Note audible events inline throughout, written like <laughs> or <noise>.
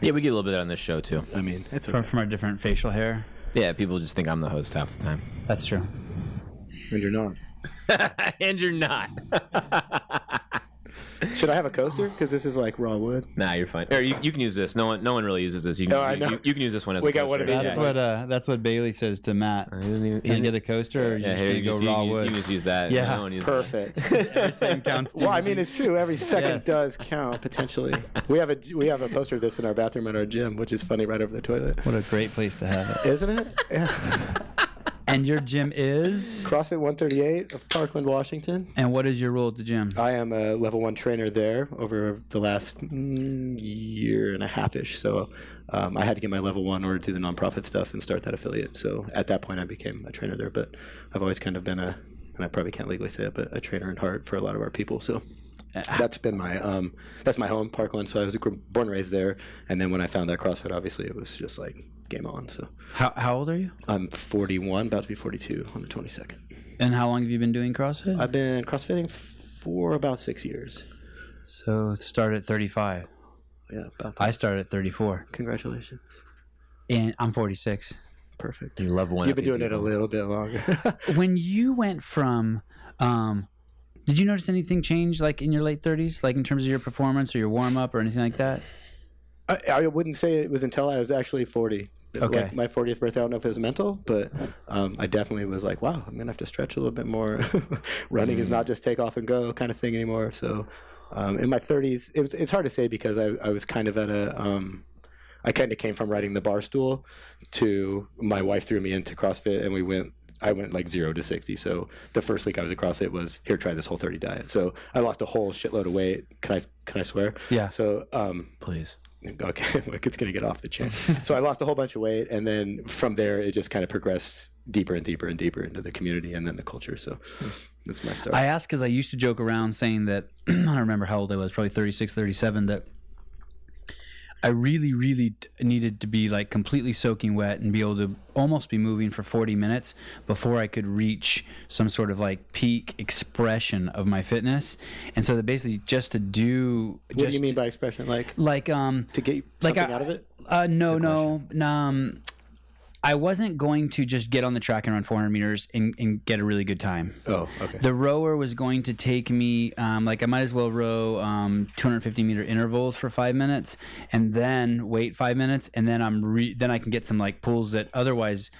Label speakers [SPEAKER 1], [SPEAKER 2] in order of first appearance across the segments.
[SPEAKER 1] Yeah, we get a little bit on this show too.
[SPEAKER 2] I mean, it's
[SPEAKER 3] from,
[SPEAKER 2] okay.
[SPEAKER 3] from our different facial hair.
[SPEAKER 1] Yeah, people just think I'm the host half the time. <laughs>
[SPEAKER 3] That's true.
[SPEAKER 2] And you're not.
[SPEAKER 1] and you're not. <laughs>
[SPEAKER 2] Should I have a coaster? Because this is like raw wood.
[SPEAKER 1] nah, you're fine. Or you, you can use this. No one no one really uses this. You can,
[SPEAKER 2] No, I
[SPEAKER 1] you,
[SPEAKER 2] know.
[SPEAKER 1] you- you can use this one as
[SPEAKER 2] We
[SPEAKER 1] a
[SPEAKER 2] got one of
[SPEAKER 1] coaster.
[SPEAKER 2] these.
[SPEAKER 3] That's
[SPEAKER 2] Yeah.
[SPEAKER 3] what uh, that's what Bailey says to Matt.
[SPEAKER 1] Yeah. He doesn't even- he
[SPEAKER 3] Can you
[SPEAKER 1] doesn't-
[SPEAKER 3] get a coaster or you
[SPEAKER 1] yeah,
[SPEAKER 3] just
[SPEAKER 1] here,
[SPEAKER 3] gonna
[SPEAKER 1] you, just,
[SPEAKER 3] go
[SPEAKER 1] you,
[SPEAKER 3] raw
[SPEAKER 1] you- you
[SPEAKER 3] wood?
[SPEAKER 1] just use that.
[SPEAKER 3] Yeah.
[SPEAKER 1] No one uses that. <laughs>
[SPEAKER 2] <laughs> Perfect.
[SPEAKER 3] Same counts.
[SPEAKER 2] well, I
[SPEAKER 3] Timothy.
[SPEAKER 2] mean, it's true. Every second
[SPEAKER 3] Yes.
[SPEAKER 2] does count <laughs> potentially. We have a we have a poster of this in our bathroom at our gym, which is funny, right over the toilet,
[SPEAKER 3] what a great place to have it.
[SPEAKER 2] isn't it? Yeah. <laughs>
[SPEAKER 3] And your gym is?
[SPEAKER 2] CrossFit 138 of Parkland, Washington.
[SPEAKER 3] And what is your role at the gym?
[SPEAKER 2] I am a level one trainer there over the last mm, year and a half ish. So um, I had to get my level one in order to do the nonprofit stuff and start that affiliate. So at that point, I became a trainer there. But I've always kind of been a, and I probably can't legally say it, but a trainer in heart for a lot of our people. So that's been my um, that's my home, Parkland. So I was gr- born and raised there. And then when I found that CrossFit, obviously it was just like game on. So
[SPEAKER 3] How, how old are you?
[SPEAKER 2] I'm 41, about to be 42 on the 22nd.
[SPEAKER 3] And how long have you been doing CrossFit?
[SPEAKER 2] I've been CrossFitting for about six years.
[SPEAKER 3] so start at 35.
[SPEAKER 2] Yeah, about that.
[SPEAKER 3] I started at 34.
[SPEAKER 2] Congratulations.
[SPEAKER 3] And I'm 46.
[SPEAKER 2] Perfect.
[SPEAKER 1] You love one.
[SPEAKER 2] You've been doing it a little bit longer. <laughs>
[SPEAKER 3] When you went from, um, did you notice anything change like in your late 30s, like in terms of your performance or your warm up or anything like that?
[SPEAKER 2] I, I wouldn't say it was until I was actually 40.
[SPEAKER 3] Okay.
[SPEAKER 2] Like my 40th birthday, I don't know if it was mental, but um, I definitely was like, wow, I'm going to have to stretch a little bit more. <laughs> Running is not just take off and go kind of thing anymore. So um, in my 30s, it was, it's hard to say because I, I was kind of at a. Um, I kind of came from riding the bar stool to my wife threw me into CrossFit and we went I went like 0 to 60. So the first week I was at CrossFit was here try this whole 30 diet. So I lost a whole shitload of weight. Can I can I swear?
[SPEAKER 3] Yeah.
[SPEAKER 2] So um
[SPEAKER 1] Please.
[SPEAKER 2] okay, <laughs> like, it's going to get off the
[SPEAKER 3] <laughs>
[SPEAKER 2] chain. so I lost a whole bunch of weight, and then from there, it just kind of progressed deeper and deeper and deeper into the community and then the culture. So that's my story.
[SPEAKER 3] I asked because I used to joke around saying that <clears throat> I don't remember how old I was, probably 36, 37, that I really, really t- needed to be like completely soaking wet and be able to almost be moving for 40 minutes before I could reach some sort of like peak expression of my fitness. And so that basically just to do.
[SPEAKER 2] what
[SPEAKER 3] just
[SPEAKER 2] do you mean by expression? Like
[SPEAKER 3] Like, um,
[SPEAKER 2] to get
[SPEAKER 3] like
[SPEAKER 2] something
[SPEAKER 3] I-
[SPEAKER 2] out of it?
[SPEAKER 3] uh, no, no, no. Um, I wasn't going to just get on the track and run 400 meters and, and get a really good time.
[SPEAKER 2] Oh, okay.
[SPEAKER 3] The rower was going to take me, um, like, I might as well row um, 250 meter intervals for five minutes, and then wait five minutes, and then I'm re- then I can get some like pulls that otherwise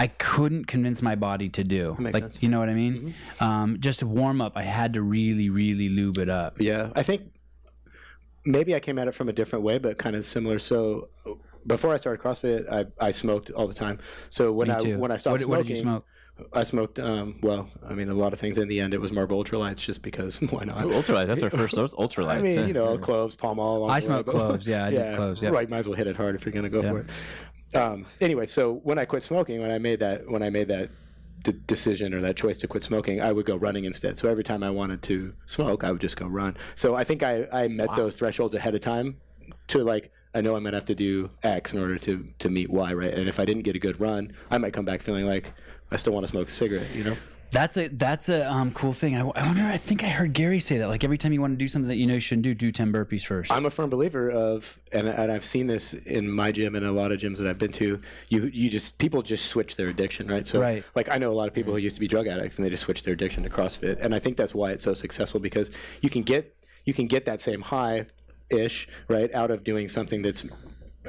[SPEAKER 3] I couldn't convince my body to do.
[SPEAKER 2] Makes
[SPEAKER 3] like,
[SPEAKER 2] sense. Mm-hmm.
[SPEAKER 3] you know what I mean? Um, just to warm up, I had to really, really lube it up.
[SPEAKER 2] yeah, I think maybe I came at it from a different way, but kind of similar. So before I started CrossFit, I, I smoked all the time. So when
[SPEAKER 3] Me
[SPEAKER 2] I
[SPEAKER 3] too.
[SPEAKER 2] when I stopped
[SPEAKER 3] what,
[SPEAKER 2] smoking,
[SPEAKER 3] what did you smoke?
[SPEAKER 2] I smoked. Um, well, I mean, a lot of things. In the end, it was Marlboro Ultralights, just because <laughs> why not?
[SPEAKER 1] Ultralight. That's our first ultralight.
[SPEAKER 2] I mean, you know, cloves, palm all.
[SPEAKER 3] I smoke cloves, yeah,
[SPEAKER 2] <laughs>
[SPEAKER 3] I did cloves, yeah.
[SPEAKER 2] Right, might as well hit it hard if you're gonna go for it. Um, anyway, so when I quit smoking, when I made that, when I made that d- decision or that choice to quit smoking, I would go running instead. So every time I wanted to smoke, I would just go run. So I think I, I met those thresholds ahead of time to like. I know I'm gonna have to do X in order to to meet Y, right? And if I didn't get a good run, I might come back feeling like I still want to smoke a cigarette, you know?
[SPEAKER 3] That's a that's a um, cool thing. I, I wonder. I think I heard Gary say that. Like every time you want to do something that you know you shouldn't do, do ten burpees first.
[SPEAKER 2] I'm a firm believer of, and, and I've seen this in my gym and a lot of gyms that I've been to. You you just people just switch their addiction, right? So,
[SPEAKER 3] Right.
[SPEAKER 2] like I know a lot of people who used to be drug addicts and they just switched their addiction to CrossFit, and I think that's why it's so successful because you can get you can get that same high, ish, right, out of doing something that's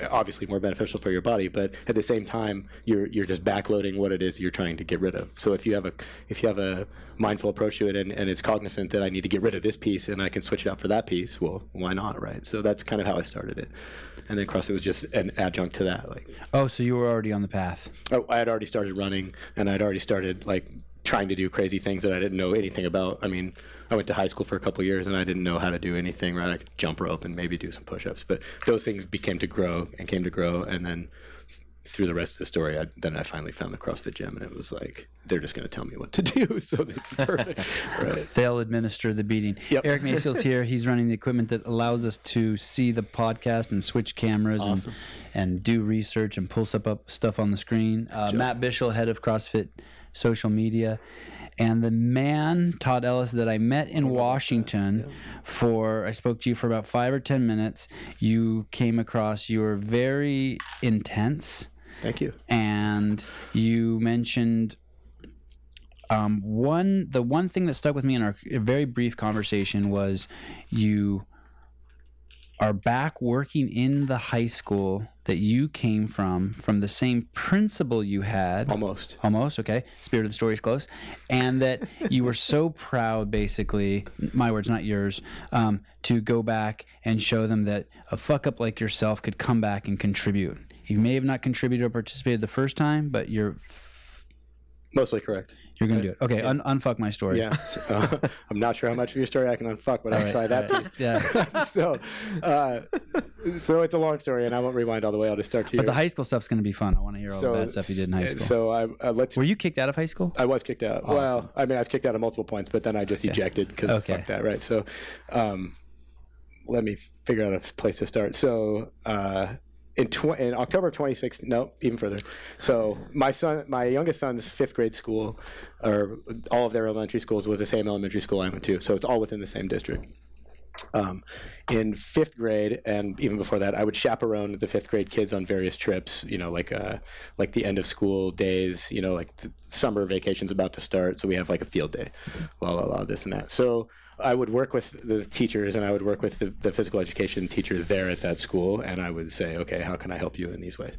[SPEAKER 2] obviously more beneficial for your body, but at the same time, you're you're just backloading what it is you're trying to get rid of. So if you have a if you have a mindful approach to it and, and it's cognizant that I need to get rid of this piece and I can switch it out for that piece, well, why not, right? So that's kind of how I started it, and then CrossFit was just an adjunct to that. Like,
[SPEAKER 3] oh, so you were already on the path.
[SPEAKER 2] oh, I had already started running and I'd already started like trying to do crazy things that I didn't know anything about. I mean, I went to high school for a couple of years and I didn't know how to do anything, right? I could jump rope and maybe do some push ups, but those things became to grow and came to grow. And then through the rest of the story, I, then I finally found the CrossFit gym and it was like, they're just going to tell me what to <laughs> do. So this is perfect. right.
[SPEAKER 3] They'll administer the beating.
[SPEAKER 2] Yep.
[SPEAKER 3] Eric Maciel's here. He's running the equipment that allows us to see the podcast and switch cameras and, and do research and pull stuff up stuff on the screen. Uh, Matt Bischel, head of CrossFit social media. And the man, Todd Ellis, that I met in Washington for, I spoke to you for about five or 10 minutes. You came across, you were very intense
[SPEAKER 2] Thank you.
[SPEAKER 3] and you mentioned um, one the one thing that stuck with me in our very brief conversation was you are back working in the high school that you came from from the same principal you had
[SPEAKER 2] Almost.
[SPEAKER 3] almost okay spirit of the story is close and that you were so proud basically my words not yours um, to go back and show them that a fuck up like yourself could come back and contribute you may have not contributed or participated the first time but you're
[SPEAKER 2] Mostly correct.
[SPEAKER 3] you're gonna do it okay un- unfuck my story
[SPEAKER 2] Yeah. So, <laughs> uh, I'm not sure how much of your story I can unfuck, but I'll try that piece.
[SPEAKER 3] <laughs> yeah
[SPEAKER 2] <laughs> so, uh, so it's a long story, and I won't rewind all the way. I'll just start to.
[SPEAKER 3] but the high school stuff's gonna be fun i want to hear all the bad stuff you did in high school
[SPEAKER 2] So I uh, let's.
[SPEAKER 3] were you kicked out of high school
[SPEAKER 2] I was kicked out. Well, I mean, I was kicked out at multiple points, but then I just ejected because
[SPEAKER 3] Okay.
[SPEAKER 2] fuck that, right? So, um, let me figure out a place to start. So, uh, in, tw- in October of 2016, no, even further. So my son, my youngest son's fifth grade school, or all of their elementary schools was the same elementary school I went to. So it's all within the same district. Um, in fifth grade, and even before that, I would chaperone the fifth grade kids on various trips. You know, like uh, like the end of school days. You know, like the summer vacation's about to start, so we have like a field day, la la la, this and that. So I would work with the teachers, and I would work with the, the physical education teacher there at that school, and I would say, okay, how can I help you in these ways?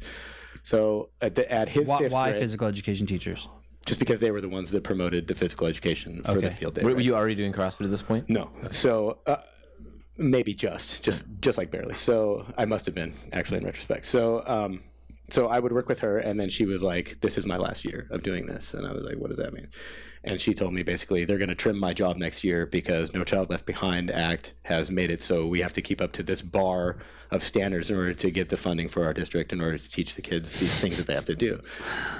[SPEAKER 2] So at, the, at his
[SPEAKER 3] why,
[SPEAKER 2] fifth
[SPEAKER 3] why
[SPEAKER 2] grade,
[SPEAKER 3] physical education teachers
[SPEAKER 2] just because they were the ones that promoted the physical education for the
[SPEAKER 3] Okay.
[SPEAKER 2] field day.
[SPEAKER 1] Were,
[SPEAKER 2] right?
[SPEAKER 1] were you already doing CrossFit at this point?
[SPEAKER 2] No. So uh, maybe just, just, just like barely. So I must have been actually in retrospect. So, um, so I would work with her, and then she was like, "This is my last year of doing this," and I was like, "What does that mean?" And she told me basically they're going to trim my job next year because No Child Left Behind Act has made it so we have to keep up to this bar of standards in order to get the funding for our district in order to teach the kids these things that they have to do.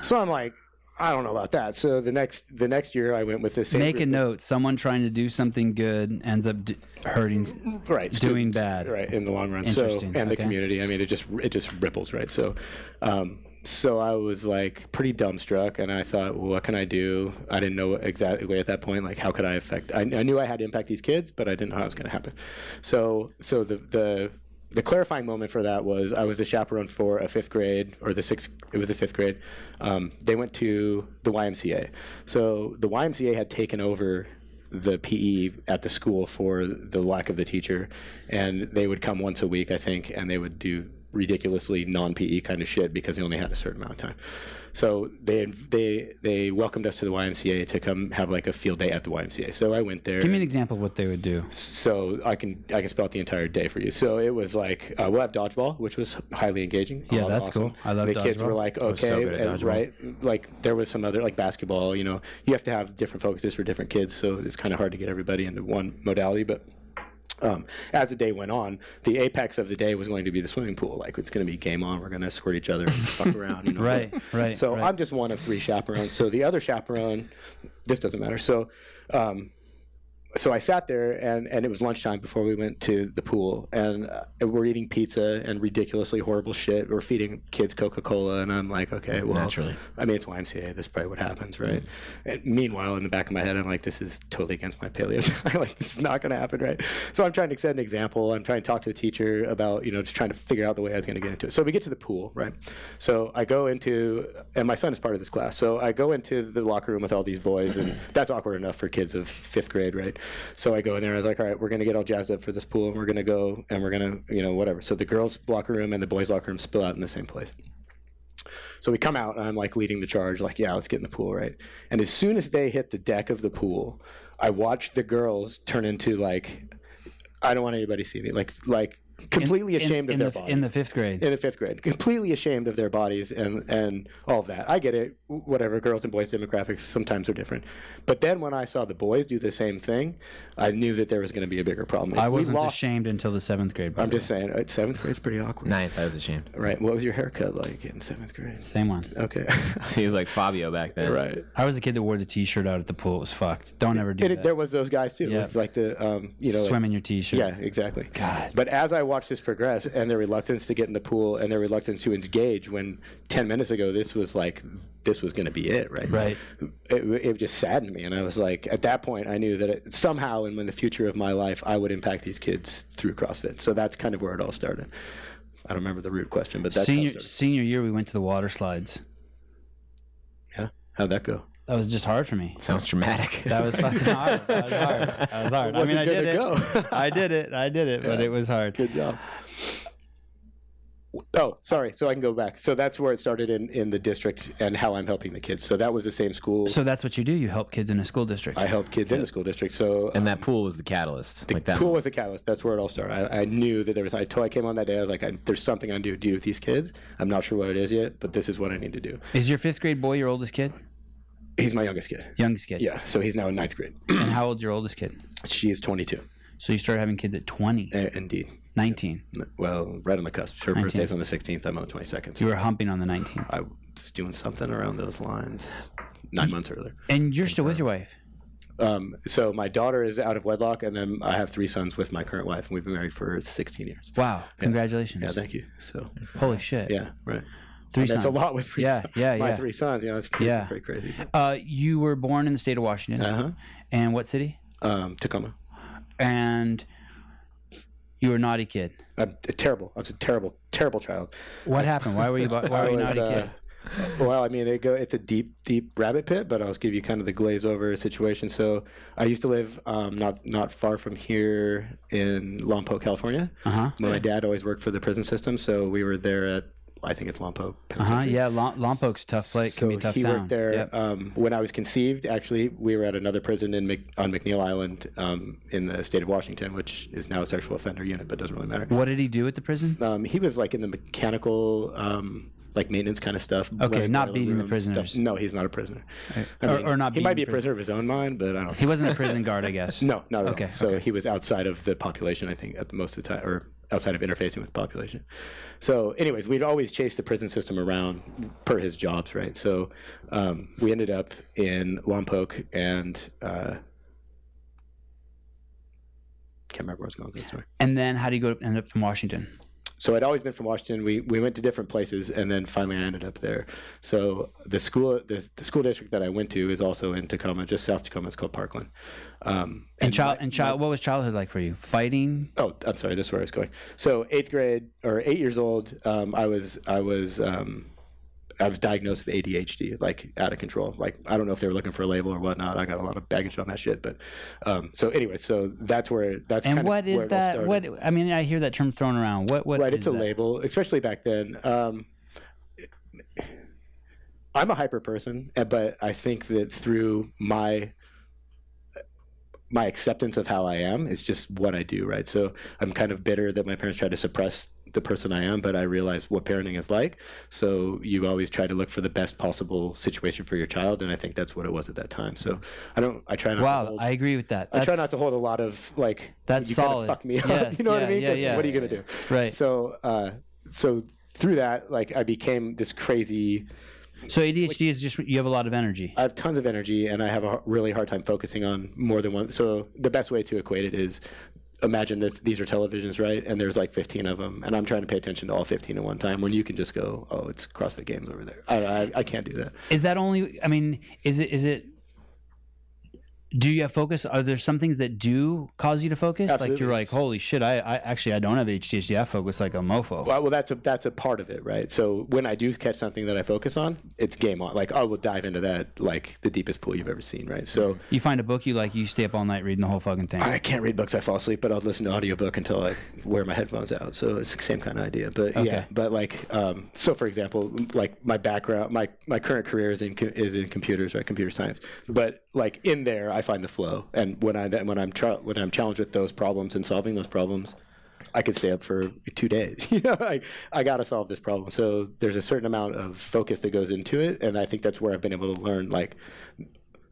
[SPEAKER 2] So I'm like, I don't know about that. So the next the next year I went with this same
[SPEAKER 3] make a
[SPEAKER 2] group of-
[SPEAKER 3] note someone trying to do something good ends up d- hurting
[SPEAKER 2] right
[SPEAKER 3] doing
[SPEAKER 2] students,
[SPEAKER 3] bad.
[SPEAKER 2] right in the long run so
[SPEAKER 3] Interesting,
[SPEAKER 2] and the
[SPEAKER 3] okay.
[SPEAKER 2] community i mean it just it just ripples right so um so i was like pretty dumbstruck and i thought well, what can i do i didn't know exactly at that point like how could i affect i, I knew i had to impact these kids but i didn't know how it was going to happen so so the the the clarifying moment for that was I was the chaperone for a fifth grade or the sixth. It was the fifth grade. Um, they went to the YMCA. So the YMCA had taken over the PE at the school for the lack of the teacher, and they would come once a week, I think, and they would do ridiculously non-PE kind of shit because they only had a certain amount of time. So they they they welcomed us to the YMCA to come have like a field day at the YMCA. So I went there.
[SPEAKER 3] give me an example of what they would do
[SPEAKER 2] so I can I can spell out the entire day for you. So it was like uh, we'll have dodgeball, which was highly engaging.
[SPEAKER 3] Yeah,
[SPEAKER 2] Oh,
[SPEAKER 3] that's cool. I love
[SPEAKER 2] the kids were
[SPEAKER 3] dodgeball.
[SPEAKER 2] like,
[SPEAKER 1] was so
[SPEAKER 2] okay,
[SPEAKER 1] good at
[SPEAKER 2] and,
[SPEAKER 1] dodgeball.
[SPEAKER 2] right? Like there was some other like basketball. You know, you have to have different focuses for different kids, so it's kind of hard to get everybody into one modality, but um, as the day went on, the apex of the day was going to be the swimming pool. Like it's going to be game on. We're going to escort each other and fuck around. You know?
[SPEAKER 3] Right,
[SPEAKER 2] <laughs>
[SPEAKER 3] right,
[SPEAKER 2] So
[SPEAKER 3] right.
[SPEAKER 2] I'm just one of three chaperones. So the other chaperone, this doesn't matter. So, um, so I sat there and and it was lunchtime before we went to the pool and uh, we're eating pizza and ridiculously horrible shit. We're feeding kids Coca Cola and I'm like, okay, well,
[SPEAKER 1] Naturally.
[SPEAKER 2] I mean, it's YMCA. That's probably what happens, right? And meanwhile, in the back of my head, I'm like, this is totally against my paleo. I'm <laughs> like, this is not going to happen, right? So I'm trying to set an example. I'm trying to talk to the teacher about, you know, just trying to figure out the way I was going to get into it. So we get to the pool, right? So I go into, and my son is part of this class. So I go into the locker room with all these boys, and that's awkward enough for kids of fifth grade, right? So I go in there. I was like, all right, we're going to get all jazzed up for this pool, and we're going to go, and we're going to, you know, whatever. So the girls' locker room and the boys' locker room spill out in the same place. So we come out, and I'm like leading the charge, like, yeah, let's get in the pool, right? And as soon as they hit the deck of the pool, I watched the girls turn into like, I don't want anybody to see me, like, like completely ashamed
[SPEAKER 3] in,
[SPEAKER 2] of their
[SPEAKER 3] the,
[SPEAKER 2] bodies
[SPEAKER 3] in the fifth grade
[SPEAKER 2] in the fifth grade, completely ashamed of their bodies and and all of that. I get it, whatever. Girls and boys demographics sometimes are different, but then when I saw the boys do the same thing, I knew that there was going to be a bigger problem.
[SPEAKER 3] I
[SPEAKER 2] If we
[SPEAKER 3] wasn't
[SPEAKER 2] lost-
[SPEAKER 3] ashamed until the seventh grade.
[SPEAKER 2] I'm just saying, uh, seventh grade's pretty awkward,
[SPEAKER 1] Ninth. I was ashamed.
[SPEAKER 2] right? What was your haircut like in seventh grade?
[SPEAKER 3] Same one.
[SPEAKER 2] Okay, <laughs>
[SPEAKER 1] See, like Fabio back then.
[SPEAKER 2] right.
[SPEAKER 3] I was a kid that wore the T-shirt out at the pool. It was fucked. Don't ever do
[SPEAKER 2] And it,
[SPEAKER 3] that.
[SPEAKER 2] there was those guys too,
[SPEAKER 3] Yeah.
[SPEAKER 2] with like the um, you know, like-
[SPEAKER 3] Swim in your T-shirt.
[SPEAKER 2] yeah, exactly.
[SPEAKER 3] God.
[SPEAKER 2] But as I watch this progress and their reluctance to get in the pool and their reluctance to engage when 10 minutes ago this was like this was going to be it right
[SPEAKER 3] Right.
[SPEAKER 2] it, it just saddened me and i was like at that point i knew that it, somehow and in the future of my life i would impact these kids through crossfit so that's kind of where it all started i don't remember the root question but that's how
[SPEAKER 3] senior
[SPEAKER 2] it started.
[SPEAKER 3] senior year, we went to the water slides.
[SPEAKER 2] yeah how'd that go
[SPEAKER 3] That was just hard for me.
[SPEAKER 1] Sounds dramatic.
[SPEAKER 3] That
[SPEAKER 2] <laughs>
[SPEAKER 3] was fucking hard. That was hard. That was hard. I
[SPEAKER 2] Wasn't
[SPEAKER 3] mean, I
[SPEAKER 2] good
[SPEAKER 3] did it.
[SPEAKER 2] to go. <laughs>
[SPEAKER 3] I did it. I did it, but it was hard.
[SPEAKER 2] good job oh sorry so i can go back so that's where it started in, in the district and how i'm helping the kids so that was the same school
[SPEAKER 3] So that's what you do. You help kids in a school district.
[SPEAKER 2] I help kids in the school district. So
[SPEAKER 1] and that pool was the catalyst. like that.
[SPEAKER 2] pool
[SPEAKER 1] <laughs>
[SPEAKER 2] was the catalyst. That's where it all started. I, I knew that there was. I told I came on that day. I was like, I, "There's something I need to do with these kids. I'm not sure what it is yet, but this is what I need to do."
[SPEAKER 3] Is your fifth grade boy your oldest kid?
[SPEAKER 2] He's my youngest kid.
[SPEAKER 3] Youngest kid.
[SPEAKER 2] Yeah, so he's now in ninth grade. <clears throat>
[SPEAKER 3] And how old's your oldest kid?
[SPEAKER 2] she is 22.
[SPEAKER 3] So you started having kids at 20,
[SPEAKER 2] Uh, indeed.
[SPEAKER 3] 19.
[SPEAKER 2] Well, right on the cusp. Her birthday's on the 16th. I'm on the 22nd.
[SPEAKER 3] You
[SPEAKER 2] So
[SPEAKER 3] were humping on the 19th.
[SPEAKER 2] I was doing something around those lines nine months earlier.
[SPEAKER 3] And you're still with your wife.
[SPEAKER 2] Um, so my daughter is out of wedlock, and then I have three sons with my current wife, and we've been married for 16 years.
[SPEAKER 3] Wow. Congratulations.
[SPEAKER 2] Yeah, thank you. So
[SPEAKER 3] Holy shit.
[SPEAKER 2] yeah, right.
[SPEAKER 3] Three
[SPEAKER 2] That's a
[SPEAKER 3] sons.
[SPEAKER 2] lot with three <laughs>
[SPEAKER 3] Yeah,
[SPEAKER 2] sons.
[SPEAKER 3] yeah,
[SPEAKER 2] my
[SPEAKER 3] yeah.
[SPEAKER 2] three sons. You know, that's pretty,
[SPEAKER 3] Yeah.
[SPEAKER 2] pretty crazy.
[SPEAKER 3] Uh, you were born in the state of Washington.
[SPEAKER 2] Uh huh.
[SPEAKER 3] And what city?
[SPEAKER 2] Um, Tacoma.
[SPEAKER 3] And you were a naughty kid.
[SPEAKER 2] I'm t- terrible. I was a terrible, terrible child.
[SPEAKER 3] What happened? Why were
[SPEAKER 2] <laughs>
[SPEAKER 3] you why
[SPEAKER 2] I
[SPEAKER 3] were you a
[SPEAKER 2] was,
[SPEAKER 3] naughty
[SPEAKER 2] uh,
[SPEAKER 3] kid?
[SPEAKER 2] well, I mean, it go, it's a deep, deep rabbit pit, but I'll give you kind of the glaze over situation. So, I used to live um, not not far from here in Lompoc, California.
[SPEAKER 3] Uh huh.
[SPEAKER 2] Where my dad always worked for the prison system, so we were there at I think it's Lompoc.
[SPEAKER 3] Uh huh.
[SPEAKER 2] Penitentiary.
[SPEAKER 3] Yeah. Lom- Lompoc's tough place.
[SPEAKER 2] so
[SPEAKER 3] Can be a tough
[SPEAKER 2] he
[SPEAKER 3] town.
[SPEAKER 2] worked there
[SPEAKER 3] Yep.
[SPEAKER 2] um, when I was conceived. Actually, we were at another prison in Mc, on McNeil Island um, in the state of Washington, which is now a sexual offender unit, but doesn't really matter.
[SPEAKER 3] What did he do at the prison?
[SPEAKER 2] Um, he was like in the mechanical, um, like maintenance kind of stuff. running
[SPEAKER 3] not
[SPEAKER 2] boiler
[SPEAKER 3] beating the
[SPEAKER 2] room stuff.
[SPEAKER 3] prisoners.
[SPEAKER 2] No, he's not a prisoner. I
[SPEAKER 3] Or-
[SPEAKER 2] mean,
[SPEAKER 3] or not
[SPEAKER 2] He might
[SPEAKER 3] beating
[SPEAKER 2] be a
[SPEAKER 3] the
[SPEAKER 2] prisoner of his own mind, but I don't.
[SPEAKER 3] He wasn't a
[SPEAKER 2] <laughs>
[SPEAKER 3] prison guard, I guess.
[SPEAKER 2] No, not at
[SPEAKER 3] Okay,
[SPEAKER 2] all. So he was outside of the population, I think, at the most of the time, or outside of interfacing with the population. So, anyways, we'd always chase the prison system around per his jobs, right? So um, we ended up in Lompoc and. Uh, can't remember where I was going with this story.
[SPEAKER 3] And then how do you go end up from Washington?
[SPEAKER 2] So I'd always been from Washington. We we went to different places, and then finally I ended up there. So the school the, the school district that I went to is also in Tacoma, just South Tacoma. It's called Parkland. Um,
[SPEAKER 3] And, child and child what was childhood like for you? Fighting?
[SPEAKER 2] Oh, I'm sorry. This is where I was going. So eighth grade or eight years old, um, I was I was um, I was diagnosed with ADHD, like out of control. Like I don't know if they were looking for a label or whatnot. I got a lot of baggage on that shit. But um, so anyway, so that's where that's
[SPEAKER 3] And
[SPEAKER 2] kind
[SPEAKER 3] what
[SPEAKER 2] of where
[SPEAKER 3] is
[SPEAKER 2] it all
[SPEAKER 3] that?
[SPEAKER 2] started.
[SPEAKER 3] What I mean, I hear that term thrown around. What what
[SPEAKER 2] right
[SPEAKER 3] is
[SPEAKER 2] it's a
[SPEAKER 3] that?
[SPEAKER 2] label especially back then um, i'm a hyper person eh, but i think that through my my acceptance of how i am is just what i do right so i'm kind of bitter that my parents tried to suppress the person i am but i realize what parenting is like so you always try to look for the best possible situation for your child and i think that's what it was at that time so i don't i try not to
[SPEAKER 3] Wow,
[SPEAKER 2] hold,
[SPEAKER 3] I agree with that.
[SPEAKER 2] I try
[SPEAKER 3] That's-
[SPEAKER 2] not to hold a lot of like
[SPEAKER 3] That's
[SPEAKER 2] you
[SPEAKER 3] solid.
[SPEAKER 2] Kind of fuck me up. <laughs>
[SPEAKER 3] Yes,
[SPEAKER 2] you know what
[SPEAKER 3] yeah,
[SPEAKER 2] I mean?
[SPEAKER 3] yeah,
[SPEAKER 2] 'Cause
[SPEAKER 3] yeah.
[SPEAKER 2] what are you gonna do?
[SPEAKER 3] Right. So,
[SPEAKER 2] So, uh, so through that, like I became this crazy.
[SPEAKER 3] ADHD is just you have a lot of energy.
[SPEAKER 2] I have tons of energy, and I have a h- really hard time focusing on more than one. So the best way to equate it is, imagine this: these are televisions, right? And there's like 15 of them, and I'm trying to pay attention to all 15 at one time. When you can just go, oh, it's CrossFit Games over there. I, I, I can't do that.
[SPEAKER 3] Is that only? I mean, is it is it? Do you have focus? Are there some things that do cause you to focus? Like
[SPEAKER 2] Absolutely.
[SPEAKER 3] you're like, holy shit! I, I actually I don't have ADHD. I focus like a mofo.
[SPEAKER 2] Well, well, that's a that's a part of it, right? So when I do catch something that I focus on, it's game on. Like I will dive into that like the deepest pool you've ever seen, right? So.
[SPEAKER 3] You find a book you like, you stay up all night reading the whole fucking thing.
[SPEAKER 2] I can't read books. I fall asleep, but I'll listen to audiobook until I wear my headphones out. So it's the same kind of idea. But
[SPEAKER 3] Okay.
[SPEAKER 2] yeah, but like, um, so for example, like my background, my, my current career is in co- is in computers, right? Computer science. But like in there, I find the flow, and when I then when I'm tra- when I'm challenged with those problems and solving those problems, I could stay up for two days. <laughs> you know, like I got to solve this problem. So there's a certain amount of focus that goes into it, and I think that's where I've been able to learn like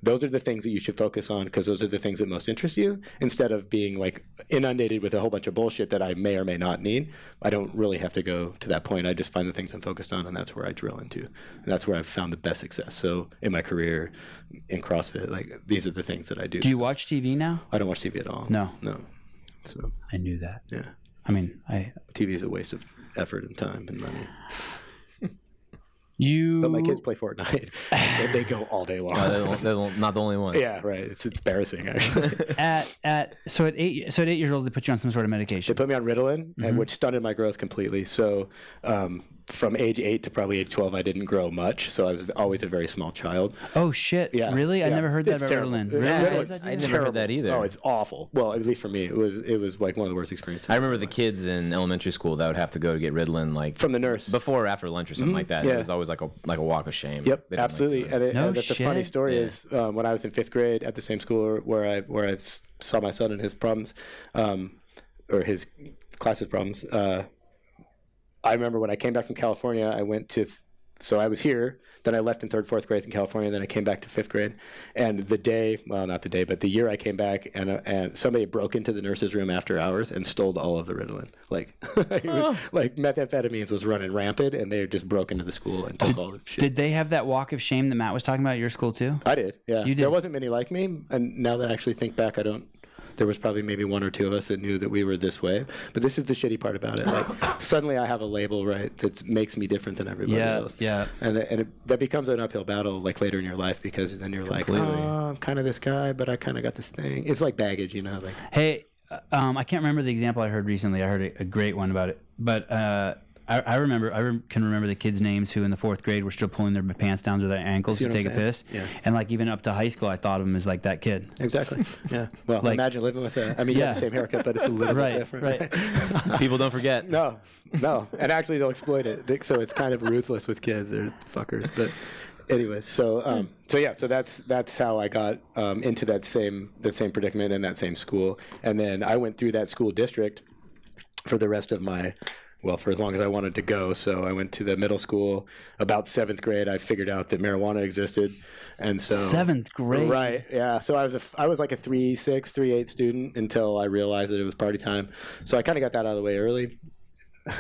[SPEAKER 2] those are the things that you should focus on because those are the things that most interest you instead of being like inundated with a whole bunch of bullshit that I may or may not need. I don't really have to go to that point. I just find the things I'm focused on and that's where I drill into. And that's where I've found the best success. So in my career in CrossFit, like these are the things that I do.
[SPEAKER 3] do you watch TV now?
[SPEAKER 2] I don't watch TV at all.
[SPEAKER 3] No.
[SPEAKER 2] No. So
[SPEAKER 3] I knew that.
[SPEAKER 2] yeah.
[SPEAKER 3] I I mean, I
[SPEAKER 2] TV is a waste of effort and time and money.
[SPEAKER 3] you.
[SPEAKER 2] But my kids play Fortnite. <laughs> and they go all day long.
[SPEAKER 1] No, they're, the- they're the- not the only ones.
[SPEAKER 2] <laughs> yeah, right. It's embarrassing actually.
[SPEAKER 3] at at so at eight so at eight years old they put you on some sort of medication.
[SPEAKER 2] They put me on Ritalin,
[SPEAKER 3] Mm-hmm.
[SPEAKER 2] and which stunted my growth completely. So, um, from age eight to probably age twelve, I didn't grow much. So I was always a very small child.
[SPEAKER 3] oh shit!
[SPEAKER 2] Yeah,
[SPEAKER 3] Really? I
[SPEAKER 2] yeah.
[SPEAKER 3] never heard that
[SPEAKER 2] It's
[SPEAKER 3] about
[SPEAKER 2] terrible.
[SPEAKER 3] Ritalin.
[SPEAKER 2] Yeah,
[SPEAKER 3] Really?
[SPEAKER 1] Yeah,
[SPEAKER 2] Ritalin-
[SPEAKER 1] it's- I never heard that either.
[SPEAKER 2] Oh, it's awful. Well, at least for me, it was it was like one of the worst experiences
[SPEAKER 1] I remember the kids in elementary school that would have to go to get Ritalin like
[SPEAKER 2] from the nurse.
[SPEAKER 1] before or after lunch or something like that.
[SPEAKER 2] yeah.
[SPEAKER 1] It was always like a like a walk of shame.
[SPEAKER 2] Yep,
[SPEAKER 1] They didn't like
[SPEAKER 2] absolutely.
[SPEAKER 1] doing it.
[SPEAKER 2] and it,
[SPEAKER 3] No
[SPEAKER 2] and that's a funny
[SPEAKER 3] shit.
[SPEAKER 2] story is um, when I was in fifth grade at the same school where I where I s- saw my son and his problems, um, or his classes problems. Uh, I remember when I came back from California, I went to. Th- so I was here, then I left in third, fourth grade in California, then I came back to fifth grade. And the day, well, not the day, but the year I came back, and, uh, and somebody broke into the nurse's room after hours and stole all of the Ritalin. Like, <laughs> it
[SPEAKER 3] Oh.
[SPEAKER 2] was- like methamphetamines was running rampant, and they just broke into the school and took all the shit.
[SPEAKER 3] Did they have that walk of shame that Matt was talking about at your school too?
[SPEAKER 2] I did. Yeah.
[SPEAKER 3] You did.
[SPEAKER 2] There wasn't many like me, and now that I actually think back, I don't. There was probably maybe one or two of us that knew that we were this way. But this is the shitty part about it.
[SPEAKER 3] <laughs>
[SPEAKER 2] Like suddenly I have a label, right, that makes me different than everybody
[SPEAKER 3] Yeah,
[SPEAKER 2] else.
[SPEAKER 3] yeah.
[SPEAKER 2] And that, and it, that becomes an uphill battle like later in your life because then you're like, oh, I'm kind of this guy, but I kind of got this thing. It's like baggage, you know. Like
[SPEAKER 3] Hey, uh, um, I can't remember the example I heard recently. I heard a, a great one about it, but uh, I, I remember I rem- can remember the kids' names who in the fourth grade were still pulling their pants down to their ankles to
[SPEAKER 2] what I'm
[SPEAKER 3] take a
[SPEAKER 2] saying?
[SPEAKER 3] piss,
[SPEAKER 2] Yeah.
[SPEAKER 3] and like even up to high school, I thought of them as like that kid. <laughs>
[SPEAKER 2] exactly. Yeah. Well, imagine living with that. I mean, you have
[SPEAKER 3] Yeah.
[SPEAKER 2] the same haircut, but it's a little
[SPEAKER 3] <laughs> Right,
[SPEAKER 2] bit different.
[SPEAKER 3] right.
[SPEAKER 1] People don't forget.
[SPEAKER 2] <laughs> No, no, and actually they'll exploit it. They- So it's kind of ruthless with kids. They're fuckers. But anyways, so um, so yeah, so that's that's how I got um, into that same that same predicament in that same school, and then I went through that school district for the rest of my well for as long as i wanted to go so i went to the middle school about seventh grade i figured out that marijuana existed and <laughs> so
[SPEAKER 3] Seventh grade.
[SPEAKER 2] Right. Yeah. So I was a f- I was like a three six three eight student until I realized that it was party time. So I kind of got that out of the way early.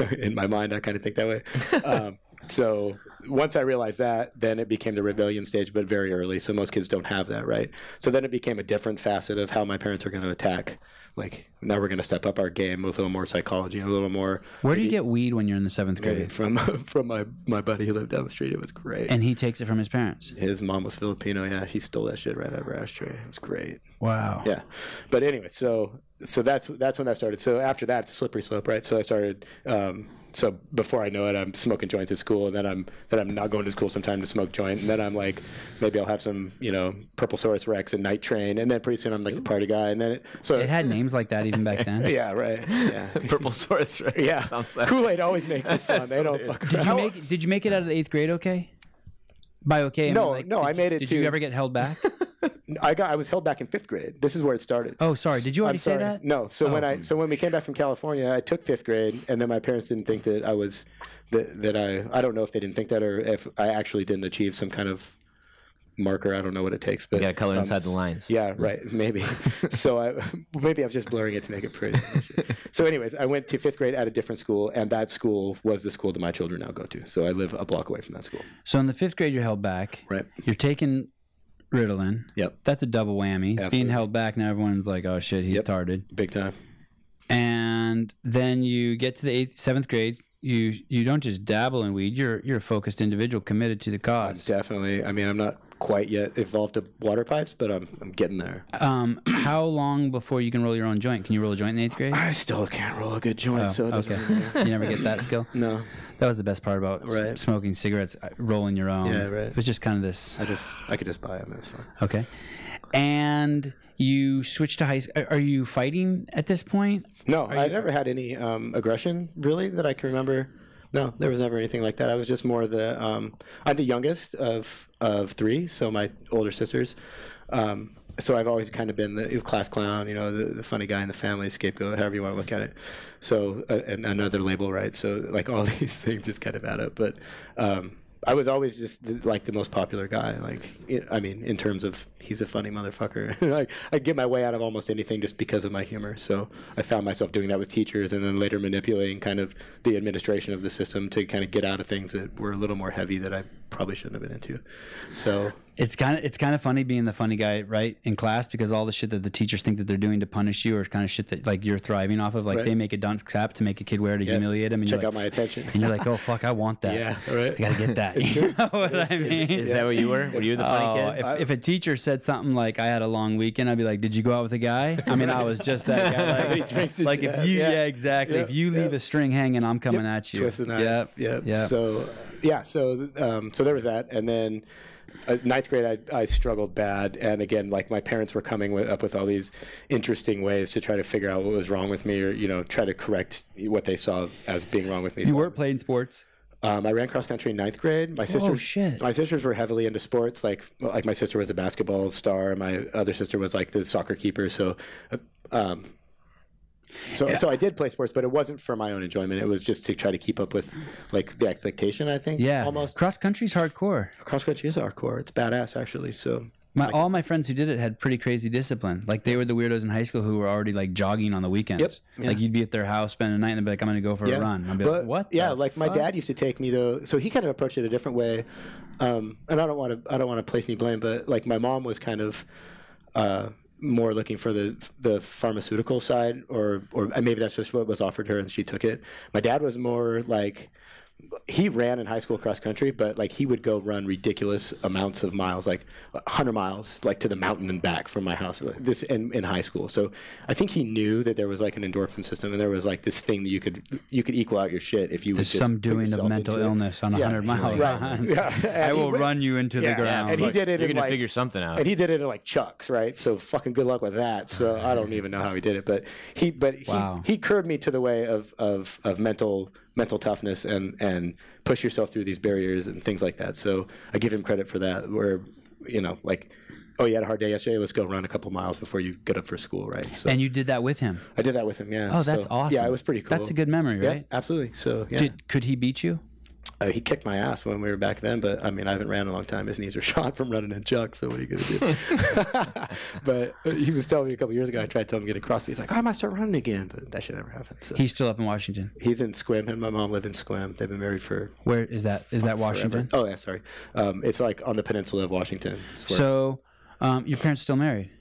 [SPEAKER 2] <laughs> In my mind, I kind of think that way. Um, so once I realized that, then it became the rebellion stage, but very early. So most kids don't have that, right? So then it became a different facet of how my parents are going to attack. Like now we're going to step up our game with a little more psychology and a little more
[SPEAKER 3] Where do you get weed when you're in the seventh
[SPEAKER 2] <laughs>
[SPEAKER 3] grade?
[SPEAKER 2] from from my my buddy who lived down the street. It was great.
[SPEAKER 3] And he takes it from his parents.
[SPEAKER 2] his mom was Filipino. Yeah, he stole that shit right out of her ashtray. It was great.
[SPEAKER 3] Wow.
[SPEAKER 2] Yeah, but anyway, so so that's that's when that started. So after that, it's a slippery slope, right? So I started. Um, so before I know it, I'm smoking joints at school, and then I'm then I'm not going to school sometime to smoke joint, and then I'm like, maybe I'll have some, you know, purple source Rex and night train, and then pretty soon I'm like the party guy, and then it, so
[SPEAKER 3] It had names like that even back
[SPEAKER 2] <laughs>
[SPEAKER 3] then.
[SPEAKER 2] yeah,
[SPEAKER 3] <laughs>
[SPEAKER 2] right, yeah,
[SPEAKER 1] Purple source, right?
[SPEAKER 2] yeah.
[SPEAKER 1] I'm sorry.
[SPEAKER 2] Kool Aid always makes it fun. they don't fuck around.
[SPEAKER 3] Did you make Did you make it out of the eighth grade? Okay. By okay. I mean,
[SPEAKER 2] No,
[SPEAKER 3] like,
[SPEAKER 2] no,
[SPEAKER 3] did
[SPEAKER 2] I
[SPEAKER 3] you-
[SPEAKER 2] made it
[SPEAKER 3] Did
[SPEAKER 2] to-
[SPEAKER 3] you ever get held back?
[SPEAKER 2] I got I was held back in fifth grade. This is where it started.
[SPEAKER 3] Oh, sorry. Did you already
[SPEAKER 2] I'm sorry. Mm.
[SPEAKER 3] say that? Oh,
[SPEAKER 2] No. So when I so when we came back from California, I took fifth grade, and then my parents didn't think that I was that that I I don't know if they didn't think that or if I actually didn't achieve some kind of marker. I don't know what it takes, but
[SPEAKER 1] Got to color
[SPEAKER 2] um,
[SPEAKER 1] inside the lines.
[SPEAKER 2] yeah, right. <laughs> Maybe. so I maybe I was just blurring it to make it pretty. so, anyways, I went to fifth grade at a different school, and that school was the school that my children now go to. So I live a block away from that school.
[SPEAKER 3] So in the fifth grade, you're held back.
[SPEAKER 2] Right.
[SPEAKER 3] You're taking Ritalin.
[SPEAKER 2] Yep.
[SPEAKER 3] That's a double whammy. Being
[SPEAKER 2] Absolutely.
[SPEAKER 3] held back now, everyone's like, "Oh shit, he's
[SPEAKER 2] Yep.
[SPEAKER 3] tarded."
[SPEAKER 2] Big time.
[SPEAKER 3] And then you get to the eighth, seventh grade. You you don't just dabble in weed. You're you're a focused individual committed to the cause.
[SPEAKER 2] Definitely. I mean, I'm not quite yet evolved to water pipes, but I'm I'm getting there.
[SPEAKER 3] Um, how long before you can roll your own joint? Can you roll a joint in the eighth grade?
[SPEAKER 2] I still can't roll a good joint, so it doesn't
[SPEAKER 3] Okay,
[SPEAKER 2] really matter.
[SPEAKER 3] you never get that skill.
[SPEAKER 2] <laughs> No,
[SPEAKER 3] That was the best part about s-
[SPEAKER 2] Right.
[SPEAKER 3] smoking cigarettes, uh, rolling your own.
[SPEAKER 2] Yeah, right.
[SPEAKER 3] It was just kind of this.
[SPEAKER 2] I just I could just buy them. It's fine.
[SPEAKER 3] Okay. And you switch to high school. Are you fighting at this point?
[SPEAKER 2] No, I never had any um, aggression really that I can remember. No, there was never anything like that. I was just more the um, I'm the youngest of of three, so my older sisters. Um, so I've always kind of been the class clown, you know, the, the funny guy in the family, scapegoat, however you want to look at it. So a, an, another label, right? So like all <laughs> these things just kind of add up. But um, I was always just the, like the most popular guy. Like, i I mean, in terms of he's a funny motherfucker. <laughs> like, I get my way out of almost anything just because of my humor. So I found myself doing that with teachers, and then later manipulating kind of the administration of the system to kind of get out of things that were a little more heavy that I probably shouldn't have been into. So
[SPEAKER 3] It's kind of it's kind of funny being the funny guy, right, in class because all the shit that the teachers think that they're doing to punish you or kind of shit that like you're thriving off of. Like
[SPEAKER 2] Right.
[SPEAKER 3] they make a dunce cap to make a kid wear to humiliate him, and
[SPEAKER 2] check
[SPEAKER 3] you're
[SPEAKER 2] out
[SPEAKER 3] like, <laughs>
[SPEAKER 2] my attention.
[SPEAKER 3] and you're like, oh fuck, I want that.
[SPEAKER 2] yeah, all right. <laughs>
[SPEAKER 3] I gotta get that. <laughs> you know what I mean?
[SPEAKER 1] Is that what you were? Were you the funny
[SPEAKER 3] Oh,
[SPEAKER 1] kid?
[SPEAKER 3] if, if a teacher said something like "I had a long weekend," I'd be like, "Did you go out with a guy?" I mean, I was just that
[SPEAKER 2] <laughs>
[SPEAKER 3] guy.
[SPEAKER 2] He
[SPEAKER 3] Like,
[SPEAKER 2] drinks it,
[SPEAKER 3] like if
[SPEAKER 2] yeah,
[SPEAKER 3] you, yeah,
[SPEAKER 2] yeah.
[SPEAKER 3] exactly. If
[SPEAKER 2] Yep,
[SPEAKER 3] you leave
[SPEAKER 2] yep.
[SPEAKER 3] a string hanging, I'm coming at you.
[SPEAKER 2] Twist the knife.
[SPEAKER 3] Yep.
[SPEAKER 2] Yep.
[SPEAKER 3] Yep.
[SPEAKER 2] So, yeah. So, um, so there was that, and then uh, ninth grade, I, I struggled bad, and again, like my parents were coming with, up with all these interesting ways to try to figure out what was wrong with me, or you know, try to correct what they saw as being wrong with me.
[SPEAKER 3] you
[SPEAKER 2] So,
[SPEAKER 3] weren't playing sports.
[SPEAKER 2] um, I ran cross country in ninth grade. My sisters,
[SPEAKER 3] Oh, shit.
[SPEAKER 2] my sisters were heavily into sports. Like, like my sister was a basketball star. My other sister was like the soccer keeper. So, uh, um, so, so I did play sports, but it wasn't for my own enjoyment. It was just to try to keep up with like the expectation. I think.
[SPEAKER 3] Yeah,
[SPEAKER 2] Almost Oh
[SPEAKER 3] cross country's hardcore.
[SPEAKER 2] cross country is hardcore. It's badass actually. So.
[SPEAKER 3] My, all my friends who did it had pretty crazy discipline. Like they were the weirdos in high school who were already like jogging on the weekends.
[SPEAKER 2] Yep. Yeah.
[SPEAKER 3] Like you'd be at their house, spend a night, and they'd be like, "I'm gonna go for
[SPEAKER 2] Yeah.
[SPEAKER 3] a run." I'd be
[SPEAKER 2] But,
[SPEAKER 3] like, "What?"
[SPEAKER 2] Yeah,
[SPEAKER 3] the
[SPEAKER 2] like my
[SPEAKER 3] fuck?"
[SPEAKER 2] dad used to take me though. So he kind of approached it a different way. Um, and I don't want to I don't want to place any blame, but like my mom was kind of uh, more looking for the the pharmaceutical side, or or and maybe that's just what was offered her, and she took it. My dad was more like. He ran in high school cross country, but like he would go run ridiculous amounts of miles, like 100 miles, like to the mountain and back from my house. like, This in, in high school, so I think he knew that there was like an endorphin system, and there was like this thing that you could you could equal out your shit if you
[SPEAKER 3] There's
[SPEAKER 2] would just
[SPEAKER 3] some
[SPEAKER 2] put
[SPEAKER 3] doing of
[SPEAKER 2] yourself
[SPEAKER 3] mental
[SPEAKER 2] into it.
[SPEAKER 3] illness on a
[SPEAKER 2] Yeah,
[SPEAKER 3] hundred mile
[SPEAKER 2] right.
[SPEAKER 3] <laughs> run.
[SPEAKER 2] Yeah.
[SPEAKER 3] I
[SPEAKER 2] And he
[SPEAKER 3] will
[SPEAKER 2] ran-
[SPEAKER 3] run you into the
[SPEAKER 2] Yeah.
[SPEAKER 3] ground.
[SPEAKER 2] And he
[SPEAKER 1] Like,
[SPEAKER 2] did it
[SPEAKER 1] You're
[SPEAKER 2] in,
[SPEAKER 1] gonna
[SPEAKER 2] like-
[SPEAKER 1] figure something out.
[SPEAKER 2] and he did it in like chucks, right? So fucking good luck with that. So I don't even know how he did it, but he but he
[SPEAKER 3] Wow.
[SPEAKER 2] he curbed me to the way of of of mental mental toughness and and push yourself through these barriers and things like that. So I give him credit for that. Where you know like. Oh, you had a hard day yesterday. Let's go run a couple miles before you get up for school, right? So
[SPEAKER 3] and you did that with him.
[SPEAKER 2] I did that with him. Yeah.
[SPEAKER 3] Oh, that's
[SPEAKER 2] So,
[SPEAKER 3] awesome.
[SPEAKER 2] Yeah, it was pretty cool.
[SPEAKER 3] That's a good memory,
[SPEAKER 2] Yeah,
[SPEAKER 3] right?
[SPEAKER 2] absolutely. So yeah,
[SPEAKER 3] Did, could he beat you?
[SPEAKER 2] uh, he kicked my ass when we were back then, but I mean, I haven't ran in a long time. His knees are <laughs> shot from running in chuck, so what are you going to
[SPEAKER 3] <laughs>
[SPEAKER 2] do? but uh, he was telling me a couple years ago, I tried to tell him to get a CrossFit. He's like, oh, I might start running again, but that should never happen. So
[SPEAKER 3] He's still up in Washington.
[SPEAKER 2] he's in Squim. Him and my mom live in Squim. They've been married for
[SPEAKER 3] Where is that? Is that Washington?
[SPEAKER 2] forever. Oh, yeah, sorry. Um, it's like on the peninsula of Washington. It's where-
[SPEAKER 3] So, um, your parents still married?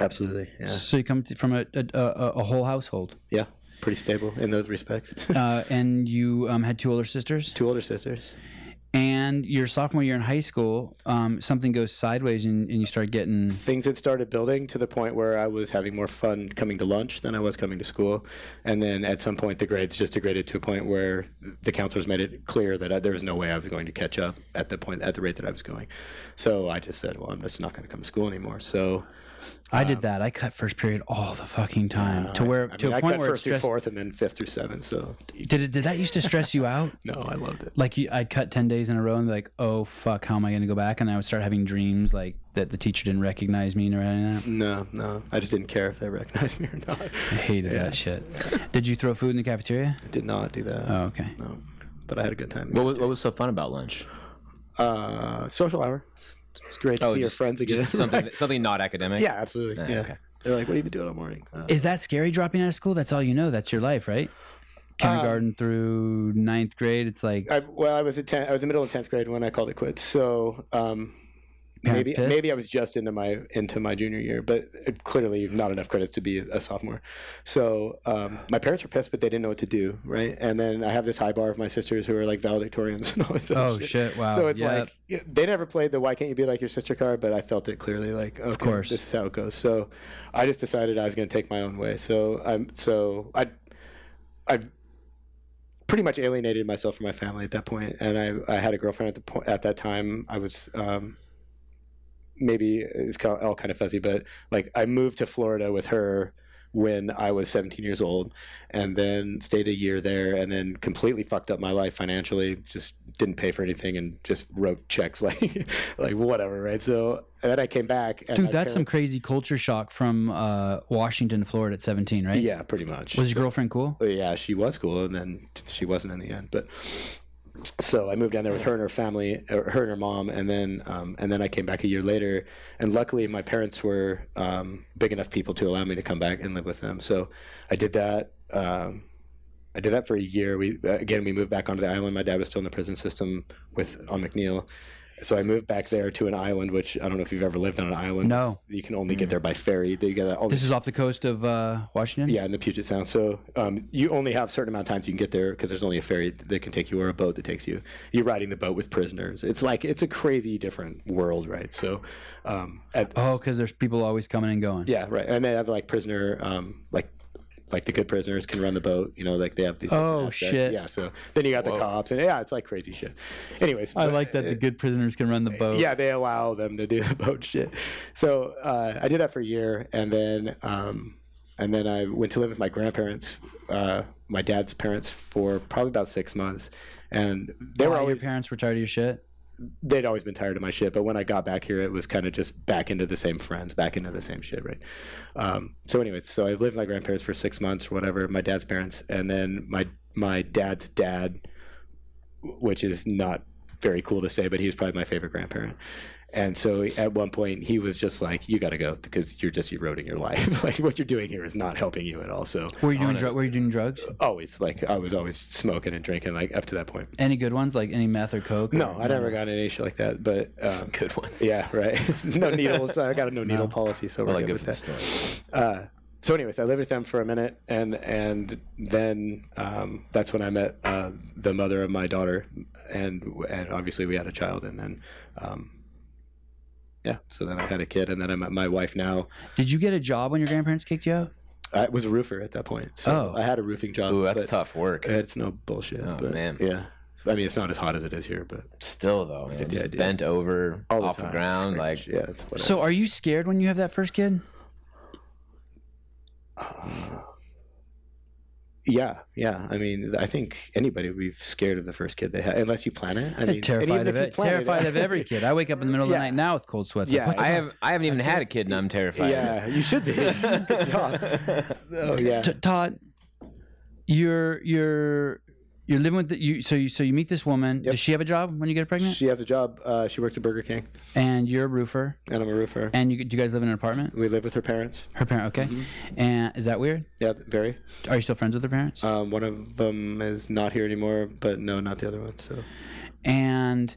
[SPEAKER 2] absolutely. Yeah.
[SPEAKER 3] So you come t- from a, a, a, a whole household,
[SPEAKER 2] Yeah. Pretty stable in those respects.
[SPEAKER 3] uh, and you um, had two older sisters.
[SPEAKER 2] <laughs> Two older sisters.
[SPEAKER 3] And your sophomore year in high school, um, something goes sideways, and, and you start getting
[SPEAKER 2] things had started building to the point where I was having more fun coming to lunch than I was coming to school. And then at some point, the grades just degraded to a point where the counselors made it clear that I, there was no way I was going to catch up at the point at the rate that I was going. So I just said, "Well, I'm just not going to come to school anymore." So
[SPEAKER 3] I did that. I cut first period all the fucking time to where
[SPEAKER 2] I,
[SPEAKER 3] to
[SPEAKER 2] mean,
[SPEAKER 3] a
[SPEAKER 2] I
[SPEAKER 3] point
[SPEAKER 2] cut
[SPEAKER 3] where it
[SPEAKER 2] first through
[SPEAKER 3] stressed.
[SPEAKER 2] fourth, and then fifth through seventh. So
[SPEAKER 3] Did it? Did that used to stress you out?
[SPEAKER 2] no, I loved it.
[SPEAKER 3] Like you, I'd cut ten days in a row and be like, "Oh fuck, how am I going to go back?" And I would start having dreams like that the teacher didn't recognize me or anything. Like that.
[SPEAKER 2] No, no, I just didn't care if they recognized me or
[SPEAKER 3] <laughs>
[SPEAKER 2] not.
[SPEAKER 3] I hated that shit. Did you throw food in the cafeteria?
[SPEAKER 2] I did not do that.
[SPEAKER 3] Oh, okay.
[SPEAKER 2] No, but I had a good time.
[SPEAKER 1] What was, what was so fun about lunch?
[SPEAKER 2] uh, social hour. It's great
[SPEAKER 3] Oh,
[SPEAKER 2] to see your friends again.
[SPEAKER 1] Just something something not academic.
[SPEAKER 2] Yeah, absolutely. yeah.
[SPEAKER 1] okay.
[SPEAKER 2] They're like, what have you been doing all morning? Uh,
[SPEAKER 3] uh, Is that scary dropping out of school? That's all you know. That's your life, right? Kindergarten through ninth grade. It's like
[SPEAKER 2] Uh, I, well, I was at ten, I was in the middle of tenth grade when I called it quits. So um,
[SPEAKER 3] Parents
[SPEAKER 2] maybe
[SPEAKER 3] pissed?
[SPEAKER 2] maybe I was just into my into my junior year, but it- clearly not enough credits to be a sophomore. So um, my parents were pissed, but they didn't know what to do, right? And then I have this high bar of my sisters who are like valedictorians and all this other
[SPEAKER 3] oh shit, wow.
[SPEAKER 2] So it's
[SPEAKER 3] Yep.
[SPEAKER 2] like yeah, they never played the "Why can't you be like your sister" card, but I felt it clearly. Like, okay, of
[SPEAKER 3] course.
[SPEAKER 2] this is how it goes. So, I just decided I was going to take my own way. So I'm so I, I pretty much alienated myself from my family at that point, and I, I had a girlfriend at the point at that time. I was um, maybe it's ki- all kind of fuzzy, but like I moved to Florida with her when I was 17 years old, and then stayed a year there, and then completely fucked up my life financially. Just didn't pay for anything, and just wrote checks <laughs> like like whatever, right? So and then I came back. And
[SPEAKER 3] dude,
[SPEAKER 2] my
[SPEAKER 3] that's some
[SPEAKER 2] parents-
[SPEAKER 3] crazy culture shock from uh, Washington, to Florida at seventeen, right?
[SPEAKER 2] Yeah, pretty much.
[SPEAKER 3] Was your girlfriend cool?
[SPEAKER 2] yeah, she was cool, and then t- she wasn't in the end. But so I moved down there with her and her family, or her and her mom, and then um, and then I came back a year later. And luckily, my parents were um, big enough people to allow me to come back and live with them. So I did that. Um, I did that for a year. We uh, again we moved back onto the island. My dad was still in the prison system with on McNeil. So I moved back there to an island, which I don't know if you've ever lived on an island.
[SPEAKER 3] No.
[SPEAKER 2] It's- you can only get there by ferry. They get all
[SPEAKER 3] This is off the coast of uh, Washington.
[SPEAKER 2] yeah, in the Puget Sound. So um, you only have a certain amount of times you can get there because there's only a ferry that can take you or a boat that takes you. You're riding the boat with prisoners. It's like it's a crazy different world, right? So, um, at,
[SPEAKER 3] Oh, because there's people always coming and going.
[SPEAKER 2] yeah, right. And they have like prisoner, um, like like the good prisoners can run the boat. You know, like they have these. different
[SPEAKER 3] Oh,
[SPEAKER 2] aspects.
[SPEAKER 3] shit.
[SPEAKER 2] Yeah. So then you got the cops, and yeah, it's like crazy shit. Anyways,
[SPEAKER 3] I
[SPEAKER 2] but-
[SPEAKER 3] like that the good prisoners can run the boat.
[SPEAKER 2] Uh, yeah, they allow them to do <laughs> the boat shit. So uh, I did that for a year, and then um, and then I went to live with my grandparents, uh, my dad's parents, for probably about six months. And they were
[SPEAKER 3] Why,
[SPEAKER 2] always
[SPEAKER 3] your parents were tired of your shit.
[SPEAKER 2] they'd always been tired of my shit. But when I got back here, it was kind of just back into the same friends, back into the same shit, right? Um, so, anyways, so I lived with my grandparents for six months or whatever, my dad's parents, and then my my dad's dad, which is not very cool to say, but he was probably my favorite grandparent. And so at one point he was just like, "You got to go because you're just eroding your <laughs> life. like what you're doing here is not helping you at all." So
[SPEAKER 3] Were you doing
[SPEAKER 1] honest.
[SPEAKER 3] dru- Were you doing drugs?
[SPEAKER 2] always like I was always smoking and drinking like up to that point.
[SPEAKER 3] Any good ones like any meth or coke? or-
[SPEAKER 2] No, I never got any shit like that. But um,
[SPEAKER 1] Good ones.
[SPEAKER 2] yeah,
[SPEAKER 1] <laughs>
[SPEAKER 2] right. no needles. I got a no needle
[SPEAKER 3] No.
[SPEAKER 2] policy, so we're
[SPEAKER 1] Well, like
[SPEAKER 2] good
[SPEAKER 1] good
[SPEAKER 2] with
[SPEAKER 1] for the
[SPEAKER 2] that.
[SPEAKER 1] story.
[SPEAKER 2] Uh, so, anyways, I lived with them for a minute, and and then um, that's when I met uh, the mother of my daughter, and and obviously we had a child, and then. Um, yeah, so then I had a kid, and then I met my wife. Now
[SPEAKER 3] Did you get a job when your grandparents kicked you out?
[SPEAKER 2] I was a roofer at that point, so
[SPEAKER 3] Oh.
[SPEAKER 2] I had a roofing job.
[SPEAKER 1] Ooh, that's
[SPEAKER 2] but
[SPEAKER 1] tough work.
[SPEAKER 2] It's no bullshit.
[SPEAKER 1] Oh,
[SPEAKER 2] but
[SPEAKER 1] man.
[SPEAKER 2] yeah. I mean, it's not as hot as it is here, but
[SPEAKER 1] Still though, man,
[SPEAKER 2] Yeah,
[SPEAKER 1] just
[SPEAKER 2] dude.
[SPEAKER 1] bent over
[SPEAKER 2] all the
[SPEAKER 1] off
[SPEAKER 2] time,
[SPEAKER 1] the ground, like
[SPEAKER 2] scratch. yeah, it's whatever.
[SPEAKER 3] So, are you scared when you have that first kid?
[SPEAKER 2] Yeah, yeah. I mean, I think anybody would be scared of the first kid they had, unless you plan
[SPEAKER 3] <laughs>
[SPEAKER 2] it. I mean, and
[SPEAKER 3] terrified
[SPEAKER 2] even if
[SPEAKER 3] of
[SPEAKER 2] you
[SPEAKER 3] it.
[SPEAKER 2] plan
[SPEAKER 3] Terrified of
[SPEAKER 2] <laughs>
[SPEAKER 3] every kid. I wake up in the middle of
[SPEAKER 2] Yeah.
[SPEAKER 3] the night now with cold sweats. Like,
[SPEAKER 2] Yeah,
[SPEAKER 3] what the
[SPEAKER 1] I
[SPEAKER 2] I
[SPEAKER 1] have I haven't even had a kid and I'm terrified. <laughs>
[SPEAKER 2] Yeah, you
[SPEAKER 3] <laughs>
[SPEAKER 2] should be. Good job. So <laughs> yeah,
[SPEAKER 3] T- Todd, you're you're you're living with the, you. So you so you meet this woman. Does she have a job when you get pregnant?
[SPEAKER 2] she has a job. Uh, she works at Burger King,
[SPEAKER 3] and you're a roofer.
[SPEAKER 2] and I'm a roofer.
[SPEAKER 3] And you do you guys live in an apartment?
[SPEAKER 2] we live with her parents. Mm-hmm.
[SPEAKER 3] Her parent. Okay. And is that weird?
[SPEAKER 2] Yeah, very.
[SPEAKER 3] Are you still friends with her parents?
[SPEAKER 2] Um, one of them is not here anymore, but no, not the other one. So
[SPEAKER 3] and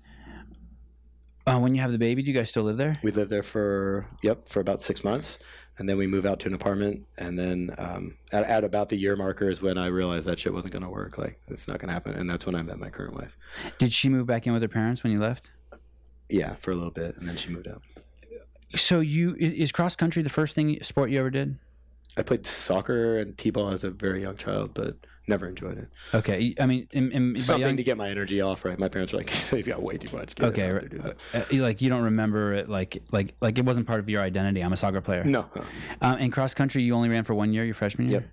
[SPEAKER 3] uh, when you have the baby, do you guys still live there?
[SPEAKER 2] we lived there for yep for about six months, and then we move out to an apartment. And then um, at, at about the year marker is when I realized that shit wasn't gonna work. Like it's not gonna happen. And that's when I met my current wife.
[SPEAKER 3] Did she move back in with her parents when you left?
[SPEAKER 2] Yeah, for a little bit, and then she moved out.
[SPEAKER 3] So you i- is cross country the first thing sport you ever did?
[SPEAKER 2] I played soccer and t-ball as a very young child, but never enjoyed it.
[SPEAKER 3] Okay, I mean, in, in, by
[SPEAKER 2] Something
[SPEAKER 3] young-
[SPEAKER 2] to get my energy off, right? My parents were like, <laughs> "He's got way too much." Get him
[SPEAKER 3] okay,
[SPEAKER 2] out
[SPEAKER 3] right.
[SPEAKER 2] there, do that."
[SPEAKER 3] Uh, you- like you don't remember it, like like like it wasn't part of your identity. I'm a soccer player.
[SPEAKER 2] No, uh,
[SPEAKER 3] Um, and cross country, you only ran for one year, your freshman year.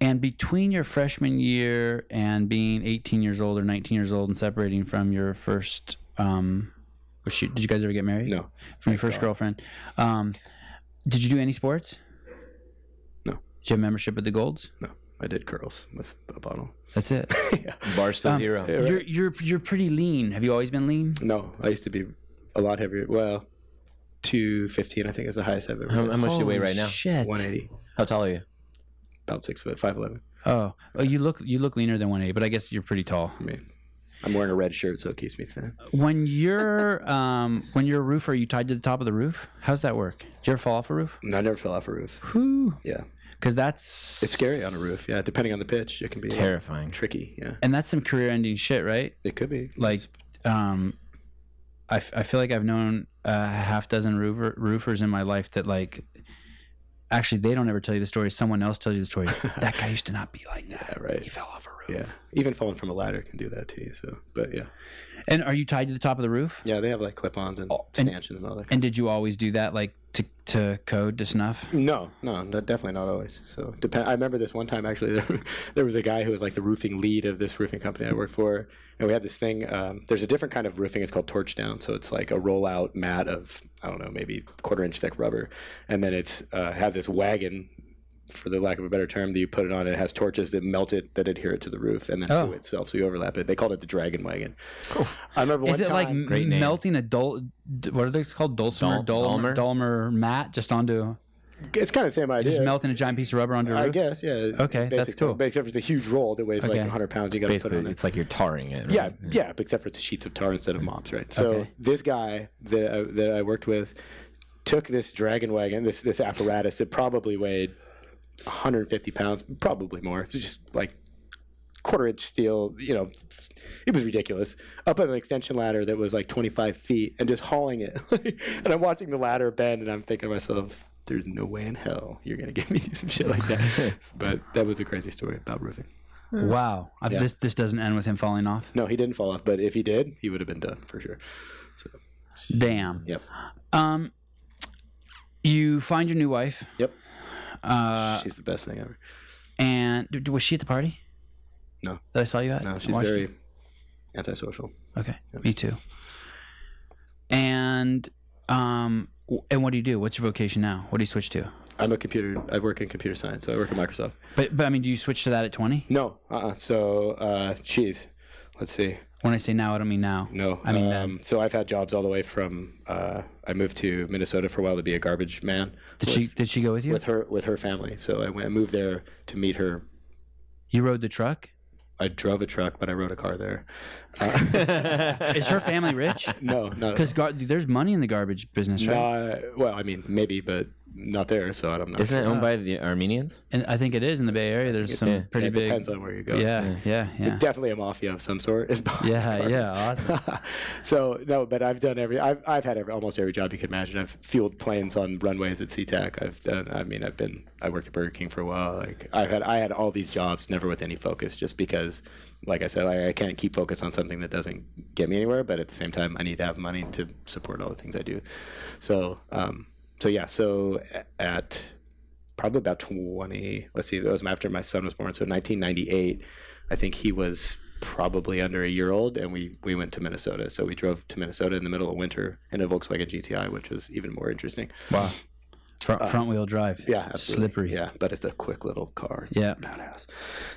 [SPEAKER 3] And between your freshman year and being 18 years old or 19 years old and separating from your first, um, was she, did you guys ever get married?
[SPEAKER 2] no.
[SPEAKER 3] From your first girlfriend. Um, did you do any sports?
[SPEAKER 2] No.
[SPEAKER 3] Did you have membership with the Golds?
[SPEAKER 2] No, I did curls with a bottle. <laughs>
[SPEAKER 3] That's it.
[SPEAKER 1] Barstool
[SPEAKER 2] Um,
[SPEAKER 1] hero.
[SPEAKER 3] You're you're you're pretty lean. Have you always been lean?
[SPEAKER 2] No, I used to be a lot heavier. Well, two fifteen, I think, is the highest I've ever.
[SPEAKER 1] How,
[SPEAKER 2] been.
[SPEAKER 1] how much do you weigh
[SPEAKER 3] Holy
[SPEAKER 1] right now?
[SPEAKER 3] Shit.
[SPEAKER 2] One eighty,
[SPEAKER 1] How tall are you?
[SPEAKER 2] about six foot, five eleven.
[SPEAKER 3] Oh, oh, you look you look leaner than 180, but I guess you're pretty tall.
[SPEAKER 2] I mean, I'm wearing a red shirt, so it keeps me thin.
[SPEAKER 3] When you're um, when you're a roofer, are you tied to the top of the roof? How's that work? Did you ever fall off a roof?
[SPEAKER 2] And I never fell off a roof. Yeah,
[SPEAKER 3] Because that's
[SPEAKER 2] it's scary on a roof. Yeah, depending on the pitch, it can be
[SPEAKER 1] Terrifying.
[SPEAKER 2] tricky. Yeah,
[SPEAKER 3] and that's some career-ending shit, right?
[SPEAKER 2] it could be.
[SPEAKER 3] Like, um, I, f- I feel like I've known a half dozen roofer, roofers in my life that like, actually they don't ever tell you the story. Someone else tells you
[SPEAKER 2] <laughs>
[SPEAKER 3] the story. that guy used to not be like that.
[SPEAKER 2] right.
[SPEAKER 3] He fell off a roof.
[SPEAKER 2] Yeah, even falling from a ladder can do that to you. So, but yeah,
[SPEAKER 3] And are you tied to the top of the roof?
[SPEAKER 2] yeah, they have like clip-ons Oh, and
[SPEAKER 3] and-
[SPEAKER 2] stanchions and all that.
[SPEAKER 3] And did you always do that, like to to code to snuff?
[SPEAKER 2] No, no, no, definitely not always. So depend. I remember this one time actually. <laughs> There, there was a guy who was like the roofing lead of this roofing company I worked for, and we had this thing. Um, there's a different kind of roofing. It's called torch down. So it's like a rollout mat of I don't know, maybe quarter inch thick rubber, and then it's uh, has this wagon. For the lack of a better term, that you put it on, it has torches that melt it, that adhere it to the roof, and then
[SPEAKER 3] Oh.
[SPEAKER 2] to itself. So you overlap it. They called it the dragon wagon. I remember one
[SPEAKER 3] Is it
[SPEAKER 2] time.
[SPEAKER 3] like m-
[SPEAKER 1] Great name.
[SPEAKER 3] melting a dol- d- what are they called? Dulcimer,
[SPEAKER 1] Dul-
[SPEAKER 3] Dulmer,
[SPEAKER 1] Dulmer?
[SPEAKER 3] Dulmer mat just onto
[SPEAKER 2] it's kind of the same
[SPEAKER 3] Just
[SPEAKER 2] idea.
[SPEAKER 3] melting a giant piece of rubber under a
[SPEAKER 2] I
[SPEAKER 3] roof.
[SPEAKER 2] guess, yeah.
[SPEAKER 3] Okay, that's
[SPEAKER 2] basically.
[SPEAKER 3] cool.
[SPEAKER 2] But except for it's a huge roll that weighs like
[SPEAKER 3] Okay.
[SPEAKER 2] 100 pounds. You got to put
[SPEAKER 1] Basically,
[SPEAKER 2] on it.
[SPEAKER 1] it's like you're tarring it. Right?
[SPEAKER 2] Yeah, yeah, but except for it's sheets of tar instead of mops, right? So
[SPEAKER 3] Okay.
[SPEAKER 2] this guy that I, that I worked with took this dragon wagon, this this apparatus that probably weighed 150 pounds, probably more. It's just like quarter inch steel, you know, it was ridiculous. Up on an extension ladder that was like 25 feet, and just hauling it. <laughs> and I'm watching the ladder bend, and I'm thinking to myself. There's no way in hell you're gonna get me to do some shit like that. but that was a crazy story about roofing.
[SPEAKER 3] Wow. I- This this doesn't end with him falling off.
[SPEAKER 2] No, he didn't fall off, but if he did, he would have been done for sure.
[SPEAKER 3] Damn.
[SPEAKER 2] Yep.
[SPEAKER 3] Um, you find your new wife,
[SPEAKER 2] Yep.
[SPEAKER 3] uh,
[SPEAKER 2] she's the best thing ever.
[SPEAKER 3] and d- d- was she at the party?
[SPEAKER 2] No.
[SPEAKER 3] That I saw you at.
[SPEAKER 2] No,
[SPEAKER 3] I
[SPEAKER 2] she's
[SPEAKER 3] watched
[SPEAKER 2] very
[SPEAKER 3] you?
[SPEAKER 2] antisocial.
[SPEAKER 3] Okay. Me too. And um, w- and what do you do? What's your vocation now? What do you switch to?
[SPEAKER 2] I'm a computer. I work in computer science, so I work at Microsoft.
[SPEAKER 3] But but I mean, do you switch to that at twenty?
[SPEAKER 2] No, uh, uh so uh, geez, let's see.
[SPEAKER 3] When I say now, I don't mean now.
[SPEAKER 2] No,
[SPEAKER 3] I mean uh, then.
[SPEAKER 2] um, so I've had jobs all the way from. Uh, I moved to Minnesota for a while to be a garbage man
[SPEAKER 3] Did she did she go with you?
[SPEAKER 2] with her with her family. So I, went, I moved there to meet her.
[SPEAKER 3] you rode the truck.
[SPEAKER 2] I drove a truck, but I rode a car there.
[SPEAKER 3] Is her
[SPEAKER 2] <laughs>
[SPEAKER 3] family rich?
[SPEAKER 2] No, no,
[SPEAKER 3] Because gar- there's money in the garbage business, right?
[SPEAKER 2] uh, well, I mean, maybe, but not there. So I don't know.
[SPEAKER 1] Isn't it owned by the Armenians?
[SPEAKER 3] And I think it is in the Bay Area. There's some
[SPEAKER 1] yeah,
[SPEAKER 3] pretty
[SPEAKER 2] it
[SPEAKER 3] big.
[SPEAKER 2] depends on where you go.
[SPEAKER 3] yeah, yeah, yeah,
[SPEAKER 2] definitely a mafia of some sort. Is <laughs> behind
[SPEAKER 3] yeah,
[SPEAKER 2] garbage.
[SPEAKER 3] yeah. Awesome.
[SPEAKER 2] <laughs> so no, but I've done every. I've I've had every, almost every job you can imagine. I've fueled planes on runways at SeaTac. I've done. I mean, I've been. I worked at Burger King for a while. Like I've had. I had all these jobs, never with any focus, just because, like I said, like, I can't keep focused on something that doesn't get me anywhere. But at the same time, I need to have money to support all the things I do. So um. So yeah. So a- at probably about 20 let's see that was after my son was born so 1998 i think he was probably under a year old and we we went to minnesota so we drove to minnesota in the middle of winter in a volkswagen gti which was even more interesting
[SPEAKER 3] Wow. Front, front wheel drive.
[SPEAKER 2] Uh, yeah absolutely.
[SPEAKER 3] Slippery.
[SPEAKER 2] yeah but it's a quick little car It's
[SPEAKER 3] Yeah.
[SPEAKER 2] badass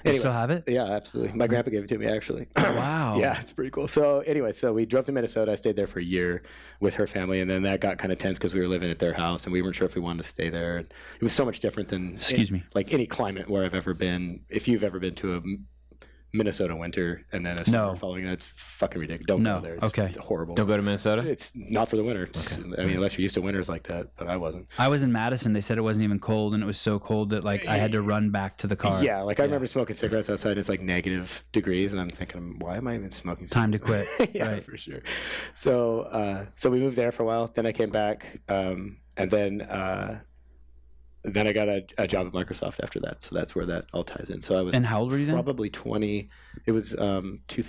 [SPEAKER 3] You still have it? Oh,
[SPEAKER 2] yeah, absolutely. My grandpa gave it to me actually. <clears throat>
[SPEAKER 3] Wow.
[SPEAKER 2] yeah, it's pretty cool. So anyway, so we drove to Minnesota. I stayed there for a year with her family, and then that got kind of tense because we were living at their house, and we weren't sure if we wanted to stay there. And it was so much different than
[SPEAKER 3] Excuse me.
[SPEAKER 2] like any climate where I've ever been. If you've ever been to a M- Minnesota winter and then a summer
[SPEAKER 3] No.
[SPEAKER 2] following that, it's fucking ridiculous. Don't
[SPEAKER 3] No.
[SPEAKER 2] go there. It's,
[SPEAKER 3] Okay.
[SPEAKER 2] it's horrible.
[SPEAKER 1] Don't go to Minnesota.
[SPEAKER 2] It's not for the winter. It's- I mean, unless you're used to winters like that, but I wasn't.
[SPEAKER 3] I was in Madison. They said it wasn't even cold, and it was so cold that like I had to run back to the car.
[SPEAKER 2] Yeah, like I remember smoking cigarettes outside. It's like negative degrees, and I'm thinking, why am I even smoking?
[SPEAKER 3] Time
[SPEAKER 2] <laughs>
[SPEAKER 3] to quit.
[SPEAKER 2] yeah,
[SPEAKER 3] right.
[SPEAKER 2] for sure. So, uh, so we moved there for a while. Then I came back, um, and then uh, then I got a, a job at Microsoft after that. So that's where that all ties in. So I was
[SPEAKER 3] And how old were you then?
[SPEAKER 2] probably twenty. It was um, two.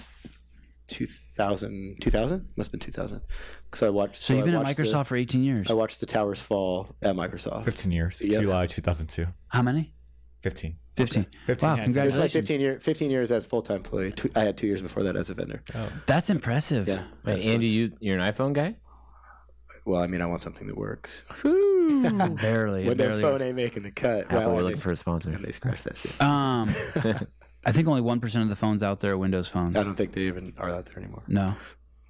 [SPEAKER 2] 2000 2000 must have been 2000 because i watched
[SPEAKER 3] so you've
[SPEAKER 2] I
[SPEAKER 3] been at
[SPEAKER 2] watched the-
[SPEAKER 3] Microsoft for 18 years.
[SPEAKER 2] i watched the towers fall at microsoft
[SPEAKER 4] 15 years.
[SPEAKER 2] Yeah.
[SPEAKER 4] July 2002.
[SPEAKER 3] How many?
[SPEAKER 4] 15.
[SPEAKER 3] 15.
[SPEAKER 4] 15,
[SPEAKER 3] wow,
[SPEAKER 4] yeah,
[SPEAKER 2] it was
[SPEAKER 3] congratulations.
[SPEAKER 2] like 15 year 15 years as full-time employee Two- i had two years before that as a vendor
[SPEAKER 3] That's impressive.
[SPEAKER 2] yeah
[SPEAKER 1] Wait, Andy, you you're an iPhone guy?
[SPEAKER 2] well i mean i want something that works
[SPEAKER 3] <laughs> Barely.
[SPEAKER 2] windows
[SPEAKER 3] barely.
[SPEAKER 2] phone ain't making the cut
[SPEAKER 1] Apple,
[SPEAKER 2] well
[SPEAKER 1] we're
[SPEAKER 2] and they,
[SPEAKER 1] looking for a sponsor.
[SPEAKER 2] and they scratched that shit <laughs>
[SPEAKER 3] Um, I think only 1% of the phones out there are Windows phones.
[SPEAKER 2] I don't think they even are out there anymore.
[SPEAKER 3] No.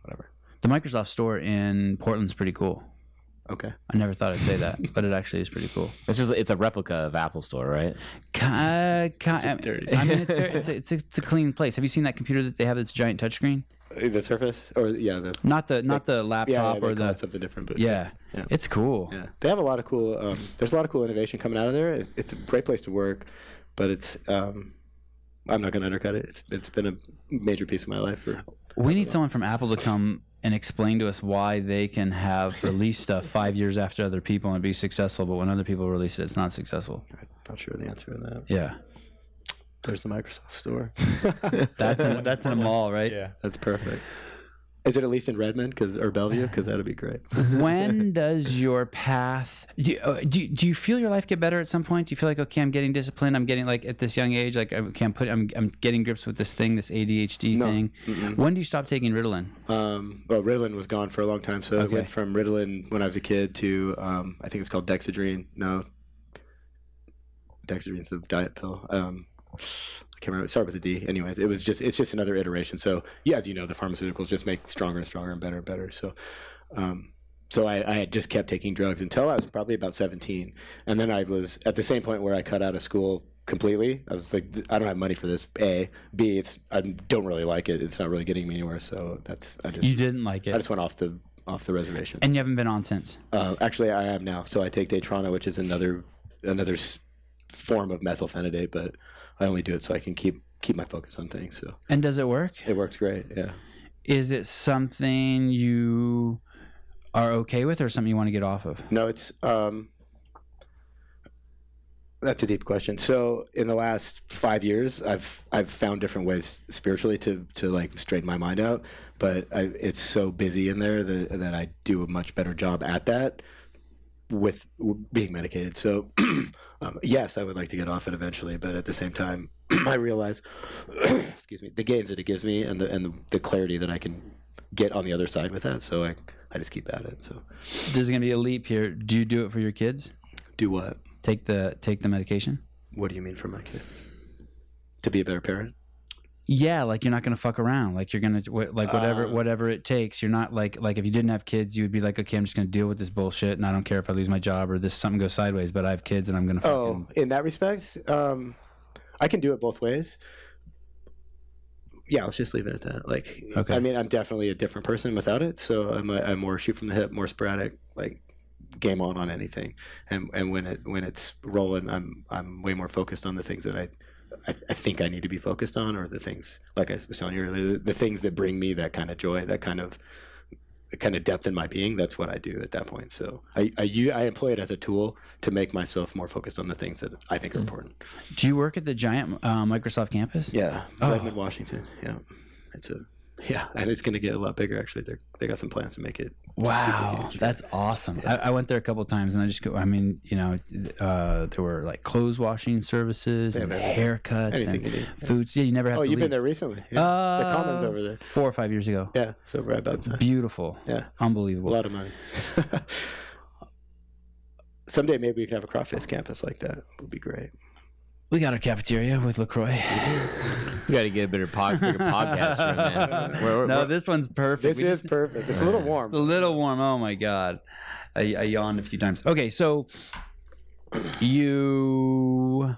[SPEAKER 2] Whatever.
[SPEAKER 3] The Microsoft store in Portland's pretty cool.
[SPEAKER 2] Okay.
[SPEAKER 3] I never thought I'd say that,
[SPEAKER 2] <laughs>
[SPEAKER 3] but it actually is pretty cool.
[SPEAKER 1] It's just it's a replica of Apple Store, right?
[SPEAKER 3] Ki- uh, ki- I-
[SPEAKER 2] dirty.
[SPEAKER 3] I mean, it's,
[SPEAKER 2] <laughs>
[SPEAKER 3] very, it's, a, it's, a, it's a clean place. Have you seen that computer that they have that's a giant touchscreen?
[SPEAKER 2] Uh, The Surface, or yeah, the
[SPEAKER 3] Not the not the
[SPEAKER 2] yeah,
[SPEAKER 3] laptop
[SPEAKER 2] yeah
[SPEAKER 3] or
[SPEAKER 2] they call it
[SPEAKER 3] the
[SPEAKER 2] something different, but
[SPEAKER 3] yeah.
[SPEAKER 2] Yeah.
[SPEAKER 3] It's cool.
[SPEAKER 2] yeah. They have a lot of cool. Um, there's a lot of cool innovation coming out of there. It, it's a great place to work, but it's. Um, I'm not going to undercut it. It's it's been a major piece of my life for
[SPEAKER 3] We need someone from Apple to come and explain to us why they can have released stuff five years after other people and be successful, but when other people release it, it's not successful.
[SPEAKER 2] I'm not sure the answer to that.
[SPEAKER 3] Yeah,
[SPEAKER 2] There's the Microsoft store.
[SPEAKER 3] that's in, that's in a mall, right?
[SPEAKER 4] Yeah. <laughs>
[SPEAKER 2] That's perfect. Is it at least in Redmond, cause or <laughs> Bellevue? Because that'd be great.
[SPEAKER 3] when does your path do you, uh, do, you- do you feel your life get better at some point do you feel like okay i'm getting disciplined i'm getting like at this young age like i can't put i'm, I'm getting grips with this thing this adhd thing when do you stop taking ritalin
[SPEAKER 2] Um, well, Ritalin was gone for a long time, so it
[SPEAKER 3] Okay.
[SPEAKER 2] went from Ritalin when I was a kid to um, I think it was called Dexedrine. No, Dexedrine's a diet pill. Um, I can't remember. Start with a D. Anyways, it was just it's just another iteration. So yeah, as you know, the pharmaceuticals just make stronger and stronger and better and better. So um, So I, I had just kept taking drugs until I was probably about 17, and then I was at the same point where I cut out of school completely. I was like, "Th- I don't have money for this. A, B, it's I don't really like it. It's not really getting me anywhere. So that's I just
[SPEAKER 3] You didn't like
[SPEAKER 2] I
[SPEAKER 3] it,
[SPEAKER 2] just went off the off the reservation.
[SPEAKER 3] and you haven't been on since.
[SPEAKER 2] Uh, actually, I am now. So I take Daytrona, which is another another s- form of methylphenidate, but I only do it so I can keep keep my focus on things. So
[SPEAKER 3] And does it work?
[SPEAKER 2] it works great. Yeah.
[SPEAKER 3] Is it something you are okay with, or something you want to get off of?
[SPEAKER 2] No, it's um, that's a deep question. So in the last five years, I've I've found different ways spiritually to to like straighten my mind out. But I, it's so busy in there that that I do a much better job at that with w- being medicated. So <clears throat> um, yes, I would like to get off it eventually, but at the same time, <clears throat> I realize, excuse me, the gains that it gives me and the and the, the clarity that I can get on the other side with that. So I I just keep at it. So
[SPEAKER 3] There's going to be a leap here. Do you do it for your kids?
[SPEAKER 2] do what?
[SPEAKER 3] Take the take the medication.
[SPEAKER 2] What do you mean for my kid? To be a better parent?
[SPEAKER 3] Yeah, like you're not gonna fuck around. Like you're gonna wh- like whatever
[SPEAKER 2] Uh.
[SPEAKER 3] whatever it takes. You're not like like if you didn't have kids, you would be like, okay, I'm just gonna deal with this bullshit, and I don't care if I lose my job or this something goes sideways. But I have kids, and I'm gonna.
[SPEAKER 2] Oh,
[SPEAKER 3] Fucking,
[SPEAKER 2] in that respect, um, I can do it both ways. Yeah, let's just leave it at that. Like,
[SPEAKER 3] Okay.
[SPEAKER 2] I mean, I'm definitely a different person without it. So I'm, a, I'm more shoot from the hip, more sporadic, like game on on anything. And and when it when it's rolling, I'm I'm way more focused on the things that I. I, I think I need to be focused on, or the things like I was telling you earlier, the, the things that bring me that kind of joy, that kind of the kind of depth in my being, that's what I do at that point. So I, I, u- I employ it as a tool to make myself more focused on the things that I think are important.
[SPEAKER 3] do you work at the giant uh, Microsoft campus?
[SPEAKER 2] Yeah.
[SPEAKER 3] Oh.
[SPEAKER 2] Redmond, Washington. Yeah. It's a, yeah. And it's going to get a lot bigger, actually. They're, they got some plans to make it.
[SPEAKER 3] Wow, that's awesome. I, I went there a couple times, and I just go. I mean, you know, uh, there were like clothes washing services and
[SPEAKER 2] have everything.
[SPEAKER 3] haircuts
[SPEAKER 2] Anything
[SPEAKER 3] and
[SPEAKER 2] you need, yeah.
[SPEAKER 3] foods. Yeah, you never have.
[SPEAKER 2] Oh,
[SPEAKER 3] to
[SPEAKER 2] you've
[SPEAKER 3] leave.
[SPEAKER 2] been there recently. Yeah. the
[SPEAKER 3] Uh,
[SPEAKER 2] Commons over there.
[SPEAKER 3] four or five years ago.
[SPEAKER 2] Yeah. So right about that.
[SPEAKER 3] Beautiful.
[SPEAKER 2] Yeah. A
[SPEAKER 3] Unbelievable.
[SPEAKER 2] lot of money. <laughs> Someday maybe we can have a CrossFit campus like that. would be great.
[SPEAKER 3] we got our cafeteria with Lacroix.
[SPEAKER 1] We got to get a better, pod, <laughs> bigger podcast room, man. We're- we're-
[SPEAKER 3] <laughs> no,
[SPEAKER 1] we're-
[SPEAKER 3] this one's perfect.
[SPEAKER 2] This
[SPEAKER 3] We
[SPEAKER 2] is
[SPEAKER 3] just-
[SPEAKER 2] perfect. It's a little warm.
[SPEAKER 3] it's a little warm. Oh my god, I, I yawned a few times. Okay, so you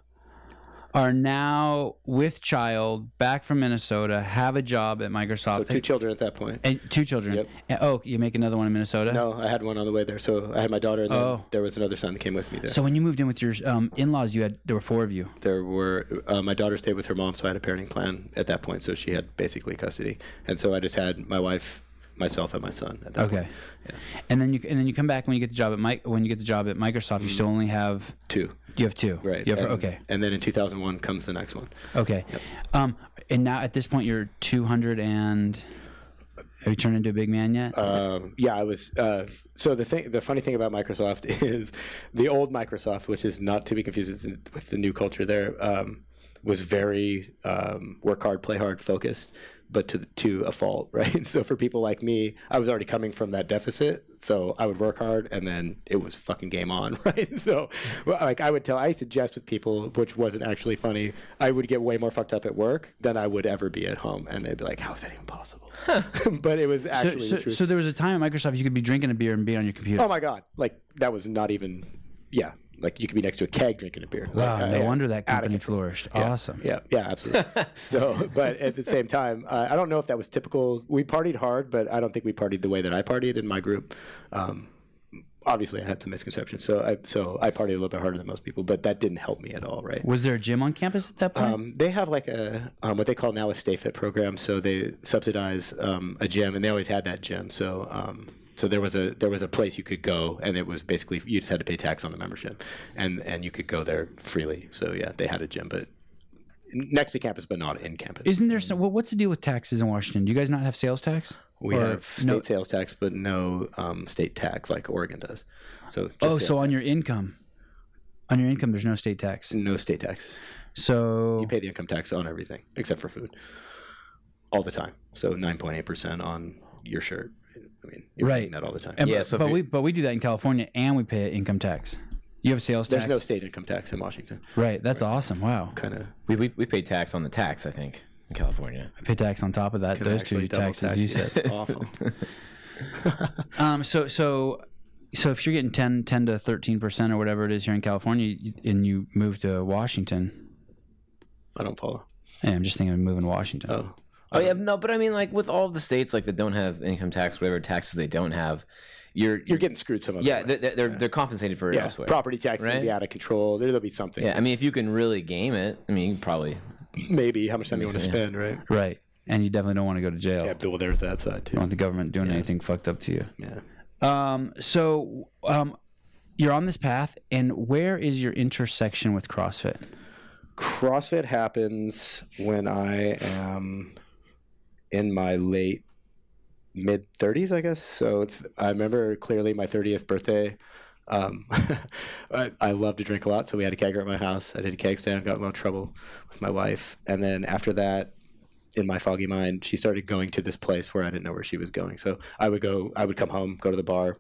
[SPEAKER 3] are now with child, back from Minnesota, have a job at Microsoft,
[SPEAKER 2] So two children at that point.
[SPEAKER 3] and two children.
[SPEAKER 2] Yep.
[SPEAKER 3] And- Oh, you make another one in Minnesota.
[SPEAKER 2] No, I had one on the way there. So I had my daughter, and then
[SPEAKER 3] Oh.
[SPEAKER 2] there was another son that came with me there.
[SPEAKER 3] So when you moved in with your um, in-laws, you had there were four of you.
[SPEAKER 2] there were uh, my daughter stayed with her mom, so I had a parenting plan at that point. So she had basically custody, and so I just had my wife, myself, and my son at that point.
[SPEAKER 3] Okay. And then you and then you come back when you get the job at Mike when you get the job at Microsoft, you still only have
[SPEAKER 2] Two,
[SPEAKER 3] you have two.
[SPEAKER 2] Mm-hmm. right?
[SPEAKER 3] You have,
[SPEAKER 2] and,
[SPEAKER 3] okay.
[SPEAKER 2] And then in 2001 comes the next one.
[SPEAKER 3] Okay. Um, and now at this point, you're 200 and. Have you turned into a big man yet?
[SPEAKER 2] Um, yeah, I was. Uh, so the thing, the funny thing about Microsoft <laughs> is the old Microsoft, which is not to be confused with the new culture there, um, was very um, work hard, play hard focused, but to to a fault, <laughs> right? So for people like me, I was already coming from that deficit, so I would work hard, and then it was fucking game on, <laughs> right? So well, like I would tell, I used to jest with people, which wasn't actually funny. I would get way more fucked up at work than I would ever be at home, and they'd be like, "How is that even possible?" <laughs> but it was
[SPEAKER 3] so,
[SPEAKER 2] actually
[SPEAKER 3] so,
[SPEAKER 2] the truth.
[SPEAKER 3] so there was a time at Microsoft you could be drinking a beer and be on your computer.
[SPEAKER 2] Oh my god! Like that was not even. Yeah, like you could be next to a keg drinking a beer.
[SPEAKER 3] wow,
[SPEAKER 2] Like, uh,
[SPEAKER 3] no
[SPEAKER 2] yeah,
[SPEAKER 3] wonder
[SPEAKER 2] it's
[SPEAKER 3] that
[SPEAKER 2] out of
[SPEAKER 3] company
[SPEAKER 2] control.
[SPEAKER 3] flourished. Awesome.
[SPEAKER 2] Yeah, yeah, absolutely. so, but at the same time, uh, I don't know if that was typical. We partied hard, but I don't think we partied the way that I partied in my group. Um, obviously, I had some misconceptions, so I so I partied a little bit harder than most people, but that didn't help me at all, right?
[SPEAKER 3] Was there a gym on campus at that point?
[SPEAKER 2] Um, they have like a um, what they call now a Stay Fit program. So they subsidize um, a gym, and they always had that gym. So um, so there was a there was a place you could go, and it was basically you just had to pay tax on the membership, and and you could go there freely. So yeah, they had a gym, but next to campus, but not in campus.
[SPEAKER 3] Isn't there some? Well, what's the deal with taxes in Washington? Do you guys not have sales tax?
[SPEAKER 2] we
[SPEAKER 3] or
[SPEAKER 2] have state
[SPEAKER 3] no-
[SPEAKER 2] sales tax, but no um, state tax like Oregon does. So just
[SPEAKER 3] Oh,
[SPEAKER 2] sales
[SPEAKER 3] so on
[SPEAKER 2] tax.
[SPEAKER 3] your income, on your income, there's no state tax.
[SPEAKER 2] no state tax.
[SPEAKER 3] So
[SPEAKER 2] You pay the income tax on everything except for food, all the time. So nine point eight percent on your shirt. I mean, you're
[SPEAKER 3] Right.
[SPEAKER 2] paying that all the time.
[SPEAKER 3] and-
[SPEAKER 1] Yeah,
[SPEAKER 3] but,
[SPEAKER 1] so if
[SPEAKER 3] but
[SPEAKER 1] you-
[SPEAKER 3] we but we do that in California, and we pay income tax. You have sales
[SPEAKER 2] There's
[SPEAKER 3] tax,
[SPEAKER 2] no state income tax in Washington.
[SPEAKER 3] right? That's awesome. Wow.
[SPEAKER 2] Kind of.
[SPEAKER 1] we, we, we pay tax on the tax, I think, in California.
[SPEAKER 2] <laughs>
[SPEAKER 1] <laughs>
[SPEAKER 3] pay tax on top of that. Those two taxes you said.
[SPEAKER 2] It's awful.
[SPEAKER 3] Um, so so so if you're getting 10, 10 to thirteen percent or whatever it is here in California, you- and you move to Washington,
[SPEAKER 2] I don't follow.
[SPEAKER 3] hey, I'm just thinking of moving to Washington.
[SPEAKER 2] Oh,
[SPEAKER 1] Oh yeah, no, but I mean, like with all the states like that don't have income tax, whatever taxes they don't have, you're
[SPEAKER 2] you're getting screwed some of
[SPEAKER 1] yeah, they're they're, they're, compensated for it
[SPEAKER 2] yeah.
[SPEAKER 1] elsewhere.
[SPEAKER 2] Property tax right?
[SPEAKER 1] Right?
[SPEAKER 2] be out of control. There, there'll be something.
[SPEAKER 1] yeah, I mean, if you can really game it, I mean, you can probably
[SPEAKER 2] Maybe how much time you want to
[SPEAKER 1] Yeah.
[SPEAKER 2] spend, right?
[SPEAKER 3] Right, and you definitely don't want to go to jail.
[SPEAKER 2] Yeah,
[SPEAKER 3] You
[SPEAKER 2] well, there's that side
[SPEAKER 3] don't
[SPEAKER 2] too.
[SPEAKER 3] want the government doing anything fucked up to you.
[SPEAKER 2] Yeah.
[SPEAKER 3] Um, so um, you're on this path, and where is your intersection with CrossFit?
[SPEAKER 2] CrossFit happens when I am in my late mid 30s, I guess. So it's, I remember clearly my 30th birthday. Um, <laughs> I, I love to drink a lot, so we had a kegger at my house. I did a keg stand, got in a lot of trouble with my wife, and then after that, in my foggy mind, she started going to this place where I didn't know where she was going. So I would go, I would come home, go to the bar,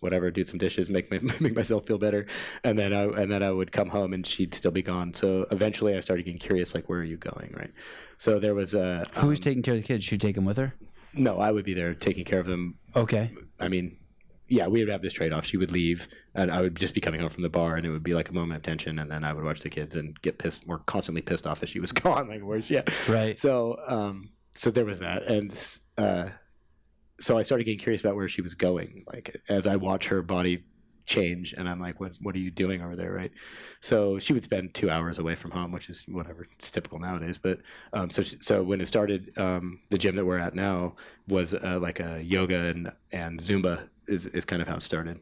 [SPEAKER 2] whatever, do some dishes, make my, <laughs> make myself feel better, and then I and then I would come home and she'd still be gone. So eventually, I started getting curious, like, where are you going, right? So there was a um,
[SPEAKER 3] Who's taking care of the kids? Should you take them with her?
[SPEAKER 2] no, I would be there taking care of them. <laughs>
[SPEAKER 3] Okay.
[SPEAKER 2] I mean, yeah, we would have this trade off. She would leave, and I would just be coming home from the bar, and it would be like a moment of tension, and then I would watch the kids and get pissed, more constantly pissed off as she was <laughs> gone. Like, where's yeah?
[SPEAKER 3] Right.
[SPEAKER 2] So, um, so there was that, and uh, so I started getting curious about where she was going. Like as I watch her body change, and I'm like, "What? What are you doing over there?" Right. So she would spend two hours away from home, which is whatever it's typical nowadays. But um, so she, so when it started, um, the gym that we're at now was uh, like a yoga and and Zumba is is kind of how it started.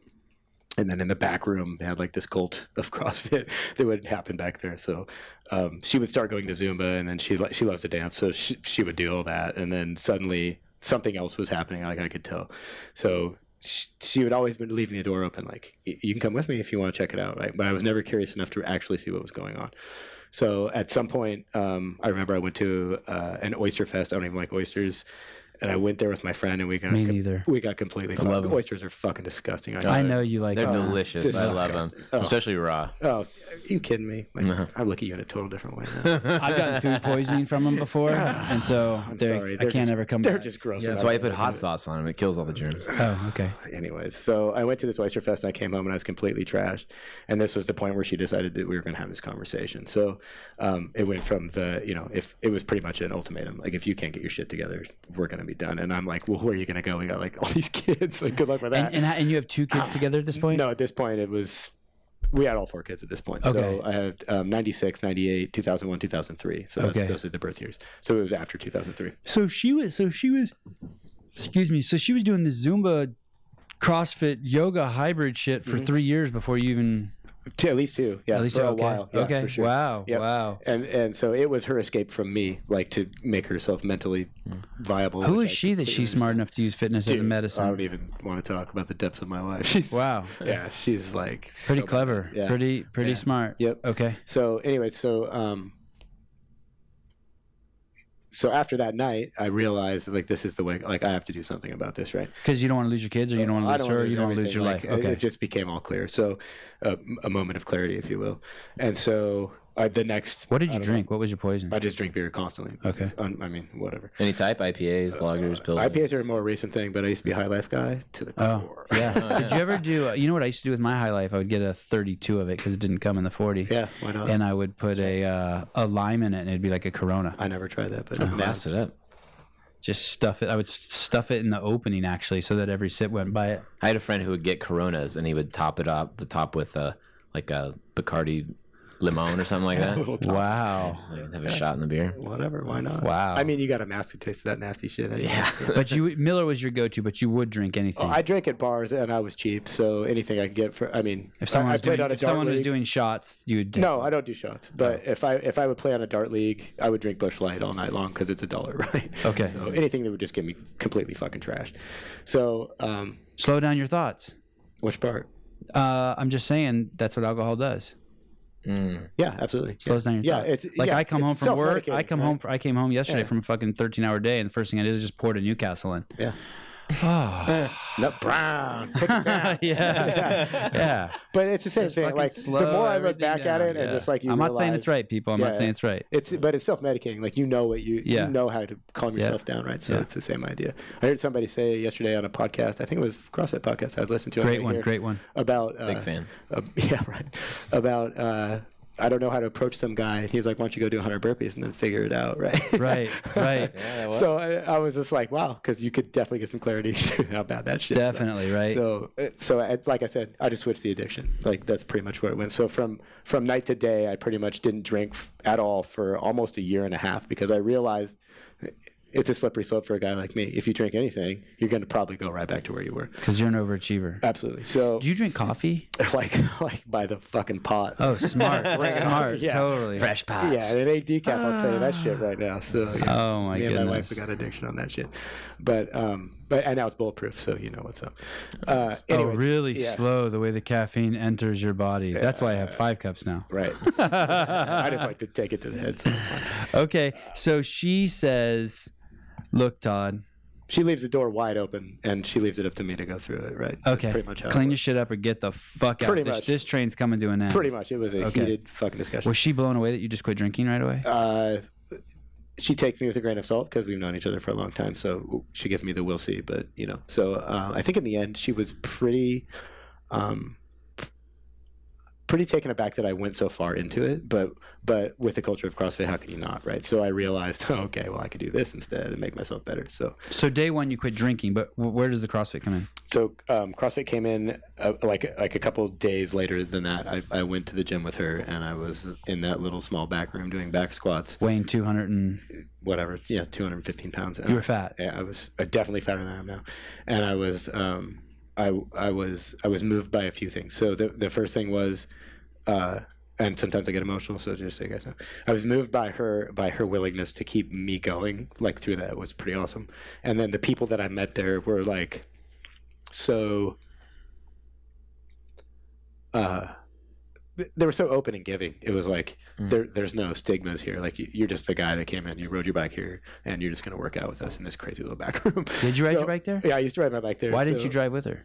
[SPEAKER 2] And then in the back room, they had like this cult of <laughs> CrossFit that would happen back there. So um, she would start going to Zumba, and then she lo- she loves to dance, so she she would do all that, and then suddenly something else was happening, like I could tell. So she, she would always been leaving the door open, like "Y- you can come with me if you want to check it out, right? But I was never curious enough to actually see what was going on. So at some point, um, I remember I went to uh, an oyster fest. I don't even like oysters, and I went there with my friend, and we got
[SPEAKER 3] Me
[SPEAKER 2] com- <laughs>
[SPEAKER 3] neither.
[SPEAKER 2] we got completely fucked.
[SPEAKER 1] love 'em.
[SPEAKER 2] Oysters are fucking disgusting. I
[SPEAKER 3] I
[SPEAKER 1] they're-
[SPEAKER 3] know you like
[SPEAKER 1] they're
[SPEAKER 3] that.
[SPEAKER 1] delicious. I love them,
[SPEAKER 2] Oh.
[SPEAKER 1] especially raw.
[SPEAKER 2] Oh, are you kidding me? Like, I look at you in a total different way.
[SPEAKER 3] <laughs>
[SPEAKER 2] Now.
[SPEAKER 3] I've
[SPEAKER 1] <laughs>
[SPEAKER 3] gotten food poisoning from
[SPEAKER 2] <sighs>
[SPEAKER 3] them before, and so they're-
[SPEAKER 2] sorry,
[SPEAKER 3] I
[SPEAKER 2] they're
[SPEAKER 3] can't
[SPEAKER 2] just-
[SPEAKER 3] ever come
[SPEAKER 2] They're
[SPEAKER 3] back.
[SPEAKER 2] just gross.
[SPEAKER 1] That's why you put hot sauce on them; it kills all the germs.
[SPEAKER 3] Oh,
[SPEAKER 2] <laughs>
[SPEAKER 3] okay.
[SPEAKER 2] Anyways, so I went to this oyster fest and I came home and I was completely trashed. And this was the point where she decided that we were going to have this conversation. So um, it went from the, you know, if it was pretty much an ultimatum, like if you can't get your shit together, we're going to be done. And I'm like, well, where are you going to go? We got like all these <laughs> kids. Like, good luck with that.
[SPEAKER 3] And, and and you have two kids together at this point.
[SPEAKER 2] No, at this point, it was. We had all four kids at this point.
[SPEAKER 3] Okay.
[SPEAKER 2] So I had um, 96, 98, 2001, 2003. So that's,
[SPEAKER 3] Okay.
[SPEAKER 2] those are the birth years. So it was after 2003.
[SPEAKER 3] So she was. So she was. Excuse me. So she was doing the Zumba, CrossFit, yoga hybrid shit for three years before you even.
[SPEAKER 2] Two, at least two. Mm-hmm. Yeah,
[SPEAKER 3] At least
[SPEAKER 2] for a
[SPEAKER 3] okay.
[SPEAKER 2] while. Yeah,
[SPEAKER 3] okay.
[SPEAKER 2] for sure.
[SPEAKER 3] Wow.
[SPEAKER 2] Yep.
[SPEAKER 3] Wow.
[SPEAKER 2] And and so it was her escape from me, like to make herself mentally viable.
[SPEAKER 3] Who
[SPEAKER 2] which
[SPEAKER 3] is
[SPEAKER 2] I
[SPEAKER 3] she that she's
[SPEAKER 2] completely
[SPEAKER 3] smart enough to use fitness as a
[SPEAKER 2] understand. I don't
[SPEAKER 3] medicine?
[SPEAKER 2] even want to talk about the depths of my wife. <laughs> She's
[SPEAKER 3] Wow.
[SPEAKER 2] Yeah, she's like
[SPEAKER 3] Pretty
[SPEAKER 2] so-
[SPEAKER 3] clever.
[SPEAKER 2] Yeah.
[SPEAKER 3] Pretty pretty smart.
[SPEAKER 2] Yep.
[SPEAKER 3] Okay.
[SPEAKER 2] So anyway, so um so after that night, I realized like this is the way like I have to do something about this, right?
[SPEAKER 3] Because you don't want to lose your kids, or you don't want
[SPEAKER 2] I
[SPEAKER 3] to lose her, or you don't want to lose
[SPEAKER 2] everything.
[SPEAKER 3] your life.
[SPEAKER 2] Like,
[SPEAKER 3] Okay.
[SPEAKER 2] It just became all clear. So uh, a moment of clarity, if you will. And so I, the next
[SPEAKER 3] What did you drink? What was your poison?
[SPEAKER 2] I just drink beer constantly. This
[SPEAKER 3] Okay.
[SPEAKER 2] is un- I mean, whatever. Uh,
[SPEAKER 1] Any type IPAs, lagers, pills.
[SPEAKER 2] IPAs are a more recent thing, but I used to be a high life guy to the
[SPEAKER 3] Oh,
[SPEAKER 2] core. <laughs>
[SPEAKER 3] yeah. <laughs> Did you ever do? uh, You know what I used to do with my high life? I would get a 32 of it because it didn't come in the 40.
[SPEAKER 2] Yeah, why not?
[SPEAKER 3] And I would put a uh, a lime in it, and it'd be like a Corona.
[SPEAKER 2] I never tried that, but now- <laughs>
[SPEAKER 1] Blast it up.
[SPEAKER 3] Just stuff it. I would s- stuff it in the opening actually, so that every sip went by it.
[SPEAKER 1] I had a friend who would get Coronas and he would top it up the top with a like a Bacardi limon or something
[SPEAKER 2] <laughs>
[SPEAKER 1] like that.
[SPEAKER 2] Little top-
[SPEAKER 3] Wow.
[SPEAKER 1] Like, Have a shot in the beer.
[SPEAKER 2] whatever, why not?
[SPEAKER 3] Wow.
[SPEAKER 2] I mean, you got a master taste of that nasty shit. Anyway.
[SPEAKER 1] Yeah.
[SPEAKER 3] <laughs> But you Miller was your go-to, but you would drink anything.
[SPEAKER 2] Oh, I drank at bars and I was cheap, so anything I could get for. I mean,
[SPEAKER 3] if someone
[SPEAKER 2] I, I
[SPEAKER 3] was
[SPEAKER 2] played
[SPEAKER 3] doing
[SPEAKER 2] on a
[SPEAKER 3] if someone
[SPEAKER 2] dart
[SPEAKER 3] was
[SPEAKER 2] league.
[SPEAKER 3] doing Oh. shots, you would.
[SPEAKER 2] No, I don't do shots. But if I if I would play on a dart league, I would drink Bush Light all night long because it's a dollar, <laughs> right?
[SPEAKER 3] Okay.
[SPEAKER 2] So anything that would just get me completely fucking trashed. So, um,
[SPEAKER 3] Slow down your thoughts.
[SPEAKER 2] which part?
[SPEAKER 3] Uh, I'm just saying that's what alcohol does.
[SPEAKER 1] Mm.
[SPEAKER 2] Yeah, absolutely.
[SPEAKER 3] Slows down your
[SPEAKER 2] yeah,
[SPEAKER 3] thoughts.
[SPEAKER 2] it's
[SPEAKER 3] like
[SPEAKER 2] yeah,
[SPEAKER 3] I come home
[SPEAKER 2] it's
[SPEAKER 3] from work. I
[SPEAKER 2] self-medicating,
[SPEAKER 3] come
[SPEAKER 2] right?
[SPEAKER 3] home. For, I came home yesterday from a fucking 13-hour day, and the first thing I did is just poured a Newcastle in.
[SPEAKER 2] Yeah.
[SPEAKER 3] <sighs>
[SPEAKER 2] <sighs>
[SPEAKER 3] Oh.
[SPEAKER 2] Nut brown. Take
[SPEAKER 3] <laughs>
[SPEAKER 2] it down.
[SPEAKER 3] yeah. yeah.
[SPEAKER 2] But it's the same
[SPEAKER 3] Just
[SPEAKER 2] thing.
[SPEAKER 3] fucking
[SPEAKER 2] Like
[SPEAKER 3] slow
[SPEAKER 2] the more I look
[SPEAKER 3] everything
[SPEAKER 2] back at
[SPEAKER 3] down,
[SPEAKER 2] it, and
[SPEAKER 3] yeah.
[SPEAKER 2] it's like you
[SPEAKER 3] I'm not saying it's
[SPEAKER 2] realize-
[SPEAKER 3] right, people. I'm
[SPEAKER 2] Yeah.
[SPEAKER 3] not saying it's right.
[SPEAKER 2] It's but it's self medicating. Like you know what you
[SPEAKER 3] Yeah.
[SPEAKER 2] you know how to calm
[SPEAKER 3] Yeah.
[SPEAKER 2] yourself down, right? So
[SPEAKER 3] Yeah.
[SPEAKER 2] it's the same idea. I heard somebody say yesterday on a podcast. I think it was CrossFit podcast I was listening to. on the
[SPEAKER 3] Great
[SPEAKER 2] way
[SPEAKER 3] one.
[SPEAKER 2] here,
[SPEAKER 3] Great one.
[SPEAKER 2] About uh,
[SPEAKER 1] Big fan.
[SPEAKER 2] uh, <laughs> yeah, right. About uh, I don't know how to approach some guy. He was like, "Why don't you go do 100 burpees and then figure it out?" <laughs> Right.
[SPEAKER 3] Right.
[SPEAKER 2] <laughs>
[SPEAKER 3] Right.
[SPEAKER 2] so I, I was just like, "Wow," because you could definitely get some clarity <laughs> to how bad that shit. sucked.
[SPEAKER 3] Definitely. Right.
[SPEAKER 2] So, uh, so I, like I said, I just switched the addiction. Like that's pretty much where it went. So from from night to day, I pretty much didn't drink f- at all for almost a year and a half because I realized uh, it's a slippery slope for a guy like me. If you drink anything, you're going to probably go right back to where you were.
[SPEAKER 3] Because you're an overachiever.
[SPEAKER 2] Absolutely. So,
[SPEAKER 3] Do you drink coffee?
[SPEAKER 2] <laughs> like like by the fucking pot. <laughs>
[SPEAKER 3] Oh, smart. smart.
[SPEAKER 2] Yeah.
[SPEAKER 3] Totally. Fresh pots.
[SPEAKER 2] Yeah, and it ain't decaf. I'll tell you that shit right now. So yeah.
[SPEAKER 3] Oh, my
[SPEAKER 2] me and my wife
[SPEAKER 3] goodness.
[SPEAKER 2] we got addiction on that shit, but um, but and now it's bulletproof, so you know what's up. Uh, anyways,
[SPEAKER 3] oh, really
[SPEAKER 2] yeah.
[SPEAKER 3] slow the way the caffeine enters your body. That's why I have five cups now.
[SPEAKER 2] Right. I just like to take it to the head. so it's fine.
[SPEAKER 3] Okay. So she says, Look, Todd,
[SPEAKER 2] She leaves the door wide open, and she leaves it up to me to go through it. Right. That's
[SPEAKER 3] okay,
[SPEAKER 2] Pretty much. How
[SPEAKER 3] clean
[SPEAKER 2] it
[SPEAKER 3] your
[SPEAKER 2] was.
[SPEAKER 3] shit up or get the fuck out.
[SPEAKER 2] Pretty
[SPEAKER 3] this,
[SPEAKER 2] much.
[SPEAKER 3] this train's coming to an end.
[SPEAKER 2] Pretty much. It was a
[SPEAKER 3] Okay.
[SPEAKER 2] heated fucking discussion.
[SPEAKER 3] Was she blown away that you just quit drinking right away?
[SPEAKER 2] uh, she takes me with a grain of salt because we've known each other for a long time. So she gives me the we'll see, but you know. So uh, I think in the end, she was pretty, um, pretty taken aback that I went so far into it. But but with the culture of CrossFit, how can you not, right? So I realized, <laughs> oh, okay, well I could do this instead and make myself better. So
[SPEAKER 3] so day one you quit drinking, but w- where does the CrossFit come in?
[SPEAKER 2] So um, CrossFit came in uh, like like a couple days later than that. I, I went to the gym with her and I was in that little small back room doing back squats,
[SPEAKER 3] Weighing two
[SPEAKER 2] <sighs>
[SPEAKER 3] hundred and
[SPEAKER 2] whatever. Yeah, 215 pounds.
[SPEAKER 3] you were fat.
[SPEAKER 2] Yeah, I was uh, definitely fatter than I am now, and I was um, I I was I was moved by a few things. So the the first thing was, uh, and sometimes I get emotional. So just so you guys know, I was moved by her by her willingness to keep me going like through that was pretty awesome. And then the people that I met there were like, so. Uh, th- they were so open and giving. It was like
[SPEAKER 1] Mm.
[SPEAKER 2] there, there's no stigmas here. Like you, you're just a guy that came in, you rode your bike here, and you're just gonna work out with us in this crazy little back room.
[SPEAKER 3] Did you ride
[SPEAKER 2] So-
[SPEAKER 3] your bike there?
[SPEAKER 2] yeah, I used to ride my bike there.
[SPEAKER 3] Why
[SPEAKER 2] so
[SPEAKER 3] didn't you drive with her?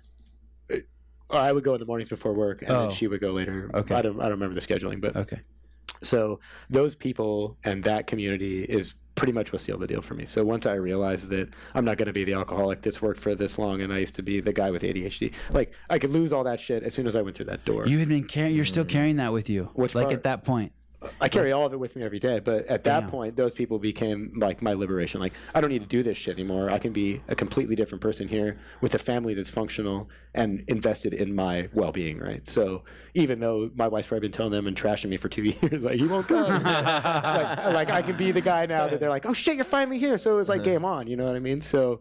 [SPEAKER 2] I would go in the mornings before work, and
[SPEAKER 3] Oh.
[SPEAKER 2] then she would go later.
[SPEAKER 3] Okay.
[SPEAKER 2] I don't, I don't remember the scheduling, but
[SPEAKER 3] Okay.
[SPEAKER 2] so those people and that community is pretty much what sealed the deal for me. So once I realized that I'm not going to be the alcoholic that's worked for this long, and I used to be the guy with ADHD, like I could lose all that shit as soon as I went through that door.
[SPEAKER 3] You had been carrying. You're still carrying that with you.
[SPEAKER 2] Mm. Which
[SPEAKER 3] like
[SPEAKER 2] part?
[SPEAKER 3] at that point.
[SPEAKER 2] I carry all of it with me every day, but at that
[SPEAKER 3] Damn.
[SPEAKER 2] point, those people became like my liberation. Like, I don't need to do this shit anymore. I can be a completely different person here with a family that's functional and invested in my well being, right? So, even though my wife's probably been telling them and trashing me for two <laughs> years, like, you won't come. like, like, I can be the guy now that they're like, oh shit, you're finally here. So, it was like game on, you know what I mean? So,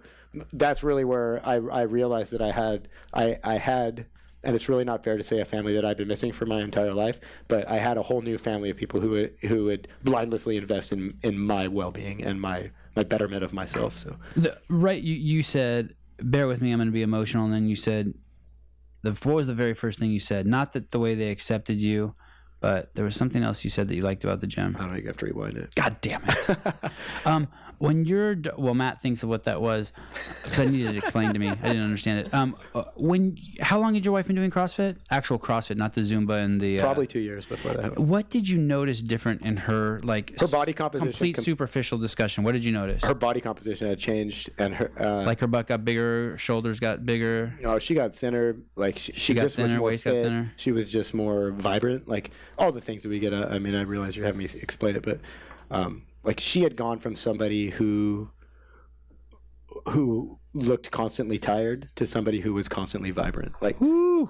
[SPEAKER 2] that's really where I, I realized that I had, I, I had, and it's really not fair to say a family that I've been missing for my entire life, but I had a whole new family of people who would, who would blindlessly invest in, in my well being and my, my betterment of myself. So
[SPEAKER 3] The- right. You you said, bear with me. I'm going to be emotional. And then you said, the what was the very first thing you said? Not that the way they accepted you, but there was something else you said that you liked about the gym.
[SPEAKER 2] I don't know, you have to rewind it.
[SPEAKER 3] God damn it. um, when you're d- well, Matt thinks of what that was because I needed it explained to me. I didn't understand it. Um, uh, when how long had your wife been doing CrossFit? Actual CrossFit, not the Zumba and the uh,
[SPEAKER 2] Probably two years before that. happened.
[SPEAKER 3] What did you notice different in her like
[SPEAKER 2] Her body composition,
[SPEAKER 3] complete
[SPEAKER 2] com-
[SPEAKER 3] superficial discussion? What did you notice?
[SPEAKER 2] her body composition had changed, and her uh,
[SPEAKER 3] like her butt got bigger, shoulders got bigger.
[SPEAKER 2] Oh, she got thinner. Like she, she
[SPEAKER 3] got
[SPEAKER 2] just was
[SPEAKER 3] thinner,
[SPEAKER 2] more
[SPEAKER 3] waist got
[SPEAKER 2] fit.
[SPEAKER 3] thinner.
[SPEAKER 2] She was just more vibrant. Like all the things that we get. uh, I mean, I realize you're having me explain it, but um, like she had gone from somebody who who looked constantly tired to somebody who was constantly vibrant, like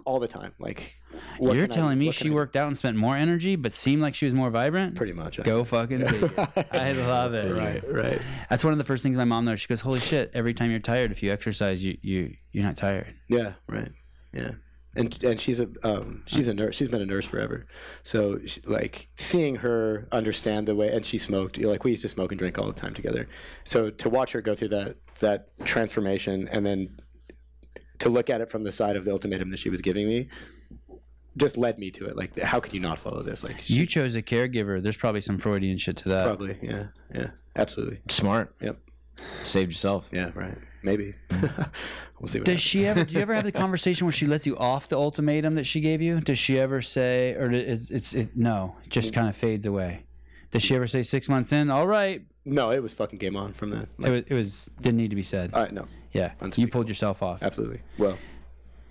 [SPEAKER 2] all the time. Like what
[SPEAKER 3] You're
[SPEAKER 2] can I-
[SPEAKER 3] telling me
[SPEAKER 2] what can
[SPEAKER 3] she
[SPEAKER 2] I do?
[SPEAKER 3] worked out and spent more energy, but seemed like she was more vibrant?
[SPEAKER 2] pretty much. I-
[SPEAKER 3] Go
[SPEAKER 2] <laughs>
[SPEAKER 3] fucking figure. I love it.
[SPEAKER 2] Right, right.
[SPEAKER 3] That's one of the first things my mom knows. She goes, "Holy shit! Every time you're tired, if you exercise, you you you're not tired."
[SPEAKER 2] Yeah, right. Yeah. And and she's a um, she's a nurse. She's been a nurse forever. So she, like seeing her understand the way and she smoked, you know, like we used to smoke and drink all the time together. So to watch her go through that that transformation and then to look at it from the side of the ultimatum that she was giving me just led me to it. Like how could you not follow this? Like she
[SPEAKER 3] You chose a caregiver. There's probably some Freudian shit to that.
[SPEAKER 2] probably yeah, yeah. Absolutely.
[SPEAKER 1] Smart.
[SPEAKER 2] Yep.
[SPEAKER 1] Saved yourself.
[SPEAKER 2] Yeah, right. Maybe. <laughs> we'll see what
[SPEAKER 3] Does
[SPEAKER 2] happens.
[SPEAKER 3] she ever? Do you ever have the conversation where she lets you off the ultimatum that she gave you? Does she ever say, or is it's it? No, it just kind of fades away. Does she ever say six months in? All right,
[SPEAKER 2] No, it was fucking game on from that.
[SPEAKER 3] it
[SPEAKER 2] Like,
[SPEAKER 3] was, it was didn't need to be said.
[SPEAKER 2] all right, no,
[SPEAKER 3] yeah, you
[SPEAKER 2] unspeakable.
[SPEAKER 3] pulled yourself off.
[SPEAKER 2] absolutely. Well,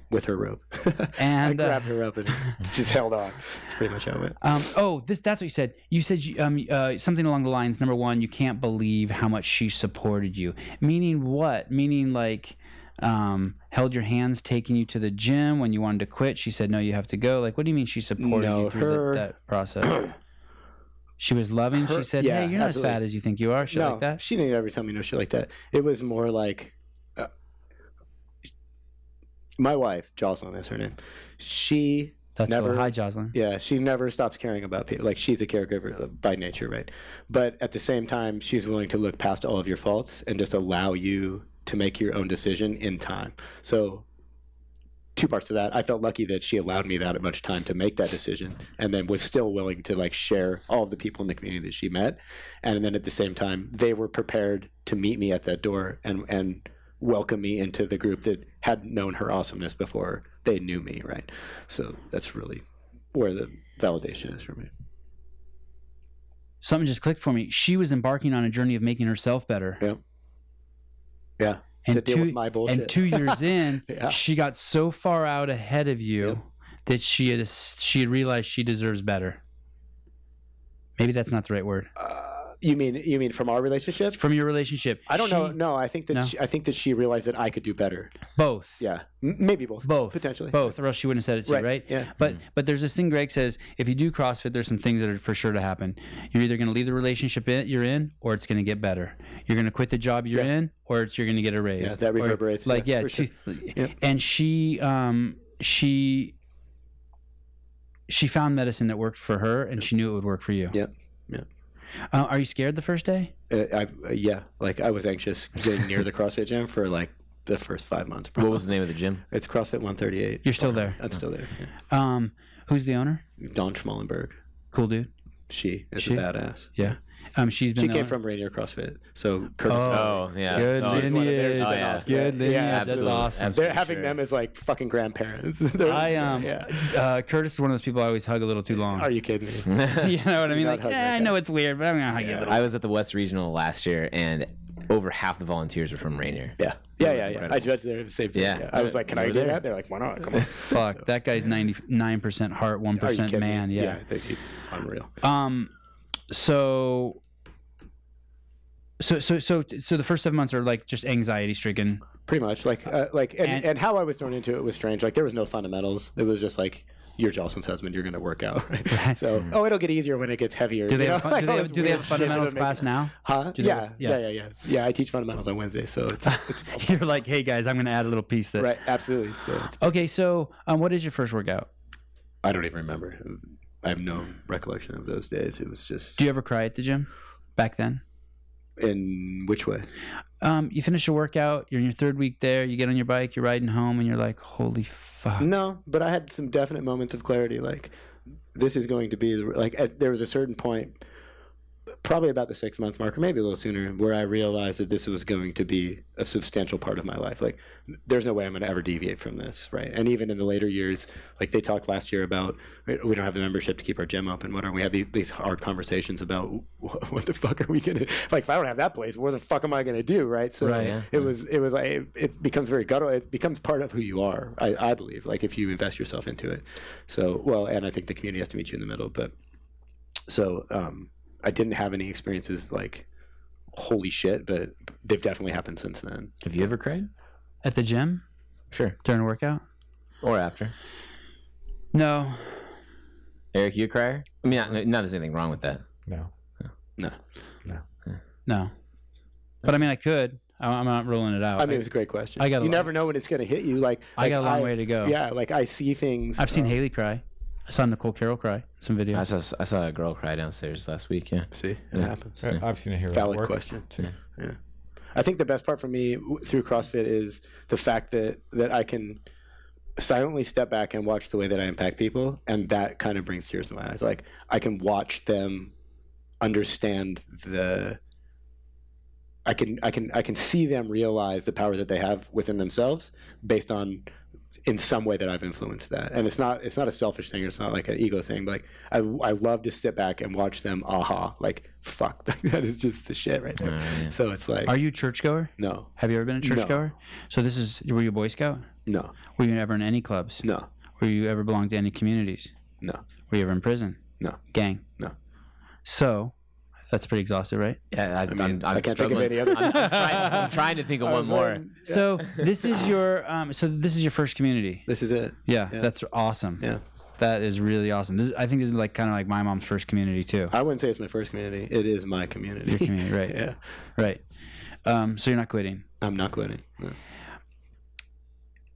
[SPEAKER 2] with her rope, <laughs> I
[SPEAKER 3] And, uh,
[SPEAKER 2] grabbed her up <laughs> and just held on. That's pretty much how it went. <clears throat>
[SPEAKER 3] Um, oh, this—that's what you said. You said you, um, uh, something along the lines. Number one, you can't believe how much she supported you. Meaning what? Meaning like um, held your hands, taking you to the gym when you wanted to quit. She said, "No, you have to go." Like, what do you mean she supported
[SPEAKER 2] No,
[SPEAKER 3] you through the-
[SPEAKER 2] her-
[SPEAKER 3] that process? she was loving.
[SPEAKER 2] Her-
[SPEAKER 3] she said,
[SPEAKER 2] yeah,
[SPEAKER 3] "Hey, you're not
[SPEAKER 2] absolutely.
[SPEAKER 3] as fat as you think you are." Shit
[SPEAKER 2] no,
[SPEAKER 3] like that.
[SPEAKER 2] she didn't ever tell me no shit like that. It was more like uh, my wife, Jocelyn, is her name. She
[SPEAKER 3] That's
[SPEAKER 2] never-
[SPEAKER 3] never. Hi, Jocelyn.
[SPEAKER 2] Yeah, she never stops caring about people. Like she's a caregiver by nature, right? But at the same time, she's willing to look past all of your faults and just allow you to make your own decision in time. So two parts to that. I felt lucky that she allowed me that much time to make that decision and then was still willing to like share all of the people in the community that she met. And then at the same time, they were prepared to meet me at that door and and welcome me into the group that had known her awesomeness before they knew me, right? So that's really where the validation is for me.
[SPEAKER 3] Something just clicked for me. She was embarking on a journey of making herself better.
[SPEAKER 2] Yeah. Yeah.
[SPEAKER 3] And
[SPEAKER 2] to deal
[SPEAKER 3] two-
[SPEAKER 2] with my bullshit.
[SPEAKER 3] And two years in,
[SPEAKER 2] Yeah.
[SPEAKER 3] she got so far out ahead of you
[SPEAKER 2] Yep.
[SPEAKER 3] that she had she had realized she deserves better. Maybe that's not the right word
[SPEAKER 2] uh, <laughs> you mean you mean from our relationship?
[SPEAKER 3] from your relationship.
[SPEAKER 2] I don't
[SPEAKER 3] she-
[SPEAKER 2] know. No, I think that
[SPEAKER 3] No.
[SPEAKER 2] She, I think that she realized that I could do better.
[SPEAKER 3] Both,
[SPEAKER 2] Yeah, M- maybe both.
[SPEAKER 3] both,
[SPEAKER 2] potentially.
[SPEAKER 3] both, or else she wouldn't have said it to
[SPEAKER 2] Right.
[SPEAKER 3] you, right?
[SPEAKER 2] Yeah.
[SPEAKER 3] But but there's this thing Greg says: if you do CrossFit, there's some things that are for sure to happen. You're either going to leave the relationship in, you're in, or it's going to get better. You're going to quit the job you're
[SPEAKER 2] Yeah.
[SPEAKER 3] in, or it's you're going to get a raise.
[SPEAKER 2] Yeah, that
[SPEAKER 3] Or,
[SPEAKER 2] reverberates.
[SPEAKER 3] like yeah,
[SPEAKER 2] for sure.
[SPEAKER 3] she-
[SPEAKER 2] Yep.
[SPEAKER 3] and she um she she found medicine that worked for her and she knew it would work for you
[SPEAKER 2] Yep. Yep.
[SPEAKER 3] uh, are you scared the first day
[SPEAKER 2] Uh, I, uh, yeah, like I was anxious getting near the CrossFit gym for like the first five months.
[SPEAKER 1] What
[SPEAKER 2] probably.
[SPEAKER 1] was the name of the gym?
[SPEAKER 2] It's CrossFit 138.
[SPEAKER 3] you're still there
[SPEAKER 2] That's still there.
[SPEAKER 3] um who's the owner
[SPEAKER 2] yeah. Dawn Schmallenberg.
[SPEAKER 3] cool dude
[SPEAKER 2] She is
[SPEAKER 3] She?
[SPEAKER 2] a badass.
[SPEAKER 3] yeah um she's been
[SPEAKER 2] She
[SPEAKER 3] the
[SPEAKER 2] came
[SPEAKER 3] owner-
[SPEAKER 2] from Radio CrossFit. So Curtis.
[SPEAKER 3] Oh,
[SPEAKER 1] Oh yeah,
[SPEAKER 3] good
[SPEAKER 1] Oh, it's-
[SPEAKER 2] one of their
[SPEAKER 3] lineage
[SPEAKER 1] spin-offs,
[SPEAKER 3] good
[SPEAKER 2] right?
[SPEAKER 3] lineage
[SPEAKER 2] Yeah,
[SPEAKER 3] that's
[SPEAKER 1] absolutely.
[SPEAKER 3] awesome
[SPEAKER 1] Absolutely.
[SPEAKER 2] They're having
[SPEAKER 1] Sure.
[SPEAKER 2] them as like fucking grandparents. <laughs> They're-
[SPEAKER 3] I um,
[SPEAKER 2] Yeah.
[SPEAKER 3] uh, Curtis is one of those people I always hug a little too long.
[SPEAKER 2] Are you kidding me?
[SPEAKER 3] <laughs> you know what I mean?
[SPEAKER 2] Oh, not
[SPEAKER 3] Like,
[SPEAKER 2] hug
[SPEAKER 3] eh,
[SPEAKER 2] that guy.
[SPEAKER 3] I know it's weird, but I'm gonna hug you a little.
[SPEAKER 1] <laughs> I was at the West Regional last year, and over half the volunteers were from Rainier.
[SPEAKER 2] Yeah.
[SPEAKER 1] It
[SPEAKER 2] Yeah,
[SPEAKER 1] was
[SPEAKER 2] yeah, yeah.
[SPEAKER 1] incredible.
[SPEAKER 2] I judged there the same thing.
[SPEAKER 1] Yeah.
[SPEAKER 2] Yeah. I was like, can I
[SPEAKER 1] You
[SPEAKER 2] do
[SPEAKER 1] were there.
[SPEAKER 2] that? They're like, why not? <laughs> Come on.
[SPEAKER 3] Fuck, that guy's ninety nine percent heart, one
[SPEAKER 2] Are you
[SPEAKER 3] percent
[SPEAKER 2] kidding me?
[SPEAKER 3] man.
[SPEAKER 2] yeah
[SPEAKER 3] Yeah.
[SPEAKER 2] I think it's unreal.
[SPEAKER 3] Um, so, so, so, so, so the first seven months are like just anxiety stricken.
[SPEAKER 2] Pretty much, like, uh, like, and,
[SPEAKER 3] And-
[SPEAKER 2] and, how I was thrown into it was strange. Like, there was no fundamentals. It was just like, you're Jocelyn's husband. You're going to work out. <laughs> Right? So, oh, it'll get easier when it gets heavier.
[SPEAKER 3] Mm-hmm. Do
[SPEAKER 2] <laughs>
[SPEAKER 3] they
[SPEAKER 2] you know?
[SPEAKER 3] have, fun,
[SPEAKER 2] Like,
[SPEAKER 3] do they
[SPEAKER 2] all
[SPEAKER 3] have,
[SPEAKER 2] this
[SPEAKER 3] do they
[SPEAKER 2] weird
[SPEAKER 3] have
[SPEAKER 2] shit that'll
[SPEAKER 3] fundamentals
[SPEAKER 2] make-
[SPEAKER 3] class now? <laughs>
[SPEAKER 2] Huh?
[SPEAKER 3] they
[SPEAKER 2] Yeah,
[SPEAKER 3] have- yeah.
[SPEAKER 2] yeah, yeah, yeah, yeah. I teach fundamentals on Wednesday, so
[SPEAKER 3] <laughs>
[SPEAKER 2] it's it's
[SPEAKER 3] You're like, hey guys, I'm gonna add a little piece that.
[SPEAKER 2] right, absolutely. So it's,
[SPEAKER 3] Okay, so um, what is your first workout?
[SPEAKER 2] I don't even remember. I have no recollection of those days. It was just
[SPEAKER 3] Do you ever cry at the gym? Back then,
[SPEAKER 2] in which way?
[SPEAKER 3] um, you finish your workout. You're in your third week there. You get on your bike. You're riding home, and you're like, holy fuck.
[SPEAKER 2] No, but I had some definite moments of clarity. Like, this is going to be the, like at, there was a certain point, probably about the six month mark, or maybe a little sooner, where I realized that this was going to be a substantial part of my life. Like, there's no way I'm going to ever deviate from this, right? And even in the later years, like they talked last year about right, we don't have the membership to keep our gym open. What are we have the- these hard conversations about wh- what the fuck are we going to like? If I don't have that place, what the fuck am I going to do, right? So
[SPEAKER 3] Right.
[SPEAKER 1] Yeah.
[SPEAKER 2] it was it was like it, it becomes very guttural. It becomes part of who you are. I, I believe like if you invest yourself into it. So well, and I think the community has to meet you in the middle. But so um, I didn't have any experiences like holy shit, but they've definitely happened since then.
[SPEAKER 1] Have you ever cried?
[SPEAKER 3] At the gym
[SPEAKER 1] Sure.
[SPEAKER 3] during a workout?
[SPEAKER 1] Or after?
[SPEAKER 3] No.
[SPEAKER 1] Eric, you a crier? I mean, not, not there's anything wrong with that.
[SPEAKER 4] No.
[SPEAKER 2] No,
[SPEAKER 3] No. But I mean, I could. I- I'm not ruling it out.
[SPEAKER 2] I mean it was a great question.
[SPEAKER 3] I got a
[SPEAKER 2] you
[SPEAKER 3] lot-
[SPEAKER 2] never know when it's going to hit you. Like,
[SPEAKER 3] I got a
[SPEAKER 2] like,
[SPEAKER 3] long way to go.
[SPEAKER 2] Yeah, like I see things.
[SPEAKER 3] I've seen
[SPEAKER 2] um,
[SPEAKER 3] Haley cry. I saw Nicole Carroll cry. in Some
[SPEAKER 1] I
[SPEAKER 3] videos.
[SPEAKER 1] saw I saw a girl cry downstairs last week. Yeah.
[SPEAKER 2] See, it
[SPEAKER 1] Yeah.
[SPEAKER 2] happens.
[SPEAKER 4] I- I've seen it here. at
[SPEAKER 2] Valid
[SPEAKER 4] work.
[SPEAKER 2] question.
[SPEAKER 4] Yeah.
[SPEAKER 2] Yeah. I think the best part for me w- through CrossFit is the fact that that I can silently step back and watch the way that I impact people, and that kind of brings tears to my eyes. Like I can watch them understand the. I- I can I can I can see them realize the power that they have within themselves based on in some way that I've influenced that. And it's not it's not a selfish thing. It's not like an ego thing. But like I I love to sit back and watch them. Aha! Like fuck, <laughs> that is just the shit right there. So it's like
[SPEAKER 3] Are you a churchgoer?
[SPEAKER 2] no,
[SPEAKER 3] Have you ever been a churchgoer? So this is were you a Boy Scout?
[SPEAKER 2] no,
[SPEAKER 3] Were you ever in any clubs?
[SPEAKER 2] no,
[SPEAKER 3] Were you ever belonged to any communities?
[SPEAKER 2] no,
[SPEAKER 3] Were you ever in prison?
[SPEAKER 2] no.
[SPEAKER 3] Gang?
[SPEAKER 2] No.
[SPEAKER 3] So that's pretty exhaustive, right?
[SPEAKER 1] Yeah, I, I
[SPEAKER 2] mean,
[SPEAKER 1] am I'm
[SPEAKER 2] I can't think of
[SPEAKER 1] struggling.
[SPEAKER 2] any other-
[SPEAKER 1] I'm, I'm trying, I'm trying to
[SPEAKER 2] <laughs>
[SPEAKER 1] think of one more.
[SPEAKER 3] So this is your um, so this is your first community.
[SPEAKER 2] This is it.
[SPEAKER 3] Yeah, that's awesome.
[SPEAKER 2] Yeah.
[SPEAKER 3] That is really awesome. This I think this is like kind of like my mom's first community too.
[SPEAKER 2] I wouldn't say it's my first community. It is my community.
[SPEAKER 3] community,
[SPEAKER 2] <laughs>
[SPEAKER 3] right.
[SPEAKER 2] yeah.
[SPEAKER 3] Right. Um, so you're not quitting.
[SPEAKER 2] I'm not quitting. No.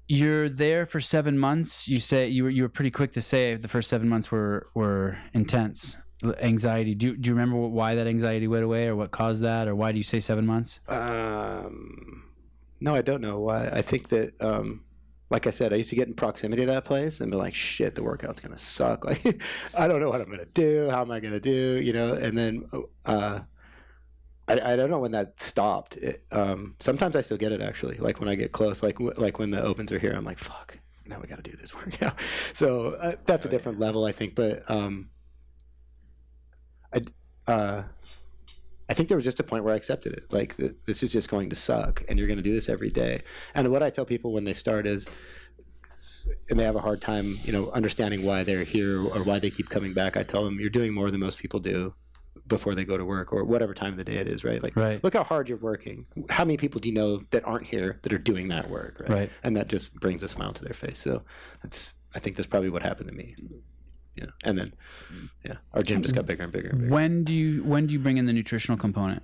[SPEAKER 3] You're there for seven months. You say you were you were pretty quick to say the first seven months were were intense anxiety. Do you, do you remember why that anxiety went away, or what caused that, or why do you say seven months?
[SPEAKER 2] Um, no, I don't know why. I think that, um, like I said, I used to get in proximity to that place and be like, "Shit, the workout's gonna suck." <laughs> Like, I don't know what I'm gonna do. How am I gonna do? You know? And then, uh, I, I don't know when that stopped. It, um, sometimes I still get it actually. Like when I get close, like w- like when the opens are here, I'm like, "Fuck, now we got to do this workout." <laughs> So uh, that's a different level, I think. But um, I. d- Uh, I think there was just a point where I accepted it. Like, th- this is just going to suck, and you're going to do this every day. And what I tell people when they start is, and they have a hard time, you know, understanding why they're here or why they keep coming back. I tell them, you're doing more than most people do before they go to work or whatever time of the day it is, right? Like,
[SPEAKER 3] Right.
[SPEAKER 2] look how hard you're working. How many people do you know that aren't here that are doing that work, right?
[SPEAKER 3] Right.
[SPEAKER 2] And that just brings a smile to their face. So that's, I think that's probably what happened to me. Yeah. And then, yeah, our gym just got bigger and bigger and bigger.
[SPEAKER 3] When do you when do you bring in the nutritional component?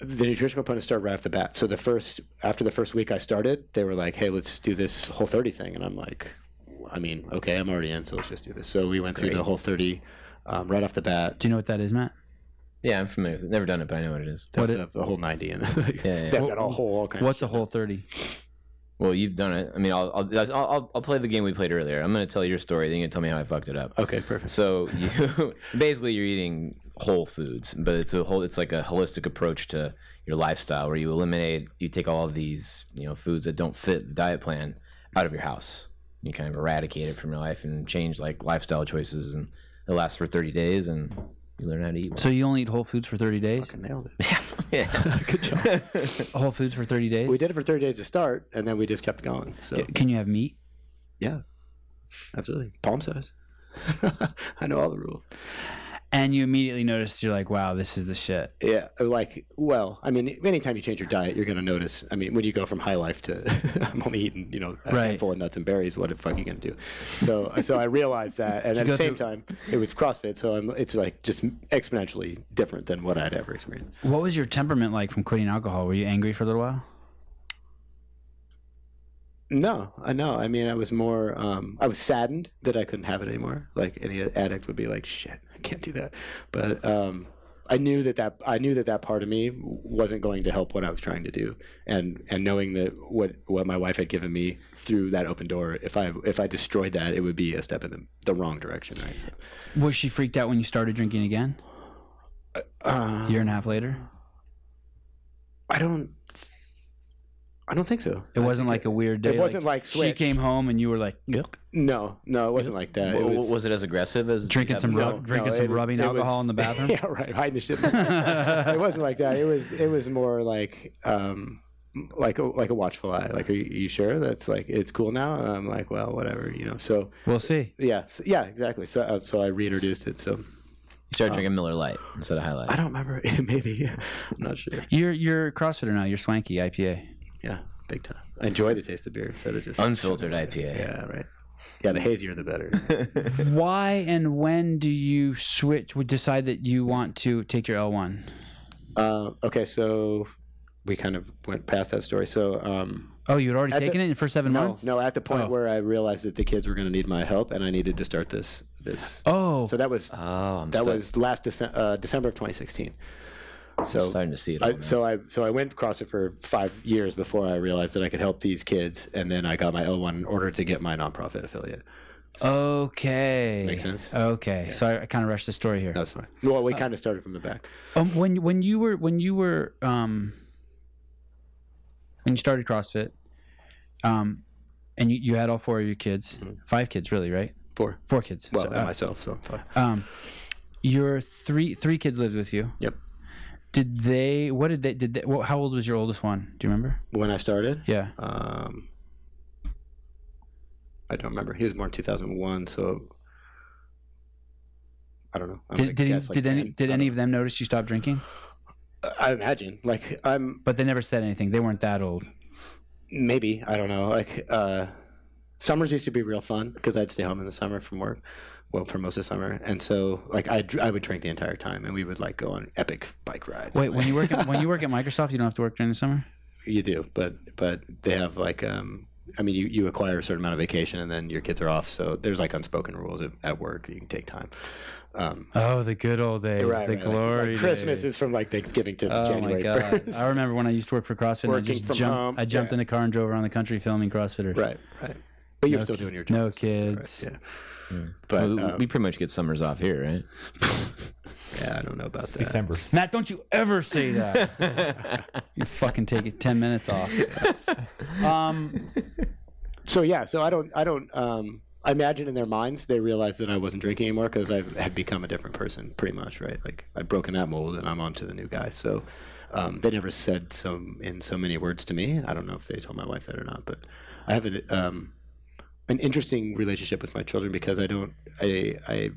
[SPEAKER 2] the nutritional component started right off the bat. So the first after the first week I started, they were like, "Hey, let's do this whole 30 thing," and I'm like, "I mean, okay, I'm already in, so let's just do this." So we went through the whole 30 um, right off the bat.
[SPEAKER 3] Do you know what that is, Matt?
[SPEAKER 1] Yeah, I'm familiar with it. Never done it, but I know what it is.
[SPEAKER 2] That's
[SPEAKER 3] What
[SPEAKER 2] a, a whole 90 <laughs> and like,
[SPEAKER 1] Yeah, yeah.
[SPEAKER 2] that got a whole all kinds of
[SPEAKER 3] What's a
[SPEAKER 2] shit.
[SPEAKER 3] whole thirty?
[SPEAKER 1] Well, you've done it. I mean, I'll I'll, I'll, I'll, I'll play the game we played earlier. I'm going to tell your story, then you're going to tell me how I fucked it up.
[SPEAKER 2] Okay, perfect.
[SPEAKER 1] So you <laughs> basically you're eating whole foods, but it's a whole it's like a holistic approach to your lifestyle where you eliminate you take all of these, you know, foods that don't fit the diet plan out of your house. You kind of eradicate it from your life and change like lifestyle choices and it lasts for 30 days and you learn how to eat. well.
[SPEAKER 3] So you only eat whole foods for thirty days?
[SPEAKER 2] Fucking nailed it.
[SPEAKER 1] <laughs> yeah.
[SPEAKER 2] <laughs> Good job.
[SPEAKER 3] Whole foods for thirty days?
[SPEAKER 2] we did it for 30 days to start, and then we just kept going. So
[SPEAKER 3] Can you have meat?
[SPEAKER 2] yeah, absolutely, palm size. <laughs> I know all the rules.
[SPEAKER 3] And you immediately notice you're like, wow, this is the shit.
[SPEAKER 2] Yeah, like well, I mean, anytime you change your diet, you're gonna notice. I mean, when you go from high life to <laughs> I'm only eating, you know, a
[SPEAKER 3] Right.
[SPEAKER 2] handful of nuts and berries, what the fuck are you gonna do? So, so I realized that, and at
[SPEAKER 3] go
[SPEAKER 2] the same
[SPEAKER 3] through-
[SPEAKER 2] time, it was CrossFit, so I'm, it's like just exponentially different than what I'd ever experienced.
[SPEAKER 3] What was your temperament like from quitting alcohol? Were you angry for a little while?
[SPEAKER 2] No, I know. I mean, I was more. Um, I was saddened that I couldn't have it anymore. Like any addict would be like, "Shit, I can't do that." But um, I knew that that I knew that that part of me wasn't going to help what I was trying to do, and and knowing that what what my wife had given me through that open door, if I if I destroyed that, it would be a step in the, the wrong direction, right? So,
[SPEAKER 3] Was she freaked out when you started drinking again?
[SPEAKER 2] uh,
[SPEAKER 3] year and a half later?
[SPEAKER 2] I don't. I don't think so.
[SPEAKER 3] It wasn't like a weird day.
[SPEAKER 2] it wasn't like
[SPEAKER 3] she
[SPEAKER 2] Switch.
[SPEAKER 3] came home and you were like "Yuck."
[SPEAKER 2] No, no, it wasn't like that. It
[SPEAKER 1] W-
[SPEAKER 2] was,
[SPEAKER 1] was, it as aggressive as
[SPEAKER 3] drinking some
[SPEAKER 1] Yeah,
[SPEAKER 3] rub, drinking some
[SPEAKER 2] it-
[SPEAKER 3] rubbing
[SPEAKER 2] it
[SPEAKER 3] alcohol
[SPEAKER 2] was- <laughs>
[SPEAKER 3] in the bathroom.
[SPEAKER 2] yeah, right. Hiding the shit. <laughs> it wasn't like that. It was it was more like um like a like a watchful eye. Like, are you, you sure that's like it's cool now? And I'm like, well, whatever, you know. So
[SPEAKER 3] We'll see.
[SPEAKER 2] yeah, so, yeah, exactly. So uh, so I reintroduced it. So
[SPEAKER 1] You started drinking Miller Lite instead of High
[SPEAKER 2] I
[SPEAKER 1] Life.
[SPEAKER 2] don't remember. <laughs> Maybe I'm not sure.
[SPEAKER 3] You're you're a CrossFitter now. You're swanky IPA.
[SPEAKER 2] Yeah, big time. I enjoy the taste of beer instead of just
[SPEAKER 1] Unfiltered IPA.
[SPEAKER 2] Yeah, right. Yeah, the hazier the better.
[SPEAKER 1] <laughs>
[SPEAKER 3] Why and when do you switch? Would decide that you want to take your L one?
[SPEAKER 2] uh, okay, so we kind of went past that story. So um,
[SPEAKER 3] Oh, you'd already
[SPEAKER 2] the-
[SPEAKER 3] taken it in the first seven
[SPEAKER 2] no,
[SPEAKER 3] months.
[SPEAKER 2] no, at the point
[SPEAKER 3] Oh.
[SPEAKER 2] where I realized that the kids were going to need my help and I needed to start this this.
[SPEAKER 3] Oh,
[SPEAKER 2] So that was
[SPEAKER 1] Oh, I'm
[SPEAKER 2] That
[SPEAKER 1] sta-
[SPEAKER 2] was last Dece- uh, December of 2016. So,
[SPEAKER 1] starting to see it. all
[SPEAKER 2] I,
[SPEAKER 1] now.
[SPEAKER 2] so I so I went CrossFit for five years before I realized that I could help these kids, and then I got my L1 in order to get my nonprofit affiliate.
[SPEAKER 3] okay.
[SPEAKER 2] Makes sense?
[SPEAKER 3] Okay, Uh, so I, I kind of rushed the story here.
[SPEAKER 2] That's fine. Well, we kind of started from the back.
[SPEAKER 3] Um, when when you were when you were um, when you started CrossFit, um, and you, you had all four of your kids, five kids really, right?
[SPEAKER 2] Four.
[SPEAKER 3] Four kids.
[SPEAKER 2] Mm-hmm. Well,
[SPEAKER 3] So,
[SPEAKER 2] and
[SPEAKER 3] uh,
[SPEAKER 2] myself. So five.
[SPEAKER 3] um, your three three kids lived with you.
[SPEAKER 2] Yep.
[SPEAKER 3] Did they? What did they? Did they, well, how old was your oldest one? Do you remember?
[SPEAKER 2] When I started,
[SPEAKER 3] Yeah.
[SPEAKER 2] um, I don't remember. He was born in 2001, so I don't know. I'm gonna
[SPEAKER 3] Did did,
[SPEAKER 2] guess, like,
[SPEAKER 3] did any
[SPEAKER 2] 10.
[SPEAKER 3] did
[SPEAKER 2] I
[SPEAKER 3] any
[SPEAKER 2] don't
[SPEAKER 3] of them notice you stopped drinking?
[SPEAKER 2] know. I imagine. Like I'm
[SPEAKER 3] But they never said anything. They weren't that old.
[SPEAKER 2] maybe I don't know. Like uh, summers used to be real fun because I'd stay home in the summer from work. Well, for most of summer, and so like I I would drink the entire time, and we would like go on epic bike rides.
[SPEAKER 3] Wait, when you work at, when
[SPEAKER 2] <laughs>
[SPEAKER 3] you work at Microsoft, you don't have to work during the summer.
[SPEAKER 2] You do, but but they have like um I mean you, you acquire a certain amount of vacation and then your kids are off, so there's like unspoken rules at, at work. You can take time. Um
[SPEAKER 3] Oh, the good old days, the
[SPEAKER 2] like-
[SPEAKER 3] glory.
[SPEAKER 2] like Christmas
[SPEAKER 3] days.
[SPEAKER 2] is from like Thanksgiving to
[SPEAKER 3] Oh
[SPEAKER 2] January
[SPEAKER 3] my god!
[SPEAKER 2] 1st.
[SPEAKER 3] I remember when I used to work for CrossFit. and I
[SPEAKER 2] Working
[SPEAKER 3] just
[SPEAKER 2] from
[SPEAKER 3] jumped,
[SPEAKER 2] home,
[SPEAKER 3] I jumped
[SPEAKER 2] yeah.
[SPEAKER 3] in a car and drove around the country filming
[SPEAKER 2] <laughs>
[SPEAKER 3] CrossFitters.
[SPEAKER 2] right, right. But you're
[SPEAKER 3] No
[SPEAKER 2] still
[SPEAKER 3] ki-
[SPEAKER 2] doing your job. so
[SPEAKER 3] no
[SPEAKER 2] it's all
[SPEAKER 3] kids.
[SPEAKER 2] right, Yeah. But
[SPEAKER 1] we,
[SPEAKER 2] um,
[SPEAKER 1] we pretty much get summers off here, right?
[SPEAKER 2] yeah, I don't know about that.
[SPEAKER 4] December.
[SPEAKER 3] Matt, don't you ever say that.
[SPEAKER 2] <laughs>
[SPEAKER 3] you fucking take it ten minutes off. Um,
[SPEAKER 2] So yeah, so I don't I don't um I imagine in their minds they realized that I wasn't drinking anymore because I had become a different person, pretty much, right? Like I'd broken that mold and I'm on to the new guy. So um, they never said some in so many words to me. I don't know if they told my wife that or not, but I have an um, an interesting relationship with my children because I don't I I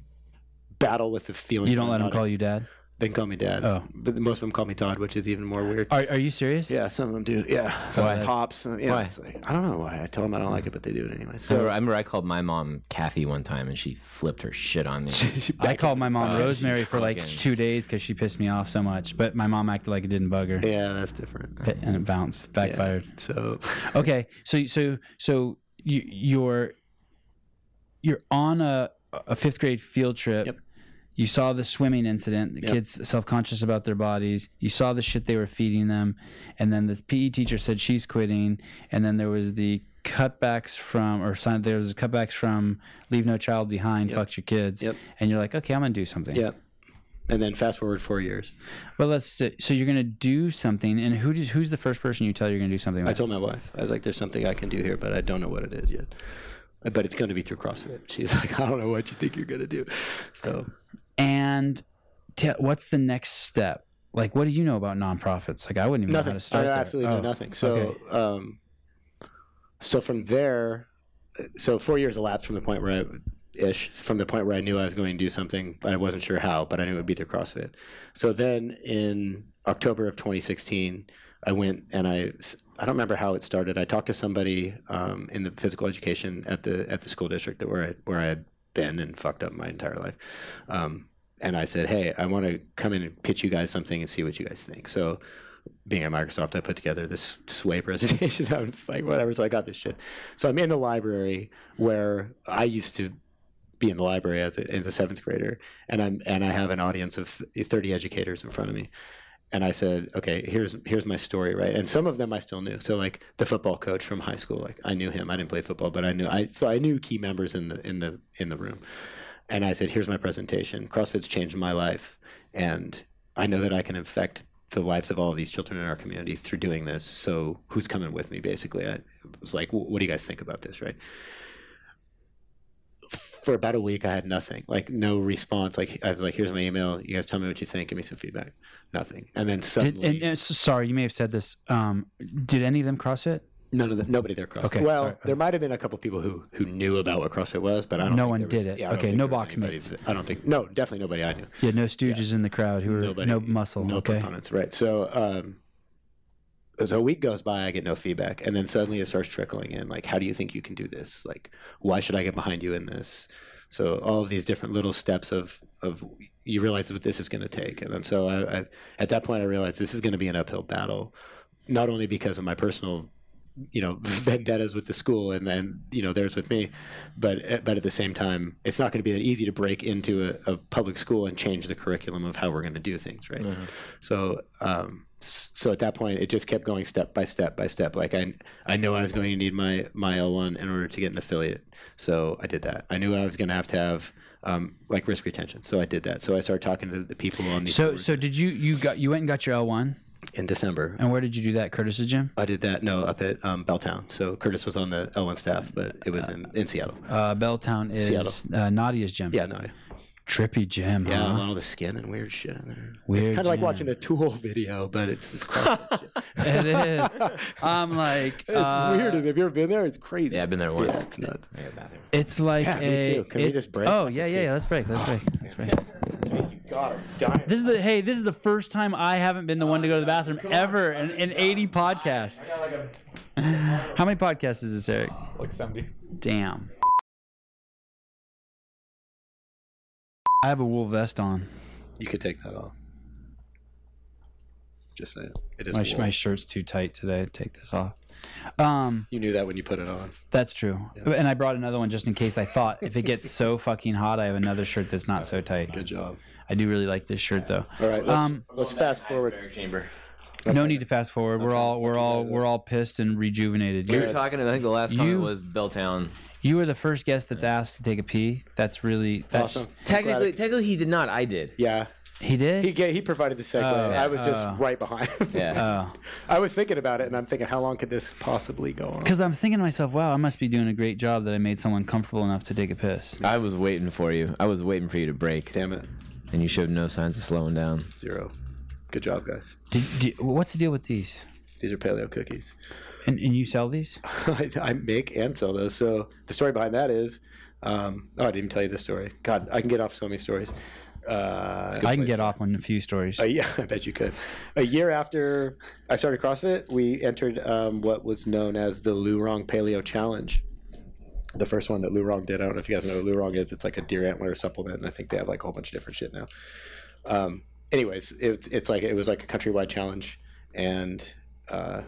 [SPEAKER 2] battle with the feeling.
[SPEAKER 3] you don't let them call you dad.
[SPEAKER 2] They can call me dad,
[SPEAKER 3] Oh.
[SPEAKER 2] but most of them call me Todd, which is even more weird.
[SPEAKER 3] Are Are you serious?
[SPEAKER 2] Yeah, some of them do. Yeah, some
[SPEAKER 3] Why?
[SPEAKER 2] pops. uh, Yeah,
[SPEAKER 1] Why?
[SPEAKER 2] it's like, I don't know why. I tell them I don't like it, but they do it anyway.
[SPEAKER 1] So I
[SPEAKER 2] So
[SPEAKER 1] remember I called my mom Kathy one time, and she flipped her shit on <laughs> me.
[SPEAKER 3] I called my mom
[SPEAKER 2] Uh,
[SPEAKER 1] Oh,
[SPEAKER 3] Rosemary
[SPEAKER 1] you
[SPEAKER 3] for like
[SPEAKER 1] fucking-
[SPEAKER 3] two days because she pissed me off so much. But my mom acted like it didn't bug her, <laughs>
[SPEAKER 2] Yeah, that's different.
[SPEAKER 3] P- and it bounced, backfired.
[SPEAKER 2] So
[SPEAKER 3] Okay, so so so you you're you're on a a fifth grade field trip.
[SPEAKER 2] Yep.
[SPEAKER 3] You saw the swimming incident, the
[SPEAKER 2] Yep.
[SPEAKER 3] kids self conscious about their bodies. You saw the shit they were feeding them, and then the PE teacher said she's quitting, and then there was the cutbacks from or sign there was cutbacks from leave no child behind
[SPEAKER 2] Yep.
[SPEAKER 3] fucked your kids
[SPEAKER 2] Yep.
[SPEAKER 3] and you're like okay i'm gonna do something
[SPEAKER 2] yeah, and then fast forward four years.
[SPEAKER 3] well let's so you're gonna do something and who did, who's the first person you tell you're gonna do something
[SPEAKER 2] I
[SPEAKER 3] with?
[SPEAKER 2] told my wife, I was like, "There's something I can do here, but I don't know what it is yet. But it's going to be through CrossFit." She's <laughs> like, "I don't know what you think you're going to do." So
[SPEAKER 3] And te- what's the next step? Like, what do you know about nonprofits? Like, I wouldn't even know how
[SPEAKER 2] nothing.
[SPEAKER 3] to start.
[SPEAKER 2] I
[SPEAKER 3] there.
[SPEAKER 2] absolutely
[SPEAKER 3] Oh,
[SPEAKER 2] know nothing. So,
[SPEAKER 3] okay.
[SPEAKER 2] um, so from there, so four years elapsed from the point where I, ish, from the point where I knew I was going to do something, but I wasn't sure how, but I knew it would be through CrossFit. So then in October of 2016, I went and I, s- I don't remember how it started. I talked to somebody um, in the physical education at the at the school district that where I, where I had been and fucked up my entire life. Um, and I said, hey, I want to come in and pitch you guys something and see what you guys think. So being at Microsoft, I put together this sway presentation. <laughs> I was like, whatever. So I got this shit. So I'm in the library where I used to be in the library as a, as a seventh grader, and I'm and I have an audience of th- 30 educators in front of me. And I said, okay, here's here's my story, right? And some of them I still knew. So like the football coach from high school, like I knew him. I didn't play football, but I knew I so I knew key members in the in the in the room. And I said, here's my presentation. CrossFit's changed my life, and I know that I can affect the lives of all of these children in our community through doing this. So who's coming with me? Basically, I was like, "Wh- what do you guys think about this, right? For about a week, I had nothing, like no response. Like I was like, here's my email. You guys tell me what you think. Give me some feedback. Nothing. And then
[SPEAKER 3] Did,
[SPEAKER 2] suddenly,
[SPEAKER 3] and, and s- sorry, you may have said this. Um, did any of them CrossFit?
[SPEAKER 2] none of the, nobody there CrossFit.
[SPEAKER 3] Okay,
[SPEAKER 2] well,
[SPEAKER 3] sorry.
[SPEAKER 2] there might have been a couple people who who knew about what CrossFit was, but I don't.
[SPEAKER 3] No
[SPEAKER 2] think
[SPEAKER 3] one
[SPEAKER 2] there was-
[SPEAKER 3] did it.
[SPEAKER 2] yeah, I don't
[SPEAKER 3] Okay,
[SPEAKER 2] think
[SPEAKER 3] no
[SPEAKER 2] there was
[SPEAKER 3] box
[SPEAKER 2] anybody
[SPEAKER 3] mates.
[SPEAKER 2] that- I don't think. No, definitely nobody I knew.
[SPEAKER 3] You had no stooges in the crowd who were
[SPEAKER 2] Nobody-
[SPEAKER 3] no muscle.
[SPEAKER 2] no
[SPEAKER 3] okay,
[SPEAKER 2] components, right? So, um, so a week goes by, I get no feedback, and then suddenly it starts trickling in. Like, how do you think you can do this? Like, why should I get behind you in this? So all of these different little steps of of you realize what this is going to take, and then so I, I at that point I realized this is going to be an uphill battle, not only because of my personal you know <laughs> vendettas with the school and then you know theirs with me but but at the same time it's not going to be that easy to break into a, a public school and change the curriculum of how we're going to do things right so um s- so at that point it just kept going step by step by step like i i knew i was going to need my my l1 in order to get an affiliate so i did that i knew i was going to have to have um, like risk retention so i did that so i started talking to the people on the
[SPEAKER 3] so so did you you got you went and got your L one?
[SPEAKER 2] in December.
[SPEAKER 3] And where did you do that, Curtis's gym?
[SPEAKER 2] I did that no up at um, Belltown. So Curtis was on the L1 staff, but it was in, in Seattle.
[SPEAKER 3] Uh, Belltown
[SPEAKER 2] Seattle.
[SPEAKER 3] is uh, Nadia's gym.
[SPEAKER 2] Yeah, no,
[SPEAKER 3] Trippy gym.
[SPEAKER 2] yeah, a
[SPEAKER 3] huh?
[SPEAKER 2] lot of the skin and weird shit in there.
[SPEAKER 3] Weird
[SPEAKER 2] it's kind of like
[SPEAKER 3] jam.
[SPEAKER 2] watching a Tool video, but it's it's CrossFit shit.
[SPEAKER 3] <laughs> it is. I'm like,
[SPEAKER 2] <laughs> It's
[SPEAKER 3] uh,
[SPEAKER 2] weird. Have you ever been there? It's crazy.
[SPEAKER 1] Yeah, I've been there once.
[SPEAKER 2] it's nuts.
[SPEAKER 1] I got a bathroom.
[SPEAKER 3] It's like
[SPEAKER 2] Yeah, me
[SPEAKER 3] a-
[SPEAKER 2] too. Can we
[SPEAKER 3] it-
[SPEAKER 2] just break?
[SPEAKER 3] Oh yeah, yeah, yeah. Let's break. Let's break. Let's break.
[SPEAKER 2] God, I was dying.
[SPEAKER 3] This is the hey. This is the first time I haven't been the one to go to the bathroom ever in, in 80 podcasts. How many podcasts is this, Eric?
[SPEAKER 4] like 70.
[SPEAKER 3] Damn. I have a wool vest on.
[SPEAKER 2] You could take that off. Just say it. It is.
[SPEAKER 3] My,
[SPEAKER 2] a
[SPEAKER 3] sh-
[SPEAKER 2] wall.
[SPEAKER 3] my shirt's too tight today. Take this off. Um,
[SPEAKER 2] you knew that when you put it on.
[SPEAKER 3] that's true. And I brought another one just in case. I thought if it gets so fucking hot, I have another shirt that's not so tight.
[SPEAKER 2] Good job.
[SPEAKER 3] I do really like this shirt though.
[SPEAKER 2] All right, let's,
[SPEAKER 3] Um,
[SPEAKER 2] let's fast forward.
[SPEAKER 1] chamber.
[SPEAKER 3] No need to fast forward. We're all we're all we're all pissed and rejuvenated.
[SPEAKER 1] We were
[SPEAKER 3] You're,
[SPEAKER 1] talking, and I think the last
[SPEAKER 3] You-
[SPEAKER 1] comment was Belltown.
[SPEAKER 3] you were the first guest that's asked to take a pee. That's really that's
[SPEAKER 2] Awesome.
[SPEAKER 1] Technically, technically, he did not. I did.
[SPEAKER 2] Yeah,
[SPEAKER 3] He did.
[SPEAKER 2] he ga- he provided the segue.
[SPEAKER 3] Oh,
[SPEAKER 2] I was just
[SPEAKER 3] oh.
[SPEAKER 2] right behind.
[SPEAKER 1] Yeah.
[SPEAKER 3] Oh.
[SPEAKER 2] I was thinking about it, and I'm thinking, how long could this possibly go on?
[SPEAKER 3] Because I'm thinking to myself, wow, I must be doing a great job that I made someone comfortable enough to take a piss.
[SPEAKER 1] I was waiting for you. I was waiting for you to break,
[SPEAKER 2] Damn it,
[SPEAKER 1] and you showed no signs of slowing down.
[SPEAKER 2] zero. Good job, guys.
[SPEAKER 3] Did, did, what's the deal with these?
[SPEAKER 2] These are paleo cookies. <laughs>
[SPEAKER 3] And, and you sell these?
[SPEAKER 2] I, I make and sell those. So the story behind that is, um, oh, I didn't even tell you this story. God, I can get off so many stories. Uh,
[SPEAKER 3] I can get off on a few stories.
[SPEAKER 2] a year, <laughs> I bet you could. A year after I started CrossFit, we entered um, what was known as the Lurong Paleo Challenge. The first one that Lurong did. I don't know if you guys know what Lurong is. It's like a deer antler supplement, and I think they have like a whole bunch of different shit now. Um, anyways, it, it's like it was like a countrywide challenge, and uh,